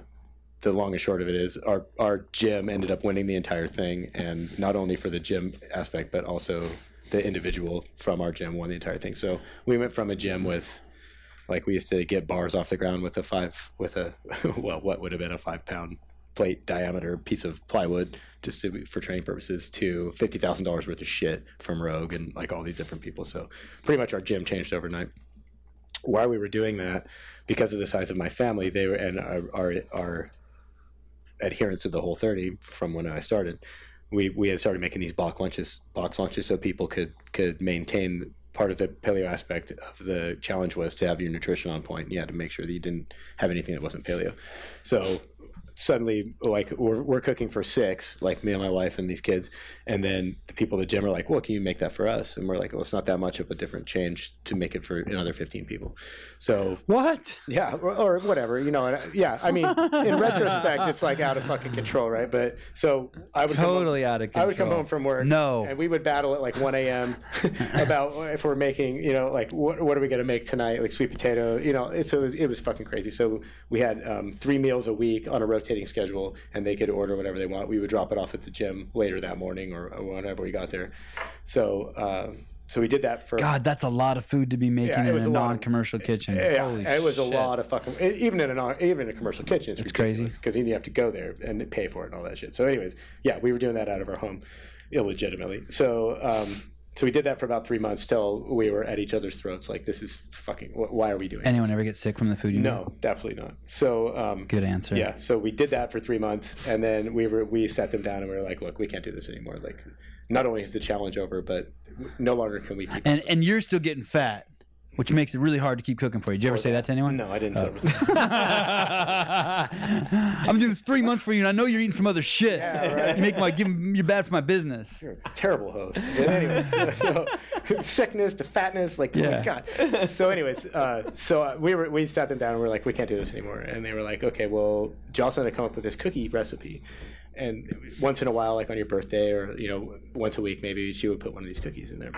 [SPEAKER 2] the long and short of it is our our gym ended up winning the entire thing, and not only for the gym aspect, but also the individual from our gym won the entire thing. So we went from a gym with like we used to get bars off the ground with a five with a <laughs> well what would have been a five pound plate diameter piece of plywood just to, for training purposes to fifty thousand dollars worth of shit from Rogue and like all these different people. So pretty much our gym changed overnight. While we were doing that, because of the size of my family, they were and our our, our adherence to the whole thirty from when I started, we we had started making these box lunches box lunches so people could could maintain part of the paleo aspect of the challenge was to have your nutrition on point you had to make sure that you didn't have anything that wasn't paleo so suddenly like we're, we're cooking for six like me and my wife and these kids and then the people at the gym are like well can you make that for us and we're like well it's not that much of a different change to make it for another 15 people so
[SPEAKER 3] What?
[SPEAKER 2] yeah, or, or whatever, you know. And, uh, yeah, I mean, in retrospect, it's like out of fucking control, right? But so I would come home-
[SPEAKER 3] Totally out of
[SPEAKER 2] I would come
[SPEAKER 3] control.
[SPEAKER 2] home from work.
[SPEAKER 3] No.
[SPEAKER 2] and we would battle at like 1
[SPEAKER 3] <laughs>
[SPEAKER 2] a.m. about if we're making, you know, like what what are we gonna make tonight? Like sweet potato, you know. It, so it was, it was fucking crazy. So we had um, three meals a week on a rotating schedule, and they could order whatever they want. We would drop it off at the gym later that morning or, or whenever we got there. So um, so we did that for
[SPEAKER 3] God, that's a lot of food to be making
[SPEAKER 2] Yeah, it
[SPEAKER 3] in
[SPEAKER 2] was
[SPEAKER 3] a
[SPEAKER 2] a lot of-
[SPEAKER 3] non-commercial kitchen.
[SPEAKER 2] Yeah,
[SPEAKER 3] Holy
[SPEAKER 2] it was
[SPEAKER 3] shit.
[SPEAKER 2] a lot of fucking e- even in an even in a commercial kitchen. It's,
[SPEAKER 3] crazy.
[SPEAKER 2] because then you have to go there and pay for it and all that shit. So, anyways, yeah, we were doing that out of our home, illegitimately. So, um, so we did that for about three months till we were at each other's throats. Like, this is fucking. wh- Why are we doing? it?
[SPEAKER 3] Anyone ever get sick from the food you make?
[SPEAKER 2] No, definitely not. So, um,
[SPEAKER 3] Good answer.
[SPEAKER 2] yeah, so we did that for three months, and then we were we sat them down and we were like, look, we can't do this anymore. Like, not only is the challenge over, but w- no longer can we keep.
[SPEAKER 3] And and you're still getting fat, which makes it really hard to keep cooking for you. Did you ever say that to anyone?
[SPEAKER 2] Oh, no, I didn't. tell them.
[SPEAKER 3] I'm doing this three months for you, and I know you're eating some other shit.
[SPEAKER 2] right.
[SPEAKER 3] <laughs> You make my give you bad for my business.
[SPEAKER 2] terrible host. But anyways, <laughs> so, sickness to fatness, like oh
[SPEAKER 3] Yeah.
[SPEAKER 2] my god. So anyways, uh, so uh, we were we sat them down and we are like, we can't do this anymore. And they were like, okay, well, Jocelyn had come up with this cookie recipe, and once in a while, like on your birthday or you know once a week, maybe she would put one of these cookies in there.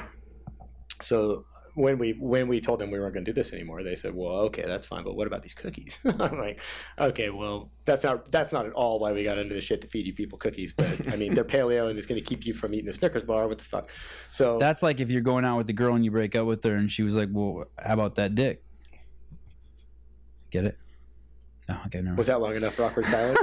[SPEAKER 2] So when we when we told them we weren't going to do this anymore, they said, "Well, okay, that's fine, but what about these cookies?" <laughs> I'm like, "Okay, well, that's not that's not at all why we got into this shit to feed you people cookies, but I mean, they're paleo and it's going to keep you from eating a Snickers bar. What the fuck?" So
[SPEAKER 3] That's like if you're going out with a girl and you break up with her, and she was like, "Well, how about that dick?" Get it? No, okay,
[SPEAKER 2] <laughs>
[SPEAKER 3] never.
[SPEAKER 2] was
[SPEAKER 3] Mind.
[SPEAKER 2] that long enough for
[SPEAKER 3] <laughs>
[SPEAKER 2] awkward silence?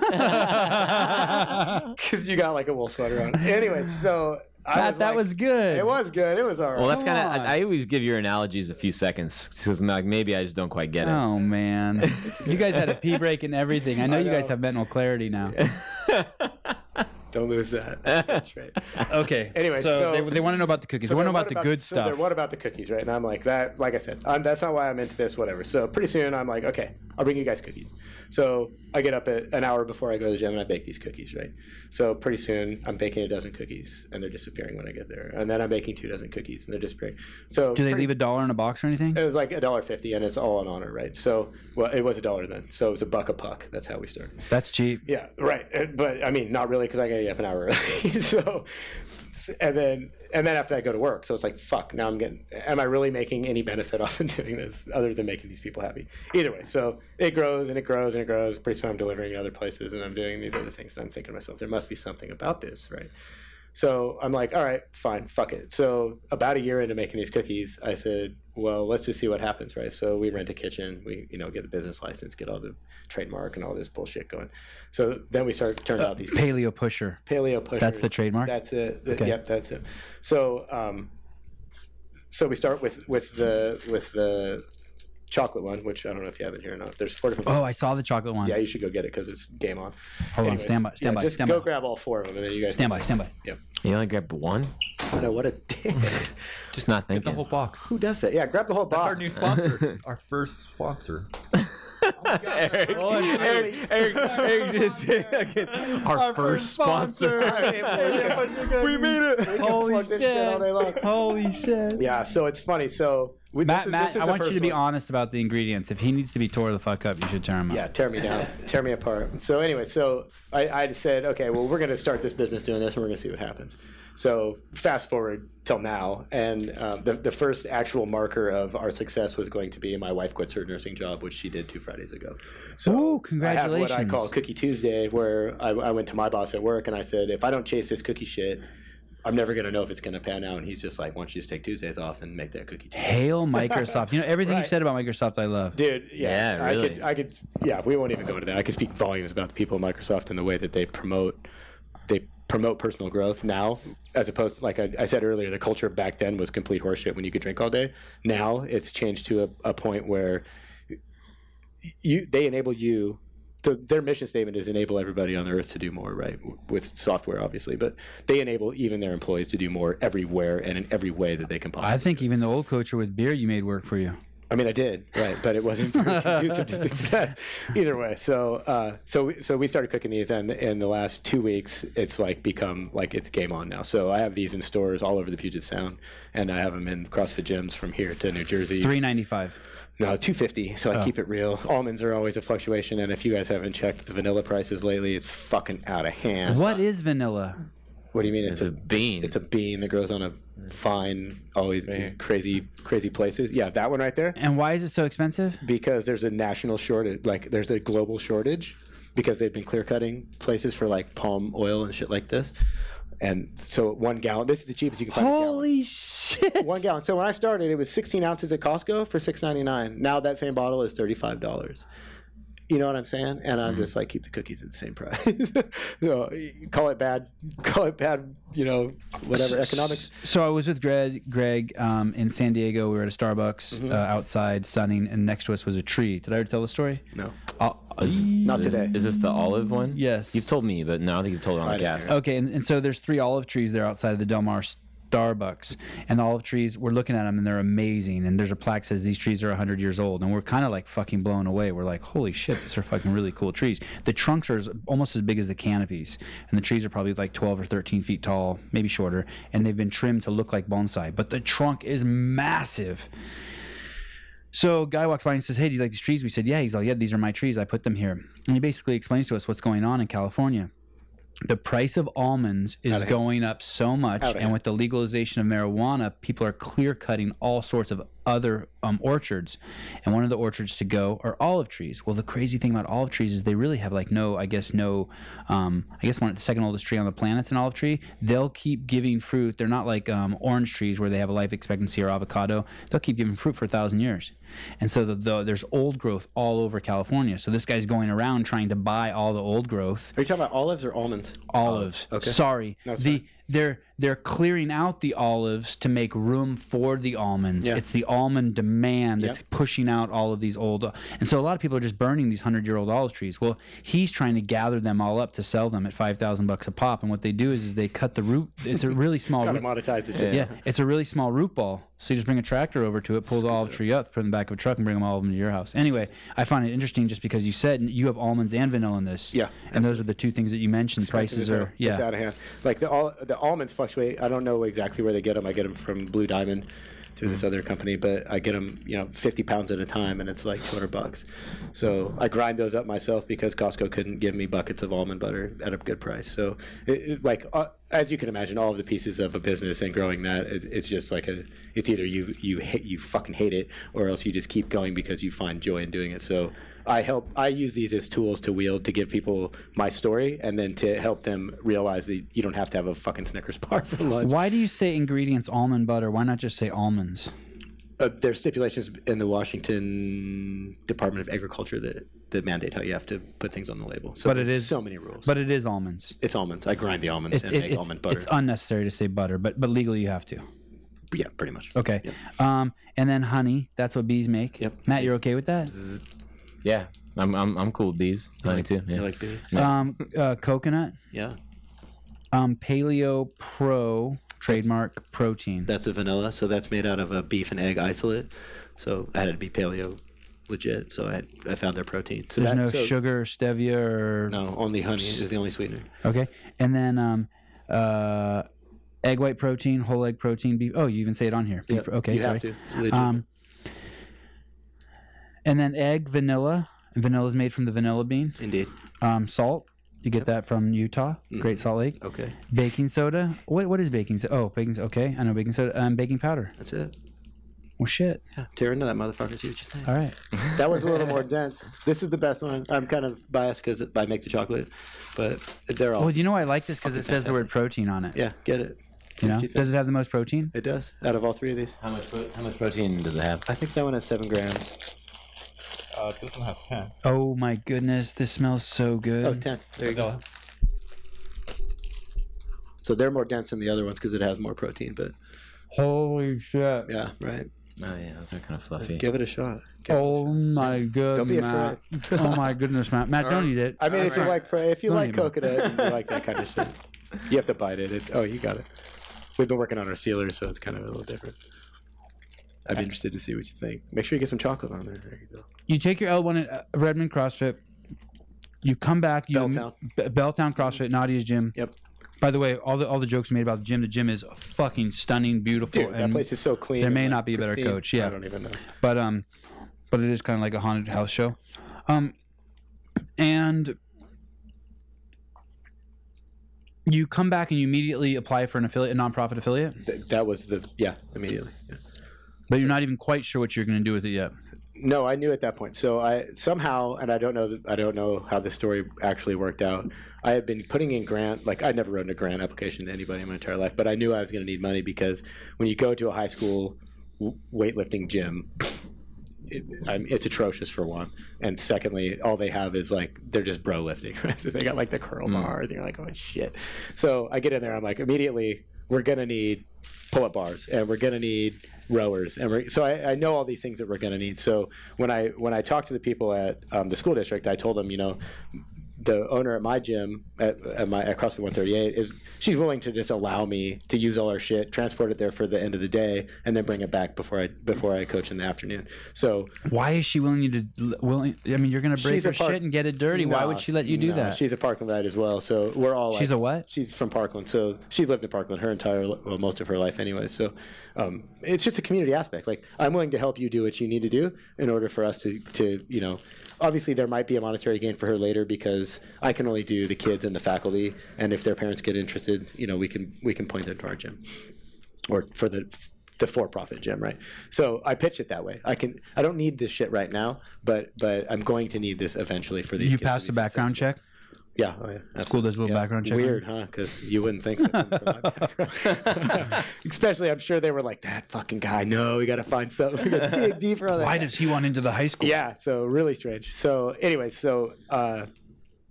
[SPEAKER 2] Because you got like a wool sweater on. Anyways, so I
[SPEAKER 3] Pat, that
[SPEAKER 2] like-
[SPEAKER 3] was good.
[SPEAKER 2] It was good. It was all right.
[SPEAKER 1] Well, that's
[SPEAKER 3] Come
[SPEAKER 1] kind of.
[SPEAKER 3] on.
[SPEAKER 1] I, I always give your analogies a few seconds because like maybe I just don't quite get it.
[SPEAKER 3] Oh
[SPEAKER 2] <laughs>
[SPEAKER 3] man, you guys had a pee break and everything. I know,
[SPEAKER 2] I
[SPEAKER 3] you guys
[SPEAKER 2] know.
[SPEAKER 3] have mental clarity
[SPEAKER 2] <laughs>
[SPEAKER 3] now.
[SPEAKER 1] <laughs>
[SPEAKER 2] Don't lose
[SPEAKER 3] <laughs>
[SPEAKER 2] that. That's right.
[SPEAKER 3] Okay.
[SPEAKER 2] Anyway, so-
[SPEAKER 3] they, they want to know about the cookies. they want to know about the good
[SPEAKER 2] so they're,
[SPEAKER 3] stuff.
[SPEAKER 2] What about the cookies, right? And I'm like that. Like I said, I'm, that's not why I'm into this. Whatever. So pretty soon I'm like, okay, I'll bring you guys cookies. So I get up at an hour before I go to the gym and I bake these cookies, right? So pretty soon I'm baking a dozen cookies and they're disappearing when I get there, and then I'm baking two dozen cookies and they're disappearing. So
[SPEAKER 3] Do they
[SPEAKER 2] pretty-
[SPEAKER 3] leave a dollar in a box or anything?
[SPEAKER 2] It was like a dollar fifty, and it's all on honor, right? So, well, it was a dollar then, so it was a buck a puck. That's how we started.
[SPEAKER 3] That's cheap.
[SPEAKER 2] Yeah, right. Uh, But I mean, not really, because I gotta get up an hour early. <laughs> so, and then and then after I go to work, so it's like fuck. Now I'm getting. Am I really making any benefit <laughs> off of doing this other than making these people happy? Either way, so it grows and it grows and it grows. Pretty soon I'm delivering in other places and I'm doing these other things. And I'm thinking to myself, there must be something about this, right? So I'm like, all right, fine, fuck it. So about a year into making these cookies, I said, well, let's just see what happens, right? So we rent a kitchen, we you know get the business license, get all the trademark and all this bullshit going. So then we start turning out these
[SPEAKER 3] Paleo pusher.
[SPEAKER 2] paleo pusher.
[SPEAKER 3] Uh, That's the trademark.
[SPEAKER 2] That's it. Th-
[SPEAKER 3] Okay.
[SPEAKER 2] Yep, that's it. So, um, so we start with with the with the chocolate one, which I don't know if you have it here or not. There's four different.
[SPEAKER 3] oh, I saw the chocolate one.
[SPEAKER 2] yeah, you should go get it because it's game on.
[SPEAKER 3] Hold on,
[SPEAKER 2] Anyways,
[SPEAKER 3] stand by, stand
[SPEAKER 2] yeah,
[SPEAKER 3] by,
[SPEAKER 2] Just
[SPEAKER 3] stand
[SPEAKER 2] go
[SPEAKER 3] by,
[SPEAKER 2] grab all four of them, and then you guys
[SPEAKER 3] stand by, stand by.
[SPEAKER 1] You only grabbed one.
[SPEAKER 2] I know what a <laughs> dick.
[SPEAKER 1] Just not thinking.
[SPEAKER 4] The whole <laughs> box.
[SPEAKER 2] Who does that? Yeah, grab the whole
[SPEAKER 4] That's
[SPEAKER 2] box.
[SPEAKER 4] our
[SPEAKER 2] <laughs>
[SPEAKER 4] new sponsor. our first sponsor.
[SPEAKER 1] Eric,
[SPEAKER 2] <laughs>
[SPEAKER 1] Eric, Eric, Eric just <laughs> our, first sponsor.
[SPEAKER 2] we made it. We can
[SPEAKER 3] Holy
[SPEAKER 2] plug this shit all
[SPEAKER 3] shit.
[SPEAKER 2] day long.
[SPEAKER 3] Holy shit.
[SPEAKER 2] Yeah, so it's funny. So we,
[SPEAKER 3] Matt,
[SPEAKER 2] this is,
[SPEAKER 3] Matt,
[SPEAKER 2] this is
[SPEAKER 3] I
[SPEAKER 2] the
[SPEAKER 3] want you
[SPEAKER 2] first
[SPEAKER 3] to be
[SPEAKER 2] one.
[SPEAKER 3] honest about the ingredients. If he needs to be tore the fuck up, you should tear him up.
[SPEAKER 2] Yeah, tear me down, tear me apart. So anyway, so I, I said, okay, well, we're going to start this business doing this, and we're going to see what happens. So fast forward till now, and um, the, the first actual marker of our success was going to be my wife quits her nursing job, which she did two Fridays ago. So
[SPEAKER 3] Ooh,
[SPEAKER 2] I have
[SPEAKER 3] congratulations.
[SPEAKER 2] what I call Cookie Tuesday, where I, I went to my boss at work and I said, if I don't chase this cookie shit, I'm never going to know if it's going to pan out. And he's just like, why don't you just take Tuesdays off and make that cookie Tuesday?
[SPEAKER 3] Hail Microsoft. You know, everything you
[SPEAKER 2] Right.
[SPEAKER 3] said about Microsoft, I love.
[SPEAKER 2] Dude, yeah,
[SPEAKER 1] Yeah,
[SPEAKER 2] I
[SPEAKER 1] really.
[SPEAKER 2] could, I could, yeah, we won't even go into that. I could speak volumes about the people at Microsoft and the way that they promote, they promote personal growth now, as opposed, to, like I, I said earlier, the culture back then was complete horseshit when you could drink all day. Now it's changed to a, a point where you, they enable you. So their mission statement is enable everybody on earth to do more, right? W- With software, obviously, but they enable even their employees to do more everywhere and in every way that they can possibly.
[SPEAKER 3] I think even the old culture with beer you made work for you.
[SPEAKER 2] I mean, I did, right? But it wasn't very
[SPEAKER 3] <laughs>
[SPEAKER 2] conducive to success either way. So, uh, so, we- so we started cooking these, and in the last two weeks, it's like become like it's game on now. So I have these in stores all over the Puget Sound, and I have them in CrossFit gyms from here to New Jersey.
[SPEAKER 3] Three Oh. ninety five.
[SPEAKER 2] No, two fifty. So I keep it real. Almonds are always a fluctuation, and if you guys haven't checked the vanilla prices lately, it's fucking out of hand.
[SPEAKER 3] What is vanilla?
[SPEAKER 2] What do you mean? It's,
[SPEAKER 1] It's a
[SPEAKER 2] a
[SPEAKER 1] bean.
[SPEAKER 2] it's a bean that grows on a vine, always in crazy, crazy places. Yeah, that one right there.
[SPEAKER 3] And why is it so expensive?
[SPEAKER 2] because there's a national shortage like there's a global shortage because they've been clear cutting places for like palm oil and shit like this and so one gallon this is the cheapest you can find a gallon
[SPEAKER 3] Holy shit.
[SPEAKER 2] one gallon so when i started it was 16 ounces at costco for 6.99 now that same bottle is $35 you know what i'm saying and i'm just like keep the cookies at the same price <laughs> so, call it bad <laughs> call it bad you know whatever economics
[SPEAKER 3] So I was with Greg. Greg um, in San Diego. We were at a Starbucks uh, outside, sunning, and next to us was a tree. Did I ever tell the story?
[SPEAKER 2] no
[SPEAKER 3] Oh,
[SPEAKER 1] Is-
[SPEAKER 2] Not
[SPEAKER 1] is-
[SPEAKER 2] today.
[SPEAKER 1] Is this the olive one?
[SPEAKER 3] Yes.
[SPEAKER 1] You've told me, but now that you've told it on the
[SPEAKER 2] didn't
[SPEAKER 1] cast.
[SPEAKER 2] hear
[SPEAKER 3] Okay, and, and so there's three olive trees there outside of the Del Mar Starbucks, and the olive trees. We're looking at them, and they're amazing. And there's a plaque that says these trees are hundred years old, and we're kind of like fucking blown away. We're like, holy shit, these are fucking really cool trees. The trunks are as- almost as big as the canopies, and the trees are probably like twelve or thirteen feet tall, maybe shorter, and they've been trimmed to look like bonsai. But the trunk is massive. So guy walks by and says, "Hey, do you like these trees?" We said, "Yeah." He's like, "Yeah, these are my trees. I put them here." And he basically explains to us what's going on in California. The price of almonds is going up so much,
[SPEAKER 2] Outta
[SPEAKER 3] and
[SPEAKER 2] hand.
[SPEAKER 3] with the legalization of marijuana, people are clear cutting all sorts of other um, orchards. And one of the orchards to go are olive trees. Well, the crazy thing about olive trees is they really have like no, I guess no, um, I guess one the second oldest tree on the planet's an olive tree. They'll keep giving fruit. They're not like um, orange trees where they have a life expectancy or avocado. They'll keep giving fruit for a thousand years. And so the, the, there's old growth all over California. So this guy's going around trying to buy all the old growth
[SPEAKER 2] are you talking about olives or almonds
[SPEAKER 3] olives.
[SPEAKER 2] Oh, Okay.
[SPEAKER 3] Sorry.
[SPEAKER 2] it's
[SPEAKER 3] the they're they're clearing out the olives to make room for the almonds.
[SPEAKER 2] Yeah.
[SPEAKER 3] It's the almond demand that's pushing out all of these old. And so a lot of people are just burning these hundred year old olive trees. Well, he's trying to gather them all up to sell them at five thousand bucks a pop. And what they do is, is they cut the root. It's a really small.
[SPEAKER 2] Gotta
[SPEAKER 3] root,
[SPEAKER 2] monetize this shit.
[SPEAKER 3] yeah, it's a really small root ball. So you just bring a tractor over to it, pull the olive tree up, put it in the back of a truck, and bring them all of them to your house. Anyway, I find it interesting just because you said you have almonds and vanilla in this.
[SPEAKER 2] Yeah,
[SPEAKER 3] and those are the two things that you mentioned. Prices
[SPEAKER 2] It's out-
[SPEAKER 3] are yeah.
[SPEAKER 2] it's out of hand. Like the all the almonds fluctuate. I don't know exactly where they get them. I get them from Blue Diamond through
[SPEAKER 3] Mm-hmm.
[SPEAKER 2] this other company, but I get them, you know, 50 pounds at a time, and it's like 200 bucks. So I grind those up myself because Costco couldn't give me buckets of almond butter at a good price. So, it, it- like uh, as you can imagine, all of the pieces of a business and growing that, it, it's just like a. It's either you you hate you fucking hate it, or else you just keep going because you find joy in doing it. So I help. I use these as tools to wield to give people my story, and then to help them realize that you don't have to have a fucking Snickers bar for lunch.
[SPEAKER 3] Why do you say ingredients almond butter? Why not just say almonds?
[SPEAKER 2] Uh, there's stipulations in the Washington Department of Agriculture that that mandate how you have to put things on the label. So
[SPEAKER 3] But it
[SPEAKER 2] there's
[SPEAKER 3] is-
[SPEAKER 2] so many rules.
[SPEAKER 3] But it is almonds.
[SPEAKER 2] it's almonds. I grind the almonds
[SPEAKER 3] It's,
[SPEAKER 2] and
[SPEAKER 3] it-
[SPEAKER 2] make
[SPEAKER 3] it's-
[SPEAKER 2] almond butter.
[SPEAKER 3] it's unnecessary to say butter, but but legally you have to.
[SPEAKER 2] yeah, pretty much.
[SPEAKER 3] Okay. Um, and then honey. That's what bees make.
[SPEAKER 2] Yep.
[SPEAKER 3] Matt, you're okay with that?
[SPEAKER 1] Yeah, I'm I'm I'm cool with these. I like too. Yeah.
[SPEAKER 2] You like these?
[SPEAKER 3] Um, uh, coconut.
[SPEAKER 2] Yeah.
[SPEAKER 3] Um, Paleo Pro trademark protein.
[SPEAKER 2] That's a vanilla, so that's made out of a beef and egg isolate. So I had to be paleo, legit. So I, I found their protein. So
[SPEAKER 3] There's
[SPEAKER 2] that-
[SPEAKER 3] no
[SPEAKER 2] so-
[SPEAKER 3] sugar or stevia or
[SPEAKER 2] No, only honey is the only sweetener.
[SPEAKER 3] okay. And then um, uh, egg white protein, whole egg protein, beef. Oh, you even say it on here. Beef-
[SPEAKER 2] Yep,
[SPEAKER 3] Okay,
[SPEAKER 2] you
[SPEAKER 3] sorry.
[SPEAKER 2] have to. It's legit.
[SPEAKER 3] Um, and then egg, vanilla. Vanilla is made from the vanilla bean.
[SPEAKER 2] Indeed.
[SPEAKER 3] Um, salt. You get that from Utah, Great Salt Lake.
[SPEAKER 2] Mm-hmm. Okay,
[SPEAKER 3] Baking soda. What what is baking soda? Oh, baking. Okay, I know baking soda. Um, baking powder.
[SPEAKER 2] that's it.
[SPEAKER 3] Well, shit.
[SPEAKER 2] Yeah, tear into that motherfucker. See what you think.
[SPEAKER 3] All right.
[SPEAKER 2] That was a little more dense. This is the best one. I'm kind of biased because I make the chocolate, but they're all.
[SPEAKER 3] Well, you know why I like this because it says the word protein on it.
[SPEAKER 2] Oh. yeah, get it.
[SPEAKER 3] You know,
[SPEAKER 2] what you think.
[SPEAKER 3] does it have the most protein?
[SPEAKER 2] It does. Out of all three of these,
[SPEAKER 1] How much pro- how much protein does it have?
[SPEAKER 2] I think that one has seven grams.
[SPEAKER 4] Uh, this one has 10.
[SPEAKER 3] Oh my goodness, this smells so good.
[SPEAKER 2] Oh, 10. There you go.
[SPEAKER 4] Vanilla.
[SPEAKER 2] So they're more dense than the other ones because it has more protein. But
[SPEAKER 3] Holy shit!
[SPEAKER 2] yeah, right.
[SPEAKER 1] Oh yeah, those are kind of fluffy.
[SPEAKER 2] Give it a shot.
[SPEAKER 3] Oh my goodness,
[SPEAKER 2] be
[SPEAKER 3] Matt! <laughs> oh
[SPEAKER 2] <laughs>
[SPEAKER 3] my goodness, Matt! Matt, don't eat it.
[SPEAKER 2] I mean, if you like fr- if you
[SPEAKER 3] Don't
[SPEAKER 2] like
[SPEAKER 3] eat 'em.
[SPEAKER 2] coconut, and you like that kind
[SPEAKER 3] <laughs>
[SPEAKER 2] of shit. You have to bite it. it. Oh, you got it. We've been working on our sealers, so it's kind of a little different. I'd be interested to see what you think. Make sure you get some chocolate on there. There you go.
[SPEAKER 3] You take your L1 at uh, Redmond CrossFit. You come back. You
[SPEAKER 2] Belltown.
[SPEAKER 3] B- Belltown CrossFit, Nadia's gym.
[SPEAKER 2] Yep.
[SPEAKER 3] By the way, all the all the jokes made about the gym. The gym is fucking stunning, beautiful.
[SPEAKER 2] Dude, that
[SPEAKER 3] and-
[SPEAKER 2] place is so clean.
[SPEAKER 3] there
[SPEAKER 2] and,
[SPEAKER 3] may
[SPEAKER 2] like,
[SPEAKER 3] not be a better
[SPEAKER 2] pristine.
[SPEAKER 3] coach, yeah.
[SPEAKER 2] I don't even know.
[SPEAKER 3] but um but it is kind of like a haunted house show um and you come back and you immediately apply for an affiliate a nonprofit affiliate
[SPEAKER 2] Th- that was the yeah immediately. Yeah.
[SPEAKER 3] but you're not even quite sure what you're going to do with it yet
[SPEAKER 2] No, I knew at that point. So I somehow, and I don't know, I don't know how the story actually worked out. I had been putting in grant, like I never wrote a grant application to anybody in my entire life, but I knew I was going to need money because when you go to a high school w- weightlifting gym, it, I mean, it's atrocious for one, and secondly, all they have is like they're just bro lifting. <laughs> Right? they got like the curl bars, and you're like, oh shit. So I get in there, I'm like, immediately, we're gonna need pull up bars, and we're gonna need rowers, and we're so I, I know all these things that we're gonna need. So when I when I talked to the people at um, the school district, I told them, you know, the owner at my gym at, at my at CrossFit 138 is she's willing to just allow me to use all our shit, transport it there for the end of the day, and then bring it back before I before I coach in the afternoon. So
[SPEAKER 3] why is she willing you to willing i mean you're going to break
[SPEAKER 2] She's a
[SPEAKER 3] her
[SPEAKER 2] part-
[SPEAKER 3] shit and get it dirty why
[SPEAKER 2] No,
[SPEAKER 3] would she let you do
[SPEAKER 2] no,
[SPEAKER 3] that
[SPEAKER 2] She's a Parkland lad as well, so we're all.
[SPEAKER 3] She's
[SPEAKER 2] like-
[SPEAKER 3] a what?
[SPEAKER 2] She's from Parkland, so she's lived in Parkland her entire, li- well, most of her life anyway. So um, it's just a community aspect. Like I'm willing to help you do what you need to do in order for us to, to you know, obviously there might be a monetary gain for her later because I can only do the kids and the faculty, and if their parents get interested, you know, we can we can point them to our gym or for the the for-profit gym, right? So I pitch it that way. I can. I don't need this shit right now, but but I'm going to need this eventually for these.
[SPEAKER 3] you
[SPEAKER 2] kids to
[SPEAKER 3] passed
[SPEAKER 2] be
[SPEAKER 3] a background check
[SPEAKER 2] yeah, oh, yeah.
[SPEAKER 3] school does a little
[SPEAKER 2] Yeah.
[SPEAKER 3] background check on
[SPEAKER 2] Weird, huh? Because you wouldn't
[SPEAKER 3] <laughs>
[SPEAKER 2] think so. coming from my background. <laughs> Especially, I'm sure they were like, "That fucking guy. No, we got to find something. We got to dig deeper on that."
[SPEAKER 3] why
[SPEAKER 2] guy."
[SPEAKER 3] does he want into the high school
[SPEAKER 2] yeah, so really strange. So, anyway, so uh,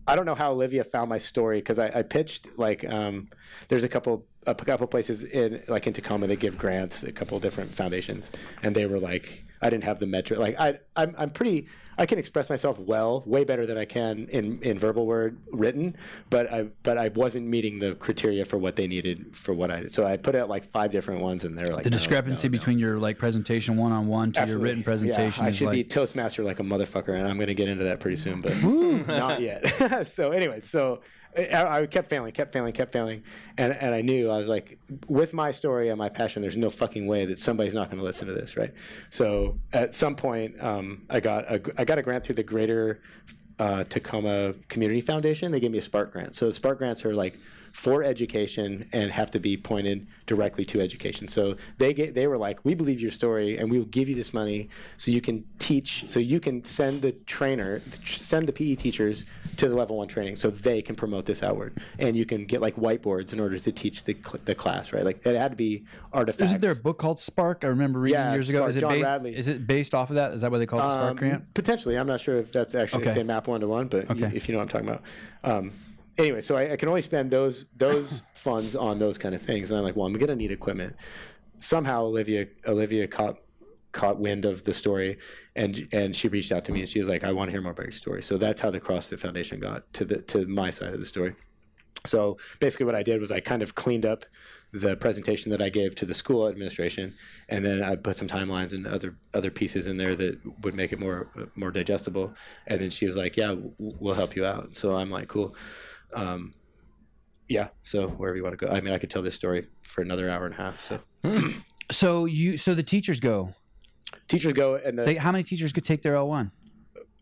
[SPEAKER 2] I don't know how Olivia found my story because I, I pitched like um, there's a couple a p- couple places in like in Tacoma they give grants a couple different foundations and they were like I didn't have the metric like I I'm, I'm pretty I can express myself well way better than I can in in verbal word written but I but I wasn't meeting the criteria for what they needed for what I so I put out like five different ones and they were like
[SPEAKER 3] The
[SPEAKER 2] no,
[SPEAKER 3] discrepancy
[SPEAKER 2] no, no.
[SPEAKER 3] between your like presentation one on one to your
[SPEAKER 2] Absolutely.
[SPEAKER 3] written
[SPEAKER 2] Yeah,
[SPEAKER 3] presentation
[SPEAKER 2] I
[SPEAKER 3] is
[SPEAKER 2] should
[SPEAKER 3] like
[SPEAKER 2] be Toastmaster like a motherfucker, and I'm going to get into that pretty soon, but <laughs> not yet. <laughs> so, anyway, so I, I kept failing, kept failing, kept failing, and and I knew I was like, with my story and my passion, there's no fucking way that somebody's not going to listen to this, right? So, at some point, um, I got a, I got a grant through the Greater uh, Tacoma Community Foundation. They gave me a Spark grant. So Spark grants are like for education and have to be pointed directly to education. So they get, they were like, we believe your story and we will give you this money so you can teach. So you can send the trainer, send the PE teachers to the level one training so they can promote this outward and you can get like whiteboards in order to teach the cl- the class, right? Like it had to be artifacts.
[SPEAKER 3] Isn't there a book called Spark? I remember reading
[SPEAKER 2] Yeah,
[SPEAKER 3] years ago.
[SPEAKER 2] Spark,
[SPEAKER 3] Is it
[SPEAKER 2] John
[SPEAKER 3] based,
[SPEAKER 2] Radley.
[SPEAKER 3] Is it based off of that? Is that why they called it Spark
[SPEAKER 2] Um,
[SPEAKER 3] Grant?
[SPEAKER 2] Potentially. I'm not sure if that's actually if
[SPEAKER 3] Okay.
[SPEAKER 2] they map one to one, but y-
[SPEAKER 3] Okay.
[SPEAKER 2] if you know what I'm talking about. Um, anyway, so I, I can only spend those
[SPEAKER 3] <laughs>
[SPEAKER 2] those funds on those kind of things, and I'm like, well, I'm gonna need equipment. Somehow, Olivia Olivia caught caught wind of the story, and and she reached out to me, and she was like, I want to hear more about your story. So that's how the CrossFit Foundation got to the to my side of the story. So basically, what I did was I kind of cleaned up the presentation that I gave to the school administration, and then I put some timelines and other other pieces in there that would make it more more digestible. And then she was like, "Yeah, w- we'll help you out." So I'm like, "Cool." Um, yeah. So wherever you want to go. I mean, I could tell this story for another hour and a half. So
[SPEAKER 3] So you so the teachers go.
[SPEAKER 2] teachers go, and the,
[SPEAKER 3] They, how many teachers could take their L one?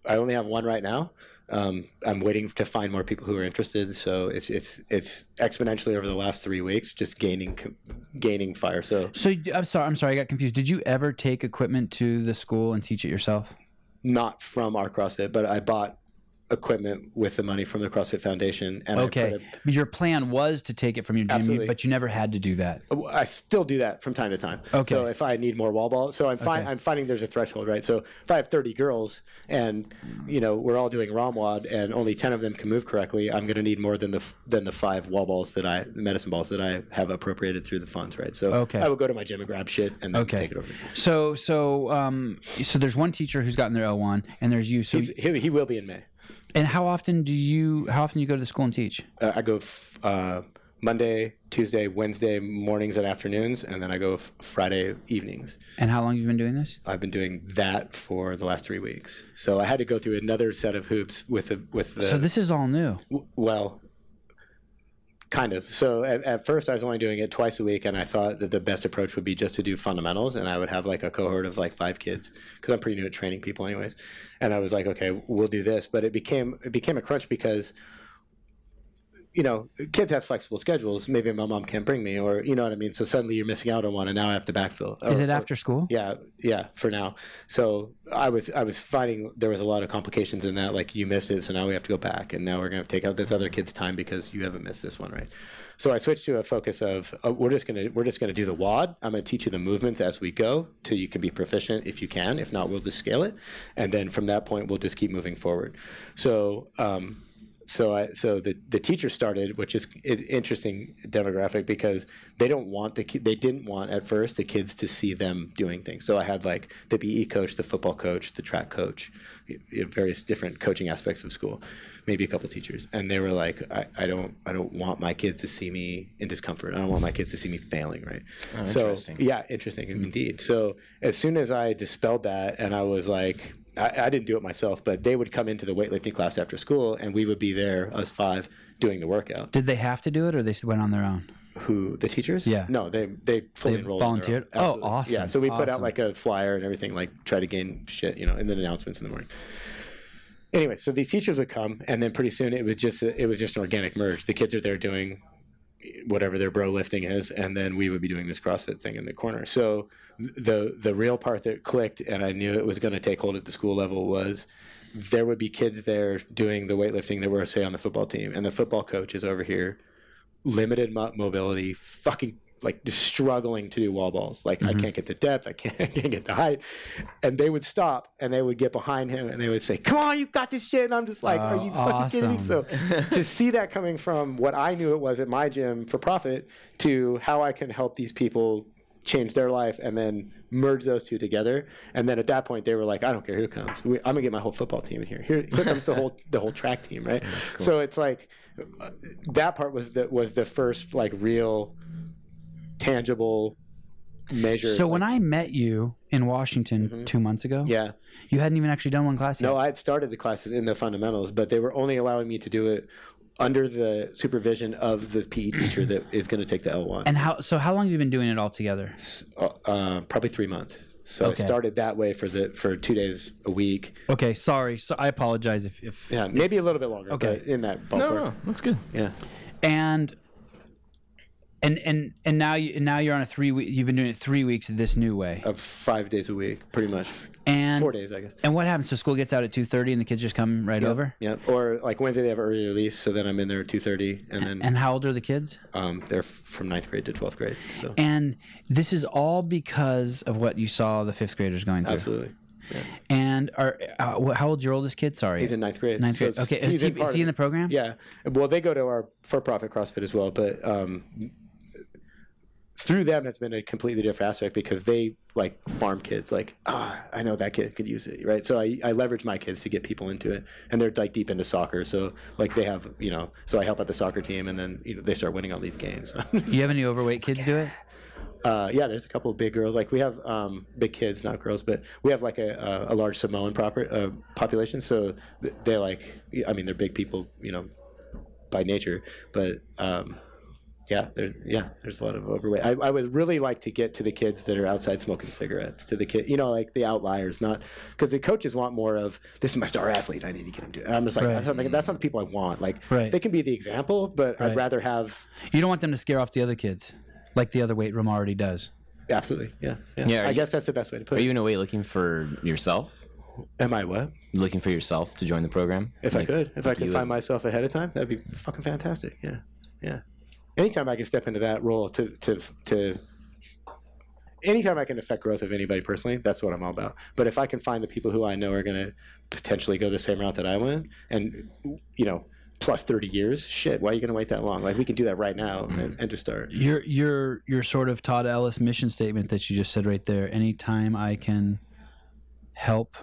[SPEAKER 2] I only have one right now. Um, I'm waiting to find more people who are interested. So it's it's it's exponentially over the last three weeks, just gaining co- gaining fire. So
[SPEAKER 3] So you- I'm sorry, I'm sorry, I got confused. Did you ever take equipment to the school and teach it yourself?
[SPEAKER 2] not from our CrossFit, but I bought equipment with the money from the CrossFit Foundation. And I put
[SPEAKER 3] Okay,
[SPEAKER 2] it-
[SPEAKER 3] But your plan was to take it from your gym,
[SPEAKER 2] Absolutely.
[SPEAKER 3] but you never had to do that.
[SPEAKER 2] Oh, I still do that from time to time.
[SPEAKER 3] Okay.
[SPEAKER 2] So if I need more wall ball, so I'm fine. I'm finding there's a threshold, right? So if I have 30 girls and you know we're all doing ROMWAD and only 10 of them can move correctly, I'm going to need more than the f- than the five wall balls that I the medicine balls that I have appropriated through the funds, right? So
[SPEAKER 3] Okay.
[SPEAKER 2] I will go to my gym and grab shit and then
[SPEAKER 3] Okay.
[SPEAKER 2] take it over.
[SPEAKER 3] So so um so there's one teacher who's gotten their L one, and there's you. So
[SPEAKER 2] He's, he, he will be in May.
[SPEAKER 3] and how often do you how often do you go to the school and teach?
[SPEAKER 2] Uh, I go f- uh, Monday, Tuesday, Wednesday mornings and afternoons, and then I go f- Friday evenings.
[SPEAKER 3] And how long have you been doing this?
[SPEAKER 2] I've been doing that for the last three weeks. So I had to go through another set of hoops with the with the
[SPEAKER 3] So this is all new.
[SPEAKER 2] w- well, kind of. So at, at first I was only doing it twice a week, and I thought that the best approach would be just to do fundamentals, and I would have like a cohort of like five kids because I'm pretty new at training people, anyways. And I was like, okay, we'll do this, but it became it became a crunch because you know, kids have flexible schedules. Maybe my mom can't bring me, or you know what I mean. So suddenly you're missing out on one, and now I have to backfill.
[SPEAKER 3] Is
[SPEAKER 2] Or-
[SPEAKER 3] it
[SPEAKER 2] or-
[SPEAKER 3] after school?
[SPEAKER 2] uh, yeah yeah for now so i was i was finding there was a lot of complications in that like you missed it so now we have to go back and now we're going to take out this other kid's time because you haven't missed this one right so i switched to a focus of uh, we're just going to we're just going to do the wad i'm going to teach you the movements as we go till you can be proficient if you can if not we'll just scale it and then from that point we'll just keep moving forward so um so I, so the, the teacher started, which is is interesting demographic because they don't want the ki- they didn't want at first the kids to see them doing things. So I had like the PE coach, the football coach, the track coach, y- you know, various different coaching aspects of school, maybe a couple teachers, and they were like, I, I don't I don't want my kids to see me in discomfort. I don't want my kids to see me failing. Right. so
[SPEAKER 1] interesting.
[SPEAKER 2] yeah, interesting indeed. So as soon as I dispelled that, and I was like, I, I didn't do it myself, but they would come into the weightlifting class after school, and we would be there, us five, doing the workout.
[SPEAKER 3] Did they have to do it, or they s- went on their own?
[SPEAKER 2] Who the teachers?
[SPEAKER 3] Yeah.
[SPEAKER 2] No, they they fully
[SPEAKER 3] They
[SPEAKER 2] enrolled. on their
[SPEAKER 3] volunteered?
[SPEAKER 2] own.
[SPEAKER 3] Oh,
[SPEAKER 2] Absolutely.
[SPEAKER 3] awesome,
[SPEAKER 2] Yeah. So we put out
[SPEAKER 3] awesome.
[SPEAKER 2] like a flyer and everything, like try to gain shit, you know, and then announcements in the morning. Anyway, so these teachers would come, and then pretty soon it was just it was just an organic merge. The kids are there doing whatever their bro lifting is, and then we would be doing this CrossFit thing in the corner. So th- the the real part that clicked, and I knew it was going to take hold at the school level was there would be kids there doing the weightlifting that were say on the football team, and the football coach is over here, limited mo- mobility, fucking like just struggling to do wall balls. Like
[SPEAKER 3] Mm-hmm.
[SPEAKER 2] I can't get the depth, I can't, <laughs> I can't get the height, and they would stop and they would get behind him and they would say, "Come on, you got this shit." And I'm just like, "Are
[SPEAKER 3] Oh,
[SPEAKER 2] you fucking kidding me?" So
[SPEAKER 3] awesome.
[SPEAKER 2] to see that coming from what I knew it was at my gym for profit to how I can help these people change their life and then merge those two together and then at that point they were like i don't care who comes we, i'm gonna get my whole football team in here here, here comes the
[SPEAKER 3] <laughs>
[SPEAKER 2] whole the whole track team right so it's like uh, that part was the was the first like real tangible measure
[SPEAKER 3] So when
[SPEAKER 2] like- Mm-hmm.
[SPEAKER 3] I met you in Washington two months ago,
[SPEAKER 2] yeah
[SPEAKER 3] you hadn't even actually done one class yet.
[SPEAKER 2] No, I had started the classes in the fundamentals, but they were only allowing me to do it under the supervision of the PE teacher that is going to take the L1.
[SPEAKER 3] and how? So how long have you been doing it all together?
[SPEAKER 2] uh, uh, probably three months. So
[SPEAKER 3] Okay.
[SPEAKER 2] I started that way for the for two days a week.
[SPEAKER 3] Okay, sorry. So I apologize if. if
[SPEAKER 2] Yeah, maybe a little bit longer.
[SPEAKER 3] Okay.
[SPEAKER 2] but in that ballpark.
[SPEAKER 1] that's good.
[SPEAKER 2] Yeah,
[SPEAKER 3] And. And and and now you and now you're on a three week. You've been doing it three weeks this new way.
[SPEAKER 2] of five days a week, pretty much
[SPEAKER 3] And
[SPEAKER 2] Oh, four days, I guess.
[SPEAKER 3] and what happens? So school gets out at two thirty, and the kids just come right over.
[SPEAKER 2] Yeah, or like Wednesday they have early release, so then I'm in there at two thirty, and then
[SPEAKER 3] And how old are the kids?
[SPEAKER 2] um, they're f- from ninth grade to twelfth grade. So
[SPEAKER 3] And this is all because of what you saw the fifth graders going through.
[SPEAKER 2] absolutely,
[SPEAKER 3] And are uh, wh- how old's your oldest kid? Sorry,
[SPEAKER 2] he's in ninth grade.
[SPEAKER 3] ninth
[SPEAKER 2] so
[SPEAKER 3] grade.
[SPEAKER 2] it's-
[SPEAKER 3] okay, is he,
[SPEAKER 2] part
[SPEAKER 3] is
[SPEAKER 2] of
[SPEAKER 3] he in
[SPEAKER 2] it.
[SPEAKER 3] the program?
[SPEAKER 2] Yeah. Well, they go to our for-profit CrossFit as well, but um, through them it's been a completely different aspect because they like farm kids. Like, ah, I know that kid could use it, right? So I, I leverage my kids to get people into it, and they're like deep into soccer. So like they have, you know, so I help out the soccer team, and then you know they start winning all these games. <laughs>
[SPEAKER 3] Do you have any overweight kids do it?
[SPEAKER 2] uh, yeah, there's a couple of big girls. Like we have um, big kids, not girls, but we have like a, a, a large Samoan proper uh, population. So th- they're like, I mean, they're big people, you know, by nature. But um, yeah, there, yeah, there's a lot of overweight. I, I would really like to get to the kids that are outside smoking cigarettes, to the kid, you know, like the outliers, not because the coaches want more of this is my star athlete. I need to get him to. And I'm just like,
[SPEAKER 3] Right.
[SPEAKER 2] that's not the, that's not the people I want. Like
[SPEAKER 3] Right.
[SPEAKER 2] they can be the example, but
[SPEAKER 3] Right.
[SPEAKER 2] I'd rather have
[SPEAKER 3] You don't want them to scare off the other kids, like the other weight room already does.
[SPEAKER 2] absolutely, yeah, yeah.
[SPEAKER 1] Yeah, are
[SPEAKER 2] I
[SPEAKER 1] you-
[SPEAKER 2] guess that's the best way to put
[SPEAKER 1] Are
[SPEAKER 2] it.
[SPEAKER 1] you in a way looking for yourself?
[SPEAKER 2] Am I what?
[SPEAKER 1] You Looking for yourself to join the program?
[SPEAKER 2] If I
[SPEAKER 1] Like,
[SPEAKER 2] could, if I could
[SPEAKER 1] you
[SPEAKER 2] find
[SPEAKER 1] as-
[SPEAKER 2] myself ahead of time, that'd be fucking fantastic. Yeah, yeah. Anytime I can step into that role to to to. Anytime I can affect growth of anybody personally, that's what I'm all about. But if I can find the people who I know are going to potentially go the same route that I went, and you know, plus 30 years, shit, why are you going to wait that long? Like we can do that right now
[SPEAKER 1] Mm-hmm.
[SPEAKER 2] and, and just start.
[SPEAKER 3] Your your your sort of Todd Ellis mission statement that you just said right there. Anytime I can help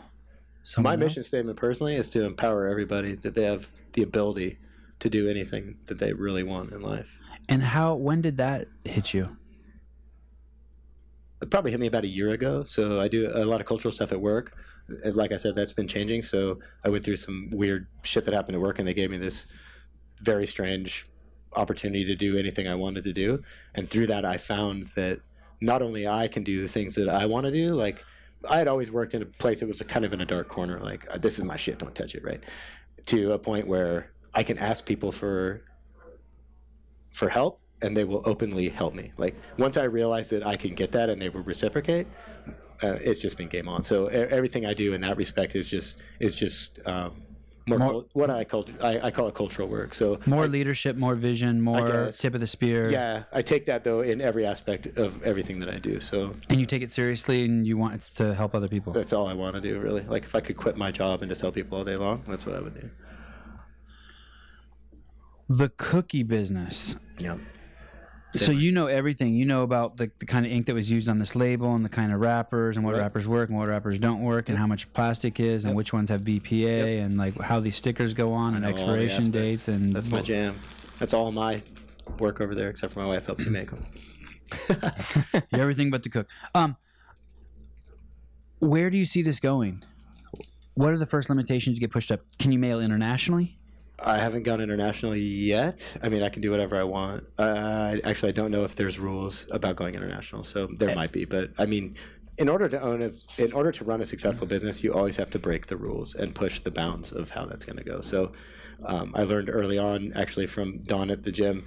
[SPEAKER 3] someone.
[SPEAKER 2] My
[SPEAKER 3] else.
[SPEAKER 2] mission statement personally is to empower everybody that they have the ability to do anything that they really want in life.
[SPEAKER 3] And how? When did that hit you?
[SPEAKER 2] it probably hit me about a year ago. So I do a lot of cultural stuff at work. And Like I said, that's been changing. So I went through some weird shit that happened at work, and they gave me this very strange opportunity to do anything I wanted to do. And through that, I found that not only I can do the things that I want to do, like I had always worked in a place that was kind of in a dark corner, like "Uh, this is my shit, don't touch it, right? To a point where I can ask people for for help and they will openly help me like once i realized that i can get that and they will reciprocate uh, it's just been game on so e- everything i do in that respect is just is just um, more,
[SPEAKER 3] More-
[SPEAKER 2] cul- what i call I, I call it cultural work so
[SPEAKER 3] More leadership, more vision, more
[SPEAKER 2] guess.
[SPEAKER 3] tip of the spear.
[SPEAKER 2] yeah i take that though in every aspect of everything that i do so
[SPEAKER 3] And you take it seriously, and you want it to help other people.
[SPEAKER 2] that's all i want to do really like if i could quit my job and just help people all day long that's what i would do
[SPEAKER 3] The cookie business.
[SPEAKER 2] yeah
[SPEAKER 3] So you know everything. You know about the, the kind of ink that was used on this label and the kind of wrappers and what wrappers work and what wrappers don't work and how much plastic is and which ones have BPA and like how these stickers go on and
[SPEAKER 2] all the
[SPEAKER 3] expiration
[SPEAKER 2] aspects.
[SPEAKER 3] dates and
[SPEAKER 2] that's my jam that's all my work over there except for my wife helps
[SPEAKER 3] <clears throat>
[SPEAKER 2] me make them
[SPEAKER 3] everything but the cook. Um, where do you see this going? What are the first limitations you get pushed up? Can you mail internationally?
[SPEAKER 2] I haven't gone international yet. I mean, I can do whatever I want. Uh, actually, I don't know if there's rules about going international, so there might be. But I mean, in order to own a, in order to run a successful business, you always have to break the rules and push the bounds of how that's going to go. So, um, I learned early on, actually, from Don at the gym,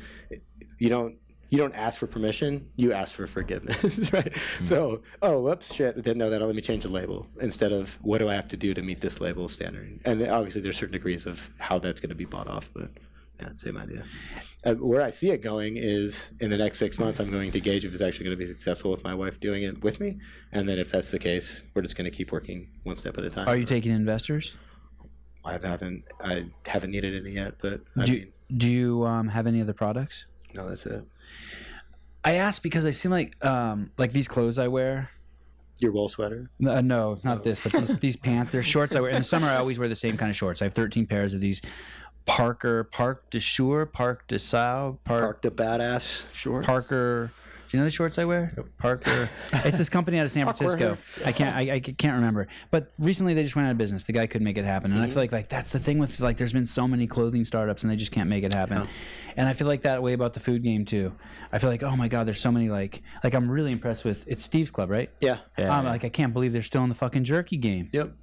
[SPEAKER 2] you don't you don't ask for permission, you ask for forgiveness, <laughs> right?
[SPEAKER 3] Hmm.
[SPEAKER 2] So, oh, whoops, shit, didn't know that. Let me change the label instead of what do I have to do to meet this label standard? And then obviously, there's certain degrees of how that's going to be bought off, but Yeah, same idea. Uh, where I see it going is in the next six months, I'm going to gauge if it's actually going to be successful with my wife doing it with me, and then if that's the case, we're just going to keep working one step at a time.
[SPEAKER 3] Are you taking investors?
[SPEAKER 2] I haven't, I haven't needed any yet, but I
[SPEAKER 3] Do,
[SPEAKER 2] mean,
[SPEAKER 3] do you um, have any other products?
[SPEAKER 2] no, that's it.
[SPEAKER 3] I ask because I seem like um, like these clothes I wear.
[SPEAKER 2] Your wool sweater.
[SPEAKER 3] Uh, no, not this, but these, these pants. They're shorts I wear. In the summer, I always wear the same kind of shorts. I have 13 pairs of these Parker, Park de Sure, Park de Sau, Park
[SPEAKER 2] Park the badass shorts.
[SPEAKER 3] Parker. Do you know the shorts I wear? Parker. <laughs> it's this company out of San Francisco. I can't. I, I can't remember. But recently they just went out of business. The guy couldn't make it happen,
[SPEAKER 2] Mm-hmm.
[SPEAKER 3] and I feel like like that's the thing with like there's been so many clothing startups and they just can't make it happen. And I feel like that way about the food game too. I feel like oh my god, there's so many like like I'm really impressed with it's Steve's Club, right?
[SPEAKER 2] Yeah.
[SPEAKER 3] um, like I can't believe they're still in the fucking jerky game.
[SPEAKER 2] Yep.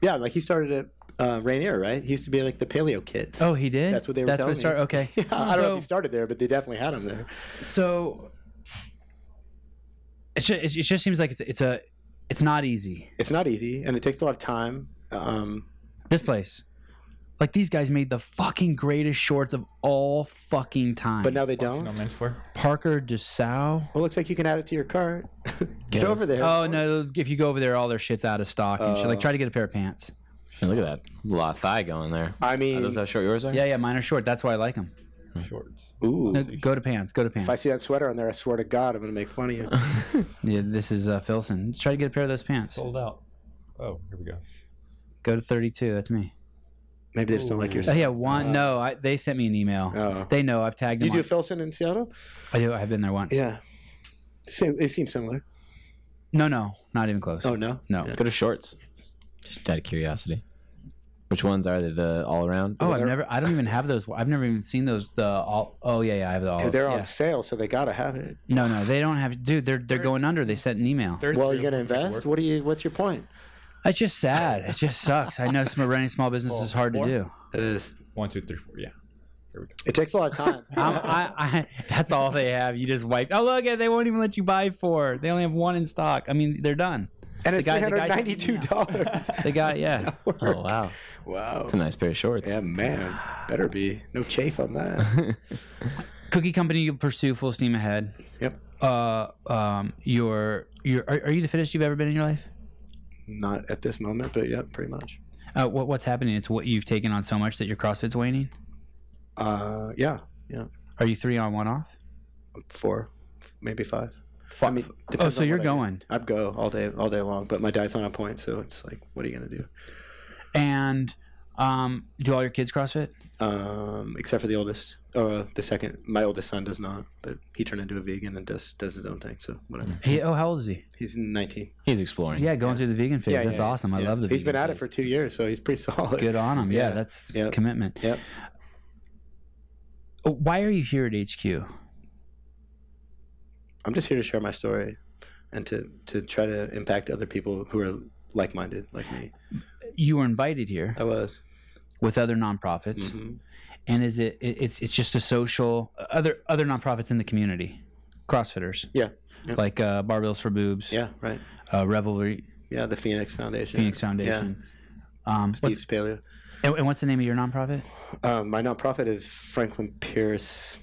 [SPEAKER 2] Yeah, like he started at uh, Rainier, right? He used to be like the paleo kids.
[SPEAKER 3] Oh, he did.
[SPEAKER 2] That's what they were
[SPEAKER 3] That's
[SPEAKER 2] telling
[SPEAKER 3] what started.
[SPEAKER 2] me.
[SPEAKER 3] Okay.
[SPEAKER 2] <laughs> Yeah, I don't know if he
[SPEAKER 3] So-
[SPEAKER 2] started there, but they definitely had him there.
[SPEAKER 3] So it's just, it just seems like it's it's a it's not easy.
[SPEAKER 2] It's not easy, and it takes a lot of time. Um,
[SPEAKER 3] This place. Like these guys made the fucking greatest shorts of all fucking time.
[SPEAKER 2] but now they
[SPEAKER 4] No
[SPEAKER 2] don't.
[SPEAKER 4] meant for.
[SPEAKER 3] Parker DeSau.
[SPEAKER 2] Well, looks like you can add it to your cart. <laughs> Get over there.
[SPEAKER 3] Oh no! If you go over there, all their shit's out of stock and
[SPEAKER 2] Oh.
[SPEAKER 3] shit. Like, try to get a pair of pants.
[SPEAKER 1] Man, look at that. A lot of thigh going there.
[SPEAKER 2] I
[SPEAKER 1] Are
[SPEAKER 2] mean,
[SPEAKER 1] those how short yours are? <laughs>
[SPEAKER 3] Yeah, yeah. Mine are short. That's why I like them.
[SPEAKER 2] Hmm.
[SPEAKER 4] Shorts.
[SPEAKER 2] ooh.
[SPEAKER 3] No, go to pants. Go to
[SPEAKER 2] If I
[SPEAKER 3] pants.
[SPEAKER 2] see that sweater on there, I swear to God, I'm gonna make fun of you.
[SPEAKER 3] Yeah, this is uh, Filson. Try to get a pair of those pants.
[SPEAKER 4] Sold out. Oh, here we go.
[SPEAKER 3] Go to thirty-two. That's me.
[SPEAKER 2] Maybe they just don't like your.
[SPEAKER 3] Oh, yeah, one. No, I, they sent me an email.
[SPEAKER 2] Oh.
[SPEAKER 3] They know I've tagged them.
[SPEAKER 2] You do
[SPEAKER 3] on-
[SPEAKER 2] Filson in Seattle?
[SPEAKER 3] I do. I've been there once.
[SPEAKER 2] Yeah. Same, it seems similar.
[SPEAKER 3] No, no, not even close.
[SPEAKER 2] Oh no.
[SPEAKER 3] no.
[SPEAKER 1] Go to shorts. Just out of curiosity. Which ones are they? The all around?
[SPEAKER 3] Oh, I've never. I don't even have those. I've never even seen those. The all. Oh yeah, yeah. I have the all.
[SPEAKER 2] Dude, they're
[SPEAKER 3] yeah.
[SPEAKER 2] on sale, so they gotta have it.
[SPEAKER 3] No, no, they don't have. Dude, they're they're going under. They sent an email.
[SPEAKER 2] Well, you're gonna invest. What do you? What's your point?
[SPEAKER 3] It's just sad. It just sucks. I know some running small business is hard to do.
[SPEAKER 2] It is.
[SPEAKER 4] One, two, three, four. Yeah. There we go.
[SPEAKER 2] It takes a lot of <laughs> time.
[SPEAKER 3] I'm, I, I, <laughs> that's all they have. You just wipe. Oh look, they won't even let you buy four. They only have one in stock. I mean, they're done.
[SPEAKER 2] And it's
[SPEAKER 3] guy-
[SPEAKER 2] three
[SPEAKER 3] the
[SPEAKER 2] hundred
[SPEAKER 3] guy sent me
[SPEAKER 2] ninety-two
[SPEAKER 3] <laughs>
[SPEAKER 2] dollars. <laughs>
[SPEAKER 3] They got yeah.
[SPEAKER 1] Oh, wow.
[SPEAKER 2] wow.
[SPEAKER 1] It's a nice pair of shorts.
[SPEAKER 2] Yeah, man. Better be no chafe on
[SPEAKER 3] <laughs>
[SPEAKER 2] that.
[SPEAKER 3] Cookie company, you pursue full steam ahead.
[SPEAKER 2] yep.
[SPEAKER 3] Uh, um, your your are, are you the fittest you've ever been in your life?
[SPEAKER 2] Not at this moment, but yep, pretty much.
[SPEAKER 3] Uh, what what's happening? It's what you've taken on so much that your CrossFit's waning.
[SPEAKER 2] Uh, yeah, yeah.
[SPEAKER 3] Are you three on one off?
[SPEAKER 2] Four, f- maybe five.
[SPEAKER 3] Fi-
[SPEAKER 2] I mean,
[SPEAKER 3] Oh,
[SPEAKER 2] depends
[SPEAKER 3] so
[SPEAKER 2] on
[SPEAKER 3] you're
[SPEAKER 2] what I do.
[SPEAKER 3] going.
[SPEAKER 2] I'd go all day, all day long, but my diet's not on point, so it's like, what are you gonna do?
[SPEAKER 3] And um, do all your kids CrossFit?
[SPEAKER 2] Um, except for the oldest, uh, the second. My oldest son does not, but he turned into a vegan and does does his own thing. So whatever.
[SPEAKER 3] He, oh, how old is he?
[SPEAKER 2] He's nineteen.
[SPEAKER 1] <laughs> He's exploring.
[SPEAKER 3] Yeah, going through the vegan phase. that's awesome. I
[SPEAKER 2] yeah.
[SPEAKER 3] love the.
[SPEAKER 2] He's been
[SPEAKER 3] vegan
[SPEAKER 2] at it
[SPEAKER 3] phase.
[SPEAKER 2] for two years, so he's pretty <laughs> solid.
[SPEAKER 3] Good on him. Yeah,
[SPEAKER 2] Yeah.
[SPEAKER 3] that's
[SPEAKER 2] Yep.
[SPEAKER 3] commitment.
[SPEAKER 2] Yep.
[SPEAKER 3] Oh, Why are you here at HQ?
[SPEAKER 2] I'm just here to share my story and to, to try to impact other people who are like minded like me.
[SPEAKER 3] You were invited here
[SPEAKER 2] I was.
[SPEAKER 3] with other nonprofits,
[SPEAKER 2] Mhm.
[SPEAKER 3] and is it, it? It's it's just a social other other nonprofits in the community, CrossFitters
[SPEAKER 2] Yeah. Yep.
[SPEAKER 3] like uh, Barbells for Boobs,
[SPEAKER 2] Yeah, right.
[SPEAKER 3] uh, Revelry,
[SPEAKER 2] Yeah, the Phoenix Foundation.
[SPEAKER 3] Phoenix Foundation. Um,
[SPEAKER 2] Yeah.
[SPEAKER 3] what's,
[SPEAKER 2] Steve Paleo.
[SPEAKER 3] and and what's the name of your nonprofit?
[SPEAKER 2] Um, my nonprofit is Franklin Pierce.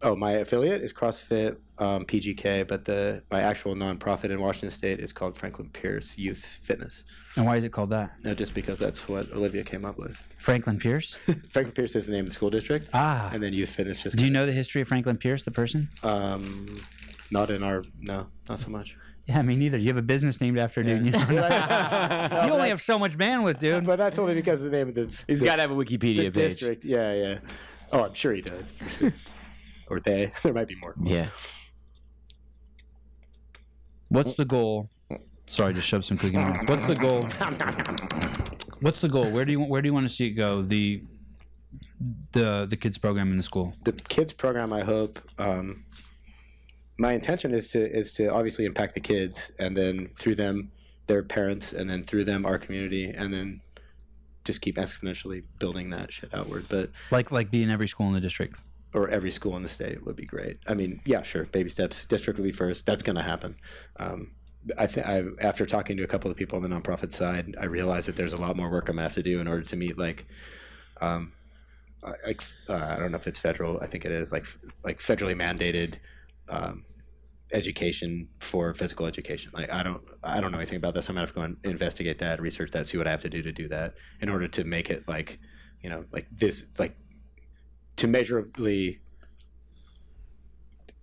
[SPEAKER 2] Oh, my affiliate is CrossFit um, PGK, but the my actual nonprofit in Washington State is called Franklin Pierce Youth Fitness.
[SPEAKER 3] And why is it called that?
[SPEAKER 2] No, just because that's what Olivia came up with.
[SPEAKER 3] Franklin
[SPEAKER 2] <laughs>
[SPEAKER 3] Pierce.
[SPEAKER 2] Franklin Pierce is the name of the school district,
[SPEAKER 3] Ah,
[SPEAKER 2] and then Youth Fitness just.
[SPEAKER 3] Do you know the history of Franklin Pierce, the person?
[SPEAKER 2] Um, not in our no, not so much.
[SPEAKER 3] Yeah, me neither. You have a business named after a dude. and You, don't know.
[SPEAKER 1] <laughs>
[SPEAKER 3] You only have so much bandwidth, dude.
[SPEAKER 2] But that's only because of the name of the.
[SPEAKER 1] He's
[SPEAKER 2] the-
[SPEAKER 1] got to have a Wikipedia
[SPEAKER 2] the
[SPEAKER 1] page.
[SPEAKER 2] district. Yeah, yeah. Oh, I'm sure he does.
[SPEAKER 1] <laughs>
[SPEAKER 2] or they. <laughs> There might be more.
[SPEAKER 1] Yeah.
[SPEAKER 3] What's the goal? Sorry, just shoved some cookie. In my mouth. What's the goal? What's the goal? Where do you where do you want to see it go? The the the kids program in the school.
[SPEAKER 2] The kids program. I hope. Um, my intention is to is to obviously impact the kids, and then through them, their parents, and then through them, our community, and then just keep exponentially building that shit outward. But
[SPEAKER 3] Like like be in every school in the district.
[SPEAKER 2] or every school in the state would be great. I mean, yeah, sure, baby steps. District would be first. That's going to happen. Um, I think I, after talking to a couple of people on the nonprofit side, I realized that there's a lot more work I'm gonna have to do in order to meet like um, uh, like uh, I don't know if it's federal. I think it is like like federally mandated um, education for physical education. Like I don't I don't know anything about this. I'm gonna have to go and investigate that, research that, see what I have to do to do that in order to make it like you know like this like to measurably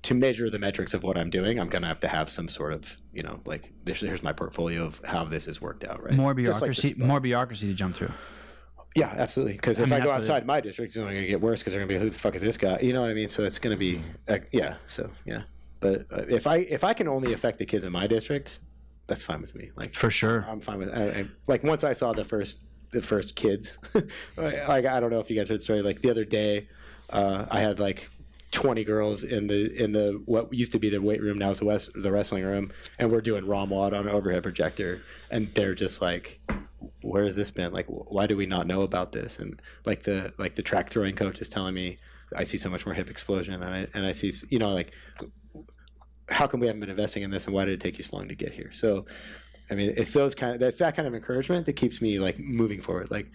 [SPEAKER 2] to measure the metrics of what I'm doing, I'm gonna have to have some sort of you know like this, here's my portfolio of how this has worked out, right?
[SPEAKER 3] More
[SPEAKER 2] Just like this
[SPEAKER 3] bureaucracy,
[SPEAKER 2] stuff.
[SPEAKER 3] more bureaucracy to jump through.
[SPEAKER 2] Yeah, absolutely. Because if
[SPEAKER 3] mean,
[SPEAKER 2] I, go
[SPEAKER 3] that's what it-
[SPEAKER 2] outside my district, it's only going to get worse because they're going to be, who the fuck is this guy? You know what I mean? So it's going to be, uh, yeah. So yeah. But uh, if I if I can only affect the kids in my district, that's fine with me. Like
[SPEAKER 3] For sure.
[SPEAKER 2] I'm fine with. I, I, like once I saw the first the first kids, <laughs> like I don't know if you guys heard the story. Like the other day, uh, I had like. 20 girls in the in the what used to be the weight room now is the west the wrestling room and we're doing raw mod on an overhead projector and they're just like where has this been? Like, wh- why do we not know about this? And like the like the track throwing coach is telling me, I see so much more hip explosion, and I and I see s- you know like, how come we haven't been investing in this, and why did it take you so long to get here? So, I mean, it's those kind of that's that kind of encouragement that keeps me like moving forward. Like,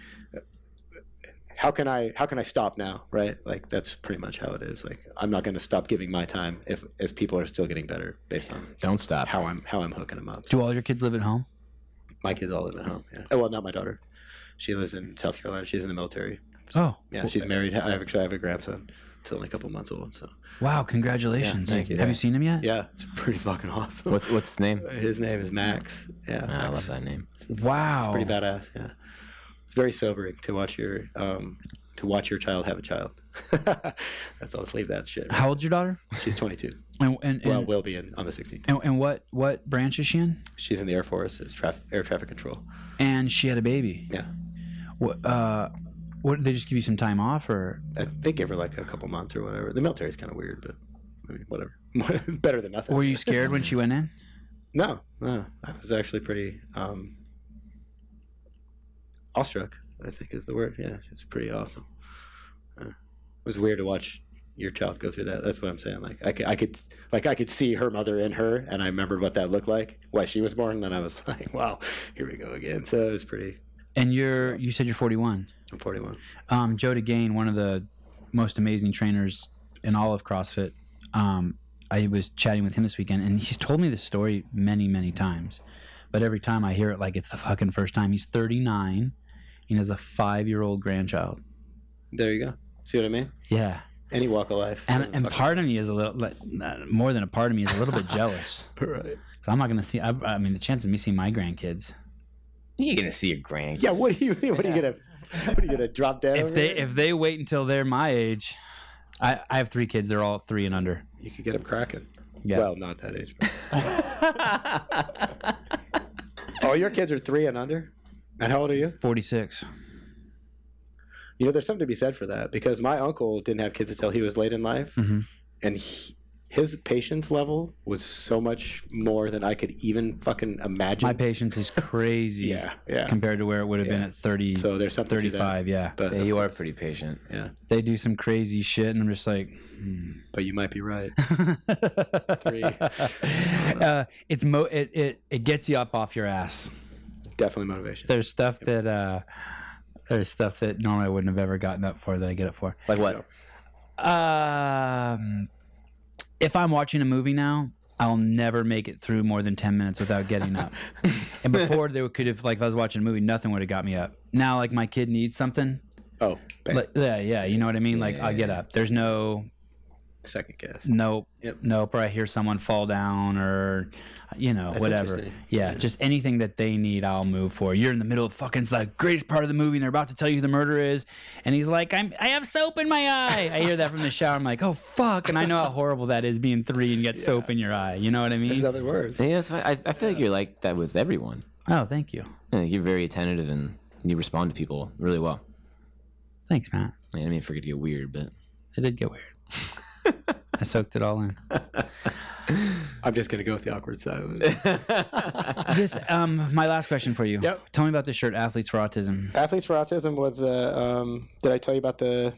[SPEAKER 2] how can I how can I stop now? Right? Like that's pretty much how it is. Like I'm not going to stop giving my time if if people are still getting better based on
[SPEAKER 1] Don't stop.
[SPEAKER 2] how I'm how I'm hooking them up.
[SPEAKER 3] Do all your kids live at home?
[SPEAKER 2] My kids all live at home. Yeah. Oh, well, not my daughter. She lives in South Carolina. She's in the military.
[SPEAKER 3] Oh,
[SPEAKER 2] Yeah, she's married. I have, actually I have a grandson. It's only a couple months old. So
[SPEAKER 3] wow! Congratulations.
[SPEAKER 2] Yeah, thank you.
[SPEAKER 3] Have you seen him yet?
[SPEAKER 2] yeah, it's pretty fucking awesome.
[SPEAKER 1] What's what's his <laughs> name?
[SPEAKER 2] His name is Max. Yeah,
[SPEAKER 1] Ah, I
[SPEAKER 2] Max.
[SPEAKER 1] love that name.
[SPEAKER 3] Wow.
[SPEAKER 2] It's pretty badass. Yeah, it's very sobering to watch your um to watch your child have a child. <laughs> That's all. Let's leave that shit.
[SPEAKER 3] How old's your daughter?
[SPEAKER 2] She's 22.
[SPEAKER 3] And and and,
[SPEAKER 2] Well, will be in, on the 16th.
[SPEAKER 3] and, and what what branch is she in?
[SPEAKER 2] She's in the Air Force. It's traf- air traffic control.
[SPEAKER 3] And she had a baby.
[SPEAKER 2] Yeah,
[SPEAKER 3] What? Uh, what? Did they just give you some time off, or
[SPEAKER 2] I think give her like a couple months or whatever. The military's kind of weird, but I mean, whatever. <laughs> Better than nothing.
[SPEAKER 3] were you scared when she went in?
[SPEAKER 2] No, no, I was actually pretty um, awestruck. I think is the word. Yeah, it's pretty awesome. Uh, it was weird to watch your child go through that. That's what I'm saying. Like I, could- I could, like I could see her mother in her, and I remembered what that looked like, why she was born. Then I was <laughs> like, wow, here we go again. So it was pretty.
[SPEAKER 3] And you're you said you're 41.
[SPEAKER 2] I'm 41.
[SPEAKER 3] um, Joe DeGain, one of the most amazing trainers in all of CrossFit. Um, I was chatting with him this weekend, and he's told me this story many, many times. But every time I hear it, like it's the fucking first time. He's 39 and has a five year old grandchild.
[SPEAKER 2] There you go. See what I mean?
[SPEAKER 3] Yeah.
[SPEAKER 2] Any walk of life.
[SPEAKER 3] And,
[SPEAKER 2] doesn't
[SPEAKER 3] and
[SPEAKER 2] fucking-
[SPEAKER 3] part of me is a little, like, not- more than a part of me is a little bit jealous.
[SPEAKER 2] Right.
[SPEAKER 3] 'Cause I'm not going to see, I, I mean, the chance of me seeing my grandkids.
[SPEAKER 1] You're gonna see a grand.
[SPEAKER 2] Yeah. What are you? <laughs> What are you gonna? What are you gonna drop down?
[SPEAKER 3] If
[SPEAKER 2] over
[SPEAKER 3] they
[SPEAKER 2] there?
[SPEAKER 3] if they wait until they're my age, I, I have three kids. They're all three and under.
[SPEAKER 2] you could get them cracking.
[SPEAKER 3] Yeah.
[SPEAKER 2] Well, not that age.
[SPEAKER 1] <laughs>
[SPEAKER 2] but- All Oh, your kids are three and under. And how old are you?
[SPEAKER 3] 46.
[SPEAKER 2] You know, there's something to be said for that because my uncle didn't have kids until he was late in life,
[SPEAKER 3] Mhm.
[SPEAKER 2] and he, his patience level was so much more than I could even fucking imagine.
[SPEAKER 3] My patience is crazy.
[SPEAKER 2] yeah, yeah.
[SPEAKER 3] compared to where it would have been
[SPEAKER 2] Yeah.
[SPEAKER 3] at 30,
[SPEAKER 2] So there's something to that.
[SPEAKER 3] 35. Yeah.
[SPEAKER 2] But
[SPEAKER 1] Yeah, you are pretty patient.
[SPEAKER 2] yeah,
[SPEAKER 3] They do some crazy shit, and I'm just like, hmm. <laughs>
[SPEAKER 2] but you might be right. Three.
[SPEAKER 3] three. uh, it's mo- it, it, it gets you up off your ass.
[SPEAKER 2] Definitely motivation.
[SPEAKER 3] There's stuff that, uh, there's stuff that normally I wouldn't have ever gotten up for that I get up for.
[SPEAKER 1] Like
[SPEAKER 2] Yeah.
[SPEAKER 1] what?
[SPEAKER 3] Um, if I'm watching a movie now, I'll never make it through more than 10 minutes without getting up. and before, they could have, like, if I was watching a movie, nothing would have got me up. Now, like, my kid needs something.
[SPEAKER 2] Oh, bang.
[SPEAKER 3] Like, yeah, yeah, you know what I mean? Like, I'll get
[SPEAKER 1] Yeah.
[SPEAKER 3] up. There's no
[SPEAKER 2] second guess.
[SPEAKER 3] nope,
[SPEAKER 2] Yep.
[SPEAKER 3] nope, or I hear someone fall down or, you know,
[SPEAKER 2] That's
[SPEAKER 3] whatever.
[SPEAKER 2] interesting.
[SPEAKER 3] Yeah, just anything that they need, I'll move for. You're in the middle of fucking it's the greatest part of the movie, and they're about to tell you who the murderer is, and he's like, "I'm, I have soap in my eye." I hear that
[SPEAKER 2] <laughs>
[SPEAKER 3] from the shower. I'm like, "Oh fuck!" And I know how horrible that is, being three and get soap in your eye. You know what I
[SPEAKER 2] There's
[SPEAKER 3] mean?
[SPEAKER 2] other words.
[SPEAKER 1] Yeah, that's fine. I, I feel like you're like that with everyone.
[SPEAKER 3] Oh, thank you,
[SPEAKER 1] You know, you're very attentive and you respond to people really well.
[SPEAKER 3] thanks, Matt.
[SPEAKER 1] I mean, I forget to get weird, <laughs> but
[SPEAKER 3] It did get weird.
[SPEAKER 2] <laughs>
[SPEAKER 3] I soaked it all in.
[SPEAKER 2] I'm just gonna go with the awkward silence.
[SPEAKER 3] This, um, my last question for you.
[SPEAKER 2] Yep.
[SPEAKER 3] Tell me about this shirt, Athletes for Autism.
[SPEAKER 2] Athletes for Autism was. Uh, um, did I tell you about the?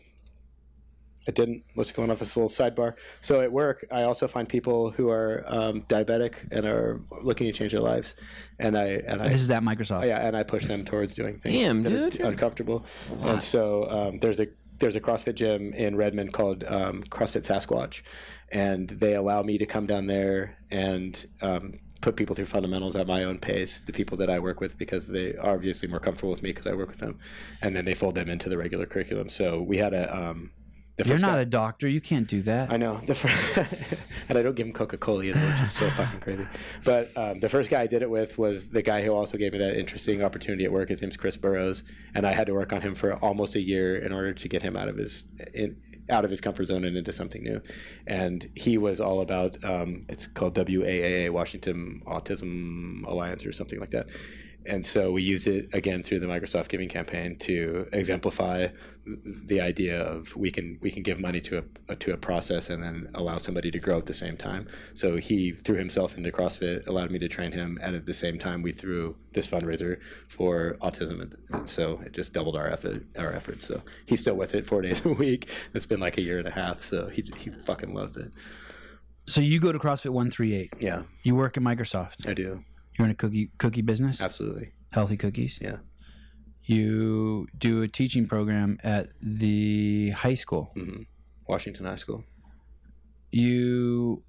[SPEAKER 2] I didn't. What's going off this little sidebar? So at work, I also find people who are um, diabetic and are looking to change their lives, and I and I
[SPEAKER 3] This is at
[SPEAKER 2] Oh,
[SPEAKER 3] Microsoft.
[SPEAKER 2] yeah, and I push them towards doing things
[SPEAKER 1] Damn,
[SPEAKER 2] that
[SPEAKER 1] dude.
[SPEAKER 2] are uncomfortable. And so um, there's a there's a CrossFit gym in Redmond called um, CrossFit Sasquatch, and they allow me to come down there and um, put people through fundamentals at my own pace. The people that I work with, because they are obviously more comfortable with me because I work with them, and then they fold them into the regular curriculum. So we had a um, the
[SPEAKER 3] You're
[SPEAKER 2] first
[SPEAKER 3] not
[SPEAKER 2] guy-
[SPEAKER 3] a doctor. You can't do that.
[SPEAKER 2] I know the first, <laughs> and I don't give him Coca Cola either, which is so fucking crazy. But um, the first guy I did it with was the guy who also gave me that interesting opportunity at work. His name's Chris Burrows, and I had to work on him for almost a year in order to get him out of his in, out of his comfort zone and into something new. And he was all about um, it's called WAAA, Washington Autism Alliance, or something like that. And so we use it again through the Microsoft Giving campaign to exemplify the idea of we can we can give money to a to a process and then allow somebody to grow at the same time. So he threw himself into CrossFit, allowed me to train him, and at the same time we threw this fundraiser for autism, and, and so it just doubled our effort our efforts. So he's still with it four <laughs> days a week. It's been like a year and a half, so he he fucking loves it.
[SPEAKER 3] So you go to CrossFit 138.
[SPEAKER 2] Yeah,
[SPEAKER 3] You work at Microsoft.
[SPEAKER 2] I do
[SPEAKER 3] You're in a cookie cookie business,
[SPEAKER 2] absolutely.
[SPEAKER 3] healthy cookies.
[SPEAKER 2] Yeah.
[SPEAKER 3] You do a teaching program at the high school.
[SPEAKER 2] hmm Washington High School.
[SPEAKER 3] You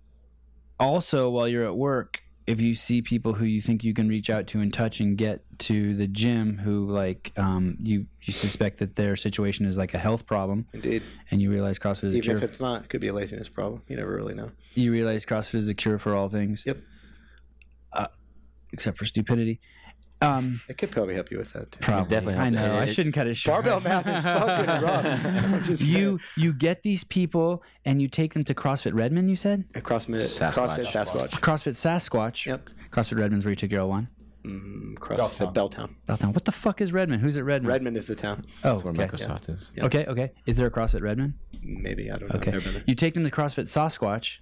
[SPEAKER 3] also, while you're at work, if you see people who you think you can reach out to and touch and get to the gym, who like um, you you suspect that their situation is like a health problem,
[SPEAKER 2] Indeed,
[SPEAKER 3] and you realize CrossFit is a
[SPEAKER 2] even if
[SPEAKER 3] cure.
[SPEAKER 2] it's not, it could be a laziness problem. You never really know.
[SPEAKER 3] You realize CrossFit is a cure for all things.
[SPEAKER 2] Yep.
[SPEAKER 3] Uh, except for stupidity. Um,
[SPEAKER 2] It could probably help you with that too.
[SPEAKER 3] Probably.
[SPEAKER 1] definitely
[SPEAKER 3] I
[SPEAKER 1] helped.
[SPEAKER 3] know. I
[SPEAKER 1] It-
[SPEAKER 3] shouldn't cut it short.
[SPEAKER 2] Barbell math
[SPEAKER 3] <laughs>
[SPEAKER 2] is fucking rough. I'm just
[SPEAKER 3] you you get these people and you take them to CrossFit Redmond. You said
[SPEAKER 2] A CrossFit
[SPEAKER 1] Sasquatch.
[SPEAKER 2] CrossFit Sasquatch.
[SPEAKER 3] CrossFit Sasquatch.
[SPEAKER 2] Yep.
[SPEAKER 3] CrossFit Redmond's where you took your L1.
[SPEAKER 2] Mm, CrossFit Belltown.
[SPEAKER 3] Belltown. What the fuck is Redmond? Who's at Redmond?
[SPEAKER 2] Redmond is the town.
[SPEAKER 3] Oh,
[SPEAKER 1] where
[SPEAKER 3] okay.
[SPEAKER 1] Microsoft is.
[SPEAKER 2] yeah.
[SPEAKER 3] Okay. Okay. Is there a CrossFit Redmond?
[SPEAKER 2] Maybe I don't know.
[SPEAKER 3] Okay.
[SPEAKER 2] Never been
[SPEAKER 3] You take them to CrossFit Sasquatch,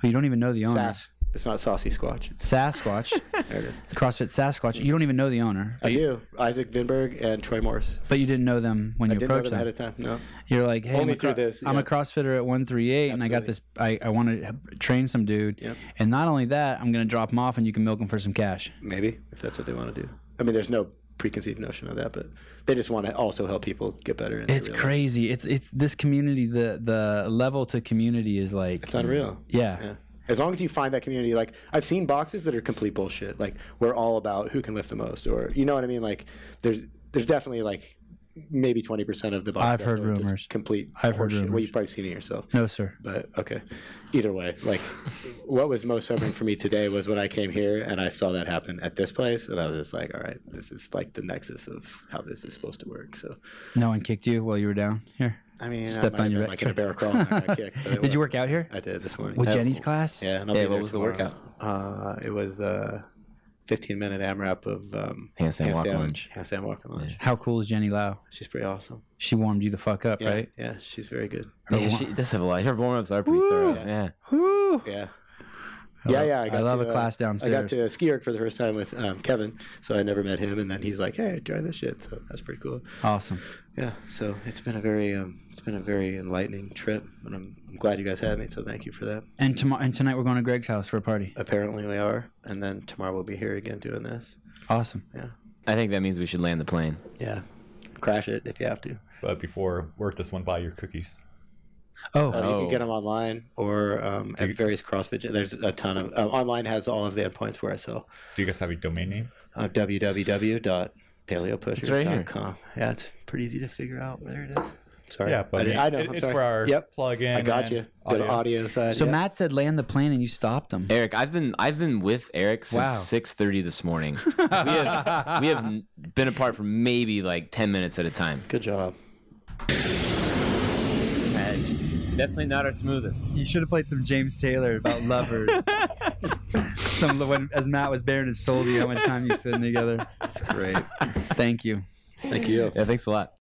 [SPEAKER 3] who you don't even know the
[SPEAKER 2] there.
[SPEAKER 3] owner.
[SPEAKER 2] Sas. It's not saucy squatch. It's, <laughs>
[SPEAKER 3] Sasquatch.
[SPEAKER 2] there it is.
[SPEAKER 3] CrossFit Sasquatch. You don't even know the owner,
[SPEAKER 2] I do. Isaac Vinberg and Troy Morris.
[SPEAKER 3] but you didn't know them
[SPEAKER 2] I
[SPEAKER 3] when you
[SPEAKER 2] didn't know
[SPEAKER 3] approached
[SPEAKER 2] them
[SPEAKER 3] them.
[SPEAKER 2] ahead of time. No.
[SPEAKER 3] You're like, hey,
[SPEAKER 2] Only
[SPEAKER 3] I'm, a
[SPEAKER 2] through this,
[SPEAKER 3] I'm a
[SPEAKER 2] yeah.
[SPEAKER 3] CrossFitter at 138, and I got this. I, I want to h- train some dude.
[SPEAKER 2] Yep.
[SPEAKER 3] And not only that, I'm going to drop him off, and you can milk him for some cash.
[SPEAKER 2] Maybe if that's what they want to do. I mean, there's no preconceived notion of that, but they just want to also help people get better. In their
[SPEAKER 3] It's
[SPEAKER 2] real life.
[SPEAKER 3] crazy. It's it's this community. The the level to community is like,
[SPEAKER 2] It's unreal.
[SPEAKER 3] yeah.
[SPEAKER 2] Yeah. As long as you find that community, like I've seen boxes that are complete bullshit. Like we're all about who can lift the most, or you know what I mean. Like there's there's definitely like maybe twenty percent of the boxes.
[SPEAKER 3] I've
[SPEAKER 2] out
[SPEAKER 3] heard
[SPEAKER 2] there just
[SPEAKER 3] rumors.
[SPEAKER 2] Complete.
[SPEAKER 3] I've heard
[SPEAKER 2] horseshit. Well,
[SPEAKER 3] rumors.
[SPEAKER 2] you've probably seen it yourself.
[SPEAKER 3] No, sir.
[SPEAKER 2] But okay. Either way, like what was most sobering for me today was when I came here and I saw that happen at this place, and I was just like, all right, this is like the nexus of how this is supposed to work. So
[SPEAKER 3] No one kicked you while you were down here.
[SPEAKER 2] I mean,
[SPEAKER 3] Step
[SPEAKER 2] I might
[SPEAKER 3] on
[SPEAKER 2] have been,
[SPEAKER 3] your back.
[SPEAKER 2] like in a barrel crawl. and I got kicked, but it
[SPEAKER 3] <laughs> Did
[SPEAKER 2] wasn't.
[SPEAKER 3] you work out here
[SPEAKER 2] I did this morning.
[SPEAKER 3] with Jenny's class?
[SPEAKER 2] Yeah, and I'll
[SPEAKER 1] Yeah,
[SPEAKER 2] be
[SPEAKER 1] what
[SPEAKER 2] there
[SPEAKER 1] was the
[SPEAKER 2] tomorrow.
[SPEAKER 1] workout?
[SPEAKER 2] Uh, it was a 15 minute AMRAP of um,
[SPEAKER 1] Handstand walk lunge.
[SPEAKER 2] Handstand walk and lunge.
[SPEAKER 3] How cool is Jenny Lau?
[SPEAKER 2] She's pretty awesome.
[SPEAKER 3] She warmed you the fuck up,
[SPEAKER 2] Yeah,
[SPEAKER 3] right?
[SPEAKER 2] Yeah, she's very good.
[SPEAKER 1] Yeah, she does have a lot. Her warm ups are pretty thorough. Yeah.
[SPEAKER 3] Whew.
[SPEAKER 2] Yeah. Yeah, yeah. I, got
[SPEAKER 3] love
[SPEAKER 2] to, uh,
[SPEAKER 3] a class downstairs.
[SPEAKER 2] I got to ski erg for the first time with um, Kevin, so I never met him, and then he's like, "Hey, try this shit." So that's pretty cool.
[SPEAKER 3] Awesome.
[SPEAKER 2] Yeah. So it's been a very, um, it's been a very enlightening trip, and I'm, I'm glad you guys had me. So thank you for that.
[SPEAKER 3] And tomorrow and tonight we're going to Greg's house for a party.
[SPEAKER 2] Apparently we are, and then tomorrow we'll be here again doing this.
[SPEAKER 3] Awesome.
[SPEAKER 1] I think that means we should land the plane.
[SPEAKER 2] Yeah. Crash it if you have to.
[SPEAKER 4] But before work, this one buy your cookies.
[SPEAKER 3] Oh,
[SPEAKER 2] Uh, You
[SPEAKER 1] Oh.
[SPEAKER 2] can get them online or um, at various CrossFit. gy- There's a ton of uh, online has all of the endpoints where I sell.
[SPEAKER 4] Do you guys have a domain name?
[SPEAKER 2] Uh, www.paleopushers.com. yeah, it's pretty easy to figure out where it is. Sorry,
[SPEAKER 4] Yeah, but
[SPEAKER 2] I, did- I know.
[SPEAKER 4] it-
[SPEAKER 2] I'm
[SPEAKER 4] it's
[SPEAKER 2] sorry.
[SPEAKER 4] for our
[SPEAKER 2] yep,
[SPEAKER 4] plug-in.
[SPEAKER 2] I got
[SPEAKER 4] and
[SPEAKER 2] you. The audio side.
[SPEAKER 3] so
[SPEAKER 2] yeah.
[SPEAKER 3] Matt said land the plane and you stopped him.
[SPEAKER 1] Eric, I've been I've been with Eric since
[SPEAKER 3] Wow.
[SPEAKER 1] six thirty this <laughs> morning. we have we have n- been apart for maybe like ten minutes at a time.
[SPEAKER 2] good job.
[SPEAKER 1] Definitely not our smoothest.
[SPEAKER 5] You should have played some James Taylor about lovers. some when, as Matt was bearing his soul to you, how much time you spend together.
[SPEAKER 2] That's great.
[SPEAKER 3] Thank you.
[SPEAKER 2] Thank you.
[SPEAKER 1] Yeah, thanks a lot.